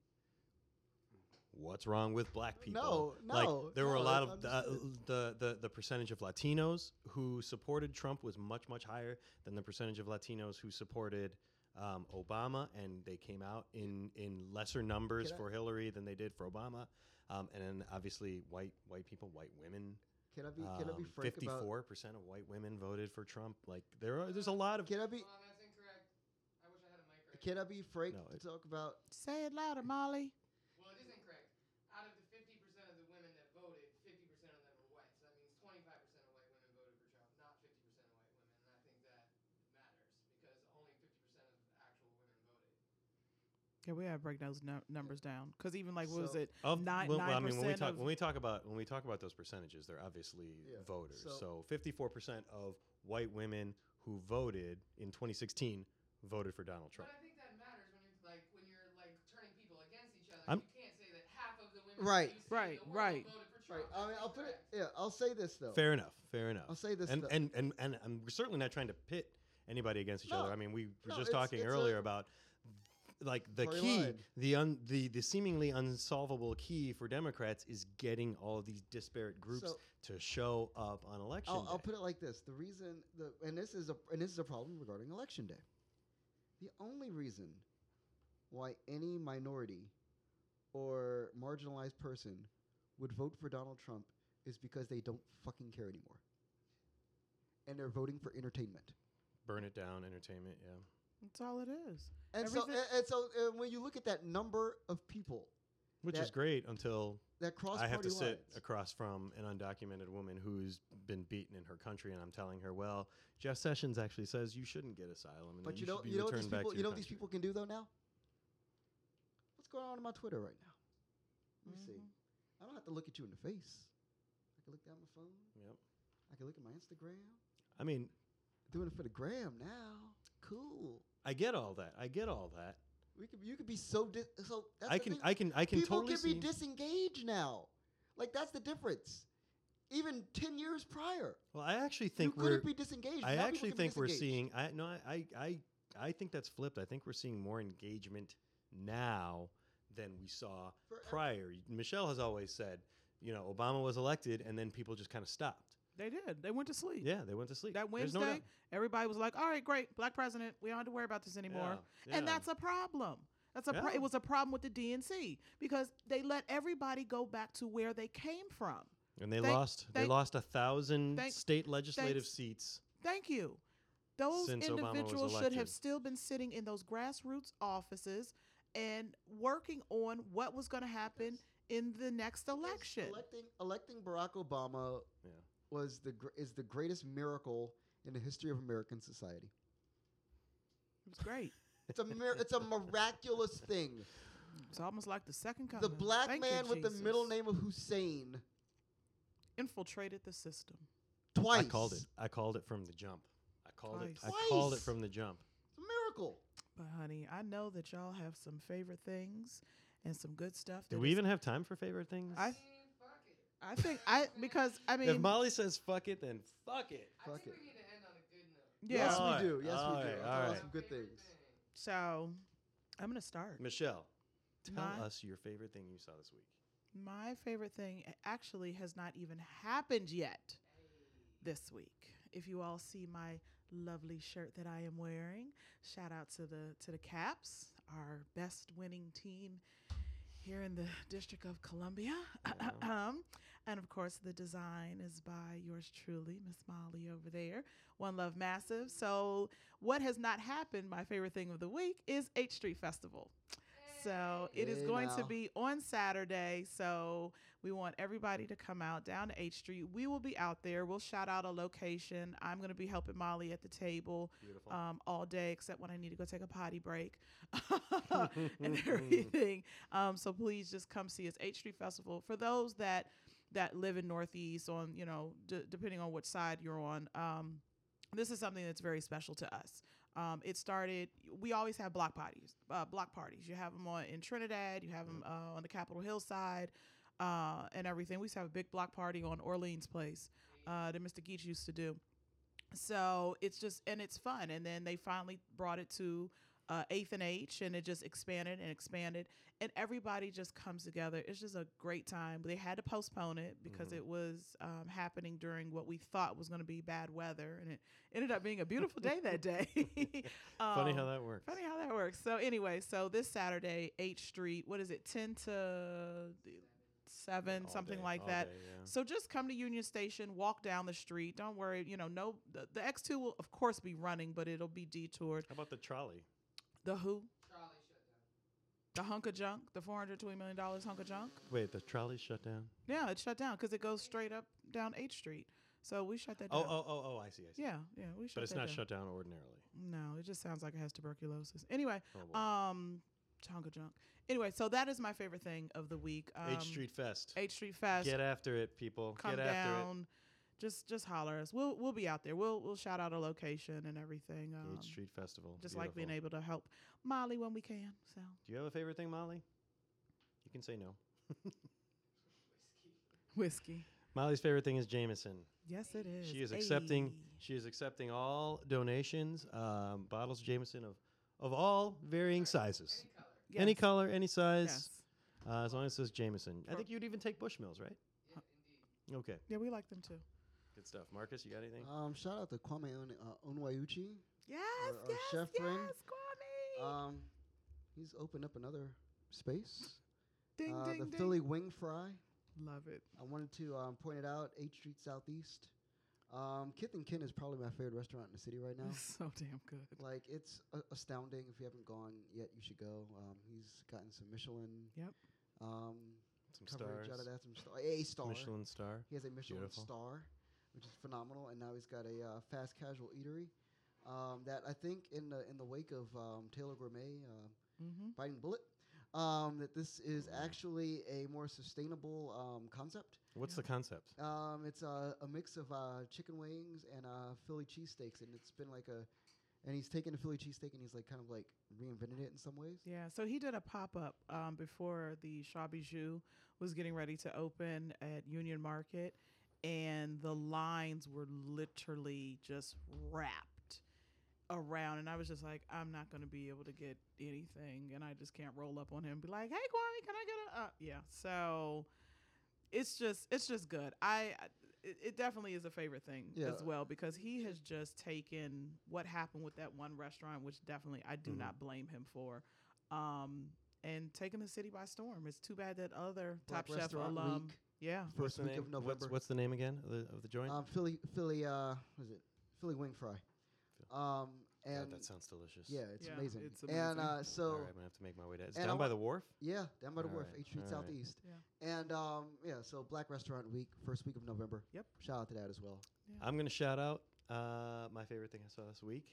E: what's wrong with black people?
C: No, no,
E: like there were a
C: no,
E: lot
C: I- I'm
E: of uh,
C: just-
E: the, the the percentage of Latinos who supported Trump was much much higher than the percentage of Latinos who supported um, Obama, and they came out in in lesser numbers
C: Can I-
E: for Hillary than they did for Obama. Um, and then obviously white white people, white women,
C: Can I be can I be frank
E: fifty
C: about?
E: four percent of white women voted for Trump. Like there are there's a lot of
C: Can I be
B: Mom, that's incorrect. I wish I had a mic right
C: can I be frank
E: No,
C: to
E: it-
C: talk about?
A: Say it louder, Molly.
B: now. Well, it is incorrect. Out of the 50% of the women that voted, 50% of them were white. So that means 25% of white women voted for Trump, not 50% of white women. And I think that matters because only 50% of actual women voted.
A: Yeah, we gotta break those nu- numbers down. Cause even like, what was
C: So-
A: it?
E: Of
A: Nine-
E: well, well, I mean, when
A: 9%
E: we talk
A: of-
E: when we talk about when we talk about those percentages, they're obviously
C: Yeah,
E: voters.
C: so-
E: So fifty four percent of white women who voted in 2016 voted for Donald Trump.
B: But I think that matters when you're like when you're like turning people against each other.
E: I'm-
B: you can't say that half of the women
C: Right.
B: that you see in the
A: Right,
B: world
A: right.
B: voted for
C: Right.
B: Trump.
C: I mean,
B: That's
C: I'll put it.
B: incorrect.
C: Yeah, I'll say this though.
E: Fair enough. Fair
C: I'll
E: enough.
C: say this
E: And
C: though.
E: and, and and I'm certainly not trying to pit anybody against each
C: No.
E: other. I mean, we were
C: No, it's-
E: just talking
C: it's
E: earlier
C: a-
E: about like the
C: Party
E: key,
C: line.
E: the un, the the seemingly unsolvable key for Democrats is getting all of these disparate groups
C: So-
E: to show up on election
C: I'll, I'll
E: day.
C: put it like this: the reason, the and this is a and this is a problem regarding election day. The only reason why any minority or marginalized person would vote for Donald Trump is because they don't fucking care anymore, and they're voting for entertainment.
E: Burn it down, entertainment. Yeah.
A: That's all it is.
C: And so,
A: Everything-
C: and, and so, uh, when you look at that number of people
E: Which
C: That-
E: is great until
C: that cross
E: I have
C: party
E: to
C: lines,
E: sit across from an undocumented woman who's been beaten in her country, and I'm telling her, "Well, Jeff Sessions actually says you shouldn't get asylum, and
C: but
E: that
C: you
E: should
C: know,
E: be
C: you know what
E: returned
C: these
E: back
C: people,
E: to
C: you know
E: your
C: what these
E: country."
C: people can do though now. What's going on on my Twitter right now? Let me see.
A: Mhm.
C: I don't have to look at you in the face. I can look down my phone.
E: Yep.
C: I can look at my Instagram.
E: I mean,
C: Doing it for the gram now. Cool.
E: I get all that. I get all that.
C: We could you could be so dis- so. That's
E: I
C: the
E: can,
C: thing.
E: I can, I can
C: people
E: totally
C: can be
E: see.
C: disengaged now. Like that's the difference. Even ten years prior,
E: well, I actually
C: you
E: think we're.
C: couldn't be disengaged. Now
E: I
C: people
E: actually
C: can be
E: think we're
C: disengaged.
E: seeing. I no, I, I, I, I think that's flipped. I think we're seeing more engagement now than we saw
C: For ev-
E: prior. Michelle has always said, you know, Obama was elected, and then people just kind of stopped.
A: They did. They went to sleep.
E: Yeah, they went to sleep.
A: That
E: There's no
A: Wednesday,
E: doubt.
A: everybody was like, "All right, great, black president. We don't have to worry about this anymore."
E: Yeah,
A: And
E: yeah.
A: that's a problem. That's a pro-
E: Yeah.
A: it was a problem with the DNC because they let everybody go back to where they came from.
E: And they
A: Thank-
E: lost. they
A: thank-
E: lost a thousand
A: thank-
E: state legislative
A: thanks.
E: seats.
A: Thank you. Those
E: Since Obama was
A: individuals should have
E: elected.
A: still been sitting in those grassroots offices and working on what was going to happen in the next
C: Because
A: election.
C: Electing electing Barack Obama
E: Yeah.
C: was the gr- is the greatest miracle in the history of American society.
A: It was great.
C: It's a mir- it's a miraculous thing.
A: It's almost like the second coming.
C: The black
A: Thank you,
C: man with the middle
A: Jesus.
C: name of Hussein
A: infiltrated the system.
C: twice.
E: I called it. I called it from the jump. I called it.
A: Twice.
E: I called it
C: Twice.
E: from the jump.
C: It's a miracle.
A: But honey, I know that y'all have some favorite things and some good stuff.
E: Do
A: that
E: we
A: is-
E: even have time for favorite things?
A: I
B: Mm, fuck it.
A: I think I because I mean
E: if Molly says fuck it, then fuck it.
B: I
C: Fuck
B: think
C: it.
B: we need to end on a good note.
A: yeah.
C: Yes,
E: Alright,
C: we do. Yes, we do.
E: alright,
C: I
E: All
C: called
E: alright. right.
C: some good things.
A: So I'm gonna start.
E: Michelle, tell
A: My-
E: us your favorite thing you saw this week.
A: My favorite thing a- actually has not even happened yet this week. If you all see my lovely shirt that I am wearing, shout out to the to the Caps, our best winning team here in the District of Columbia. Um, and of course, the design is by yours truly, Miss Molly over there. One Love Massive. So, what has not happened, my favorite thing of the week, is H Street Festival. So it is
C: Hey
A: going to
C: now.
A: be on Saturday. So we want everybody to come out down to H Street. We will be out there. We'll shout out a location. I'm going to be helping Molly at the table
E: Beautiful.
A: um, all day, except when I need to go take a potty break Uh, and
E: Mm-hmm.
A: everything. Um, so please just come see us. H Street Festival for those that that live in Northeast, on you know, d- depending on which side you're on. Um, this is something that's very special to us. Um, it started. We always have block parties. Uh, block parties. You have them on in Trinidad. You have them uh, on the Capitol Hill side, uh, and everything. We used to have a big block party on Orleans Place uh, that Mr. Geach used to do. So it's just and it's fun. And then they finally brought it to uh, Eighth and H, and it just expanded and expanded, and everybody just comes together. It's just a great time. They had to postpone it because
E: Mhm.
A: it was um, happening during what we thought was going to be bad weather, and it ended up being a beautiful day that day.
E: Funny
A: Um,
E: how that works.
A: Funny how that works. So anyway, so this Saturday, H Street, what is it, ten to the seven,
E: All
A: something
E: day,
A: like
E: all
A: that.
E: day, yeah.
A: So just come to Union Station, walk down the street. Don't worry, you know, no, the, the X two will of course be running, but it'll be detoured.
E: How about the trolley?
A: The who,
B: Charlie shut down.
A: the hunk of junk, the four hundred twenty million dollars hunk of junk.
E: Wait, the trolley shut down.
A: Yeah, it shut down because it goes straight up down H Street. So we shut that
E: Oh,
A: down.
E: oh, oh, oh! I see, I see.
A: yeah, yeah, we shut.
E: but it's
A: that
E: not
A: down.
E: shut down ordinarily.
A: No, it just sounds like it has tuberculosis. Anyway,
E: Oh, boy.
A: Um, Tonka Junk. Anyway, so that is my favorite thing of the week. Um,
E: H Street Fest.
A: H Street Fest.
E: Get after it, people.
A: come
E: Get after
A: down. Just just holler us. We'll we'll be out there. We'll we'll shout out a location and everything.
E: it.
A: Um,
E: H Street Festival.
A: just like being
E: Beautiful.
A: able to help Molly when we can. So
E: Do you have a favorite thing, Molly? You can say no.
B: Whiskey.
A: whiskey.
E: Molly's favorite thing is Jameson.
A: Yes, it is.
E: She is accepting.
A: Ayy.
E: She is accepting all donations, um, bottles of Jameson of, of all varying sizes,
B: Any color.
E: any
A: Yes,
E: color, any size,
A: yes.
E: uh, as long as it says Jameson. I
A: Sure.
E: think you'd even take Bushmills, right?
B: Yeah, indeed.
E: Okay,
A: Yeah, we like them too.
E: good stuff. Marcus, you got anything?
C: Um, shout out to Kwame On- uh, Onwayuchi.
A: Yes,
C: Our- our
A: yes,
C: chef
A: yes,
C: friend,
A: Kwame.
C: Um, he's opened up another space.
A: ding,
C: uh,
A: ding,
C: the
A: ding.
C: Philly Wing Fry.
A: Love it.
C: I wanted to um, point it out. 8th Street Southeast. Um, Kith and Kin is probably my favorite restaurant in the city right now.
A: It's so damn good.
C: like it's a- astounding. If you haven't gone yet, you should go. Um, he's gotten some Michelin.
A: Yep.
C: Um,
E: Some
C: coverage
E: stars.
C: out of that. Some star, a star.
E: Michelin star.
C: He has a Michelin
E: Beautiful.
C: star, which is phenomenal, and now he's got a uh, fast casual eatery um, that I think in the in the wake of um, Taylor Gourmet uh,
A: Mm-hmm.
C: biting bullet, um, that this is
E: Mm.
C: actually a more sustainable um, concept.
E: What's
A: Yeah.
E: the concept?
C: Um, it's uh, a mix of uh, chicken wings and uh, Philly cheesesteaks, and it's been like a and he's taken a Philly cheesesteak and he's like kind of like reinvented it in some ways.
A: Yeah, so he did a pop up um, before the Shaw Bijou was getting ready to open at Union Market, and the lines were literally just wrapped around. And I was just like, I'm not going to be able to get anything, and I just can't roll up on him and be like, Hey, Kwame, can I get a? Uh, yeah, so it's just it's just good. I. I it it definitely is a favorite thing
C: Yeah.
A: as well because he has just taken what happened with that one restaurant, which definitely I do
E: Mhm.
A: not blame him for um, and taking the city by storm. It's too bad that other Top Chef alum,
C: Week,
A: yeah,
E: What's
C: first
E: the
C: week
E: name?
C: of
E: What's-
C: November.
E: What's, the name again of the, of the joint?
C: um, Philly Philly uh, what is it? Philly wing fry. Um,
E: God,
C: and
E: that sounds delicious.
C: yeah, it's
A: Yeah,
C: amazing.
A: it's
C: And
A: amazing.
C: uh, so.
E: All right, I'm gonna have to make my way to. It's
C: And I
E: down by
C: wa-
E: the wharf.
C: Yeah, down by the wharf,
E: Alright,
C: H Street
E: alright.
C: Southeast. And um, yeah, so Black Restaurant Week, first week of November.
A: Yep.
C: Shout out to that as well.
E: I'm going to shout out uh, my favorite thing I saw this week.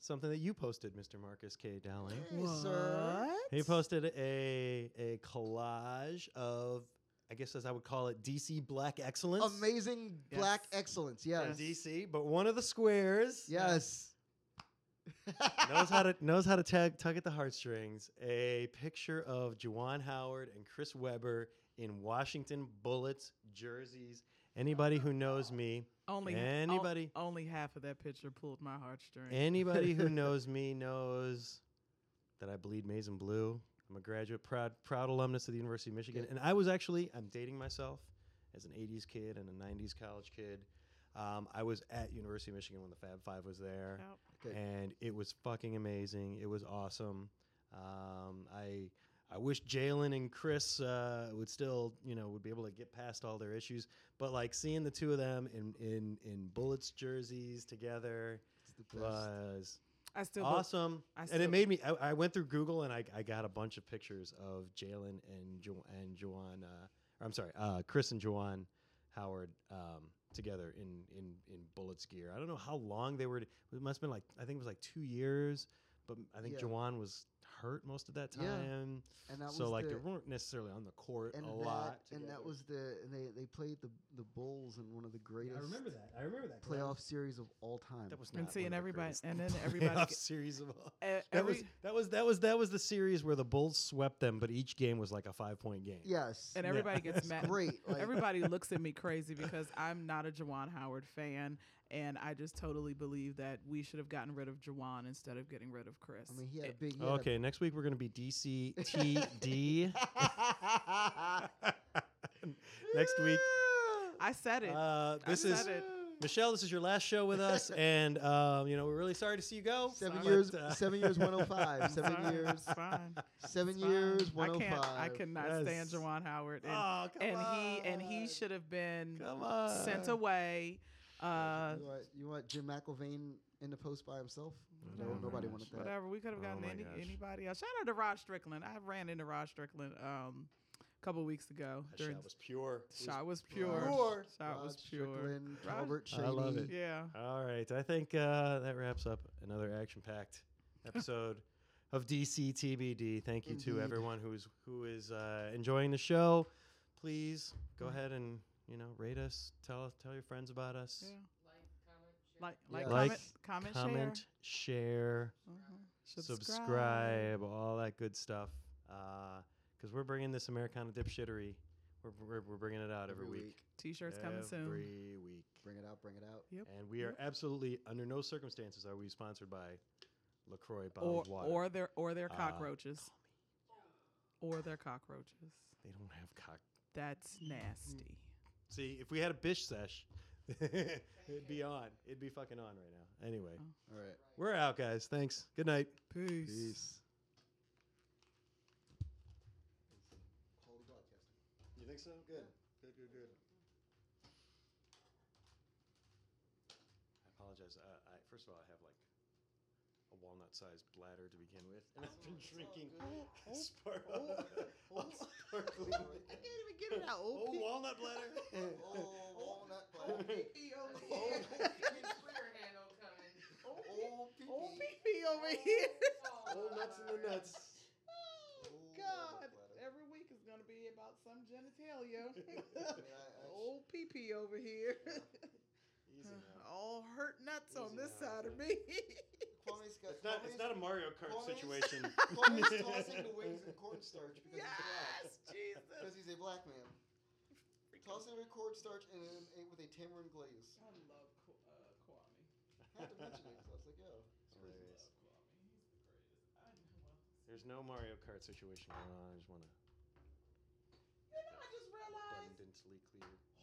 E: Something that you posted, Mr. Marcus K. Dowling.
C: Hey, sir.
E: He posted a a collage of, I guess as I would call it, DC Black Excellence.
C: Amazing Black
A: Yes.
C: excellence.
E: From
C: Yes.
E: DC, but one of the squares
C: Yes.
E: knows how to knows how to tag, tug at the heartstrings. A picture of Juwan Howard and Chris Webber in Washington Bullets jerseys. Anybody who knows me,
A: Only
E: Anybody-
A: on- only half of that picture pulled my heartstring.
E: Anybody who knows me knows that I bleed maize and blue. I'm a graduate, proud, proud alumnus of the University of Michigan,
C: Yeah.
E: and I was actually I'm dating myself as an '80s kid and a '90s college kid. Um, I was at University of Michigan when the Fab Five was there,
A: Yep.
C: Good.
E: and it was fucking amazing. It was awesome. Um, I I wish Jalen and Chris uh, would still, you know, would be able to get past all their issues. But like seeing the two of them in in in Bullets jerseys together,
C: It's the best.
E: was
A: I still awesome.
E: awesome.
A: I
E: and
A: still-
E: it made me. I, I went through Google and I, I got a bunch of pictures of Jalen and jo- and Juwan. Uh, or I'm sorry, uh, Chris and Juwan Howard um, together in in in Bullets gear. I don't know how long they were. It must have been like I think it was like two years. But I think
C: Yeah.
E: Juwan was hurt most of that
C: Yeah.
E: time.
C: and that
E: so
C: was
E: like
C: the,
E: they weren't necessarily on the court
C: and
E: a
C: that,
E: lot.
C: and that
E: together.
C: was the and they they played the the Bulls in one of the greatest
F: I remember that. I remember that. 'cause I
C: playoff
F: was-
C: series of all time.
E: that was
A: And
E: not
A: seeing
E: one of the
A: everybody-
E: greatest
A: and then
E: playoff
A: everybody get-
E: series of all.
A: E-
E: That
A: every-
E: was that was that was that was the series where the Bulls swept them, but each game was like a five point game.
C: yes,
A: and
E: Yeah.
A: everybody gets
E: That's
A: mad.
C: great. Like,
A: Everybody looks at me crazy because I'm not a Jawan Howard fan, and I just totally believe that we should have gotten rid of Jawan instead of getting rid of Chris.
C: I mean, he had a
A: It-
C: big. He had a-
E: Okay, next week we're gonna be DCTD. next week,
A: I said it.
E: uh,
A: I
E: this is
A: said it.
E: Michelle. This is your last show with us, and um, you know we're really sorry to see you go.
C: Seven
E: but,
C: years,
E: uh,
C: seven years, one hundred five.
A: I'm
C: Seven
A: sorry,
C: years,
A: It's fine.
C: seven
A: It's fine.
C: years,
A: I
C: one hundred
A: can't.
C: five.
A: I cannot stand
E: Yes.
A: Jawan Howard, and,
E: oh, come
A: and he and
E: on.
A: he should have been
E: come on.
A: sent away. Uh,
C: you, want, you want Jim McElvain in the post by himself? No,
E: Whatever.
C: nobody wanted that.
A: Whatever. We could have
E: Oh
A: gotten
E: my
A: any,
E: gosh.
A: anybody else. Shout out to Rod Strickland. I ran into Rod Strickland um, a couple weeks ago.
E: That
A: during
E: shot was pure. It was
A: shot was pure.
E: pure.
A: Shot
C: Rod
A: was pure.
C: Strickland,
A: Rod-
C: Robert Cheney.
E: I love it.
A: Yeah.
E: All right. I think uh, that wraps up another action packed episode of DCTBD. Thank you to
C: Indeed.
E: everyone who's who is uh, enjoying the show. Please
A: Mm.
E: go ahead and you know rate us. Tell tell your friends about us.
A: Yeah.
B: Like, comment, share.
A: Like, like,
C: Yeah.
E: Like,
A: comment, comment,
E: Comment,
A: share,
E: share,
A: Mhm.
E: subscribe. all that good stuff. Because we're bringing this Americana dipshittery. We're, we're, we're bringing it out every, week.
A: T-shirts coming soon.
E: Every week.
C: Bring it out, bring it out.
A: Yep.
E: And we are absolutely under no circumstances are we sponsored by Lacroix bottled
A: Or
E: water.
A: or their or their
E: Uh,
A: cockroaches. or their cockroaches.
E: they don't have cock.
A: That's nasty.
E: See, if we had a bish sesh, it'd be on. It'd be fucking on right now. Anyway,
A: Oh.
C: All right.
E: we're out, guys. Thanks. Good night.
C: Peace.
E: You think so? Good. Good. Good. Good. I apologize. Uh, I, first of all, I have like a walnut-sized bladder to begin with, and I've been drinking spark- Oh, sparkling.
D: I can't even get it out.
E: Oh,
D: Oh,
E: walnut bladder. Oh.
B: Twitter handle coming.
D: pee over here.
E: Old Oh, nuts in the nuts.
A: God, every week is gonna be about some genitalia. Old pee pee over here.
E: Easy
C: Oh,
E: now.
A: All hurt nuts on
E: Easy
A: this
E: now,
A: side of
E: yeah.
A: me.
E: It's not, it's not a Mario Kart
C: Corey's-
E: situation.
C: Corey's tossing the wings in cornstarch because
A: yes,
C: he's black.
A: Jesus.
C: Because he's a black man. Tossing it with cornstarch and, and, and with a tamarind glaze.
A: I love Kwa- uh, Kwame.
C: I had to mention it 'cause I was like, yo. it's crazy.
E: Hilarious.
A: Love Kwame. He's the greatest. I know. Well,
E: There's no Mario Kart situation going on. I just want to
A: you know, I just realized
E: abundantly clear.